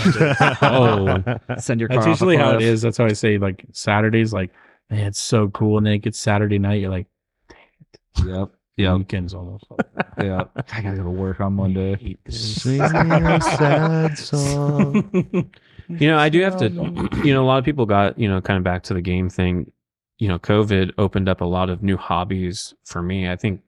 Oh.
Send your car.
That's
off a
usually how it
cliff.
is. That's how I say like Saturdays, like, man, it's so cool. And then it gets Saturday night, you're like,
Yep.
yeah.
Yeah.
weekends almost.
Yeah. I gotta go to work on Monday.
Hate this.
Sing a sad song.
You know, I do have to. You know, a lot of people got you know kind of back to the game thing. You know, COVID opened up a lot of new hobbies for me. I think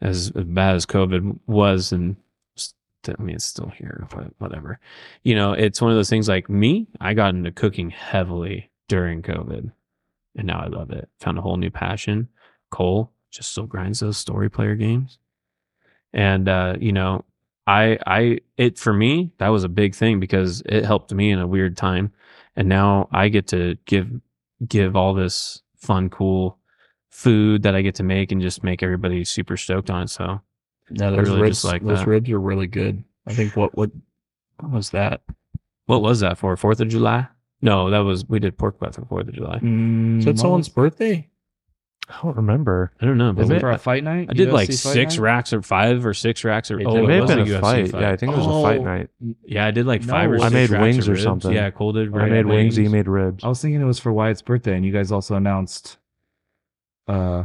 as, as bad as COVID was, and st- I mean it's still here, but whatever. You know, it's one of those things. Like me, I got into cooking heavily during COVID, and now I love it. Found a whole new passion. Cole just still grinds those story player games, and uh, you know, I I it for me that was a big thing because it helped me in a weird time, and now I get to give give all this fun, cool food that I get to make and just make everybody super stoked on it. So
No,
I
those
really
ribs,
just like
those
that.
ribs are really good. I think what what what was that?
what was that for Fourth of July? No, that was we did pork butt for Fourth of July.
Is
Mm,
Mm-hmm.
that someone's birthday?
I don't remember.
I don't know. But
Is
we,
it for a
I,
fight night?
I did like
UFC fight
six
night?
racks or five or six racks or
It
oh,
did.
it may
it
have
was
been
a
a,
UFC
fight. Yeah, I think it was a fight
Oh.
night.
Yeah, I did like five or
No. I
six
made
racks
wings
of
or
ribs.
something.
Yeah, Cole did.
I
rib
made wings. He made ribs.
I was thinking it was for Wyatt's birthday, and you guys also announced. Uh,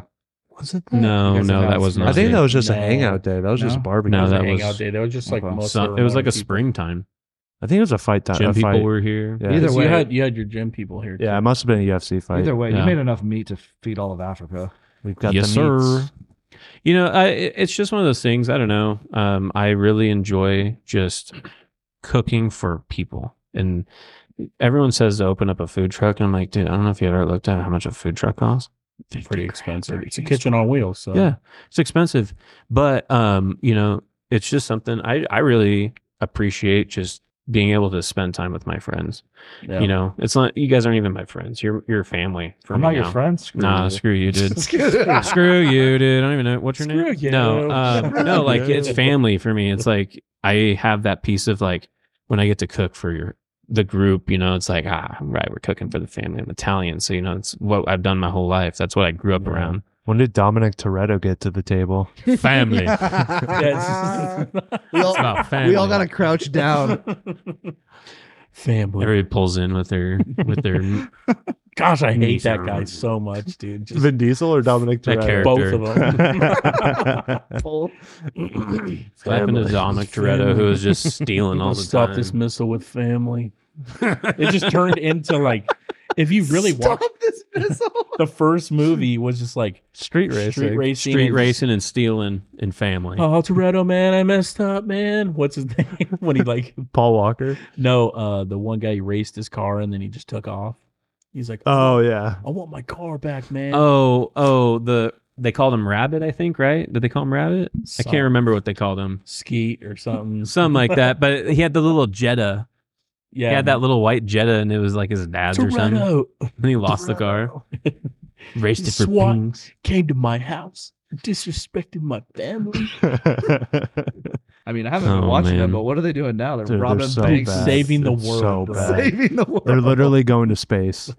Was it?
No,
Because
no,
that
that
was-
was not.
I think
it.
that was just a
No.
hangout day. That was just a
No?
barbecue.
No,
It was
Oh, that
a
was-
hangout day. That was just like
Okay.
most.
Sun-
of
it was like a
Illinois people.
springtime.
I think it was a fight. Time,
Gym
a
people
fight.
were here.
yeah.
Either
Because
way-
you had you had your gym people here.
yeah, it must have been a UFC fight.
either way,
Yeah.
you made enough meat to feed all of Africa.
We've got
yes,
the meats.
sir. You know, I, it- it's just one of those things. I don't know. Um, I really enjoy just cooking for people, and everyone says to open up a food truck, and I'm like, dude, I don't know if you ever looked at how much a food truck costs.
too. pretty expensive.
Thirty
It's a
grand.
kitchen on wheels. So
Yeah, it's expensive, but um, you know, it's just something I I really appreciate just being able to spend time with my friends.
yeah.
You know, it's not you guys aren't even my friends. You're you're family. For
I'm
me
not
now.
your friend. Screw
Nah,
you.
screw you, dude.
Screw-
screw you, dude. I don't even know what's your
Screw
name.
you.
No, um, no, like it's family for me. It's like I have that piece of like when I get to cook for your the group. You know, it's like ah, right, we're cooking for the family. I'm Italian, so you know, it's what I've done my whole life. That's what I grew up
Yeah.
around.
When did Dominic Toretto get to the table?
Family.
Yes.
we all
It's about family.
gotta crouch down.
Family.
Everybody pulls in with their with their
Gosh, I hate that guy so much, dude. Just
Vin Diesel or Dominic
That
Toretto?
character.
both of them.
slapping to Dominic Toretto, who was just stealing all the
Stop
time.
this missile with family. It just turned into like, if you really watch
this missile.
the first movie, was just like
Street racing.
street racing,
street
and-
racing and stealing and family.
Oh, Toretto, man, I messed up, man. What's his name? when he like
Paul Walker.
No, uh, the one guy he raced his car and then he just took off. He's like,
Oh yeah.
I want my car back, man.
Oh, oh, the they called him Rabbit, I think, right? Did they call him Rabbit? I
Some-
can't remember what they called him.
Skeet or something.
Something like that. But he had the little Jetta.
Yeah,
He had that little white Jetta, and it was like his dad's or something.
Toretto
And he lost the car, raced it for
SWAT.
pings.
came to my house, disrespected my family,
I mean, I haven't been
Oh,
watching
man.
them, but what are they doing now? They're
Dude, they're
robbing
so
banks,
bad.
saving the
It's
world.
so
bro.
bad.
saving the world.
They're literally going to space.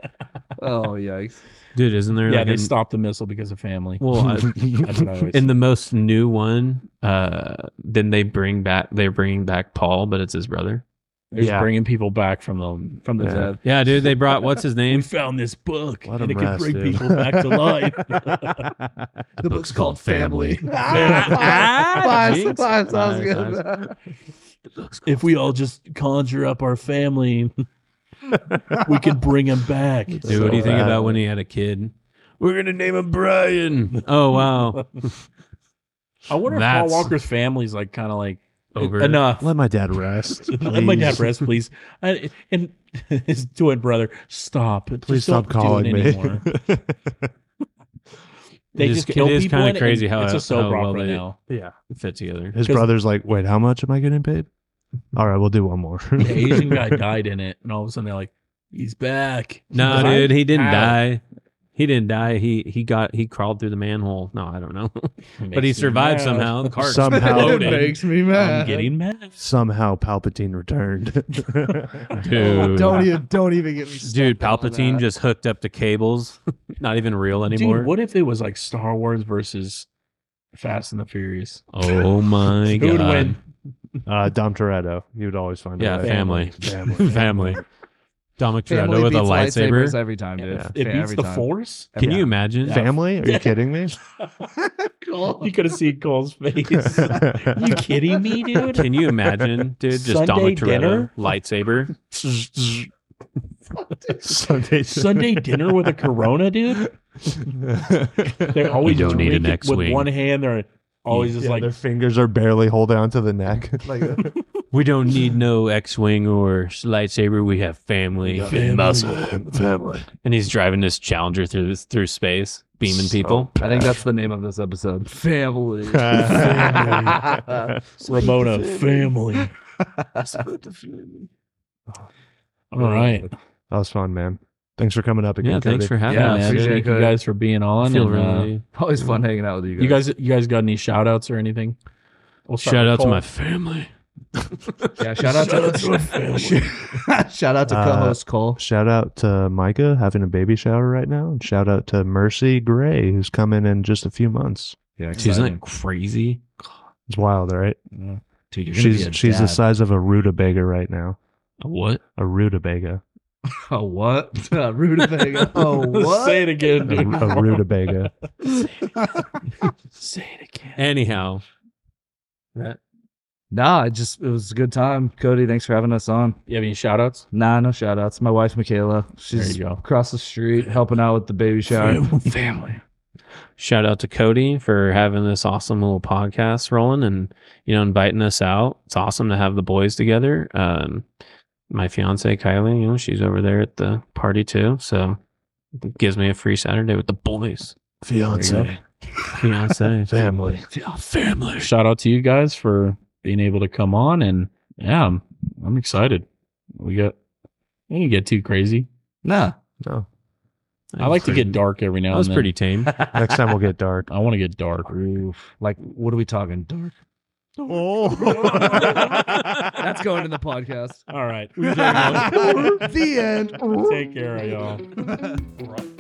Oh yikes!
Dude, isn't there?
Yeah,
like
they
a-
stopped the missile because of family.
Well, I-
That's what I always
in the most new one, uh, then they bring back they're bringing back Paul, but it's his brother.
They're just
Yeah.
bringing people back from the from the
Yeah.
dead.
Yeah, dude, they brought what's his
We
name?
found this book,
Let
and it
them
can
rest,
bring
dude.
people back to life.
The book's called Family.
Ah,
Five,
jinx.
five, sounds
Nice,
good.
if we all just conjure up our family, we can bring them back.
Dude, what do you think
bad.
about when he had a kid? We're gonna name him Brian.
Uh,
Oh wow,
I wonder if
That's-
Paul Walker's family's like kind of like
over
enough.
Let my dad rest.
Let my dad
please.
rest, please. I, and his twin brother, stop. Just
Please stop
don't do it
calling me.
anymore. They
It is-
just kill
it is
people
kinda
in it,
crazy
and
how-
it's a soap
how well
opera
they-
now.
yeah.
fit together.
His
'Cause-
brother's like, wait, how much am I getting paid? All right, we'll do one more.
The Asian guy died in it, and all of a sudden they're like, "He's back."
No,
He's like,
dude, he didn't
Ow.
die. He didn't die. He he got he crawled through the manhole. No, I don't know, but he
Makes me
survived
mad.
somehow. The car
Somehow.
It
exploded.
makes me
I'm
mad.
getting mad.
Somehow Palpatine returned.
Dude.
Don't even, don't even get me.
Dude,
started on
Palpatine
that.
just hooked up to cables. Not even real anymore.
Dude, what if it was like Star Wars versus Fast and the Furious?
Oh my
Who would
god.
win?
uh, Dom Toretto. He would always find
Yeah,
a way.
family.
Family.
Family. Dominic
Family
Toretto with a
beats
lightsaber.
lightsabers every time, dude.
Yeah.
It beats
Fa- every
the
time.
Force.
Can
Yeah.
you imagine?
Family? Are you kidding me?
you could have seen Cole's face. you kidding me, dude?
Can you imagine, dude? Just
Sunday
Dominic Toretto
dinner?
lightsaber.
Sunday.
Sunday dinner with a Corona, dude. They're always
You
just
don't need an
raking-
X
with
wing.
one hand. They're always just
Yeah,
like
their fingers are barely holding onto the neck. like
We don't need no X-wing or lightsaber. We have family.
family.
And he's driving this Challenger through through space, beaming people.
I think that's the name of this episode. Family.
Ramona family. All right.
That was fun, man. Thanks for coming up again.
Yeah, thanks
Cody.
for having
Yeah,
us.
appreciate
dude.
Thank you
it.
guys for being
I
on.
feel
and, uh,
really.
Always fun hanging out with you guys.
you guys, you guys got any shout outs or anything? We'll start
Shout
with
out to
Cole.
my family.
yeah, shout out
Shout out to my
to shout out to
Uh,
co-host Cole.
Shout out to Micah having a baby shower right now. And shout out to Mercy Gray, who's coming in just a few months.
Yeah,
Dude, isn't that crazy?
It's wild, right?
Dude, you're gonna
She's
be a
she's the
dad.
size of a rutabaga right now.
A What?
A rutabaga.
Oh what? Uh, Rutabaga. Oh what?
Say it again,
A,
dude.
a rutabaga.
Say it again.
Anyhow,
Nah, it just it was a good time. Cody, thanks for having us on.
You have any shout outs?
Nah, no shout outs. My wife Michaela.
There
She's
you go.
across the street helping out with the baby shower.
Family.
shout out to Cody for having this awesome little podcast rolling and you know inviting us out. It's awesome to have the boys together. Um, my fiance Kylie, you know, she's over there at the party too, so it gives me a free Saturday with the boys.
Fiance.
Fiance,
Family.
family.
Shout out to you guys for being able to come on. And yeah, I'm, I'm excited. We got, we didn't get too crazy.
Nah.
No.
I like to get dark every now
That was
and then.
pretty tame.
Next time we'll get dark.
I want to get dark.
Oof. Like what are we talking? Dark. That's going in the podcast.
All right.
the end.
Take care, y'all. Right.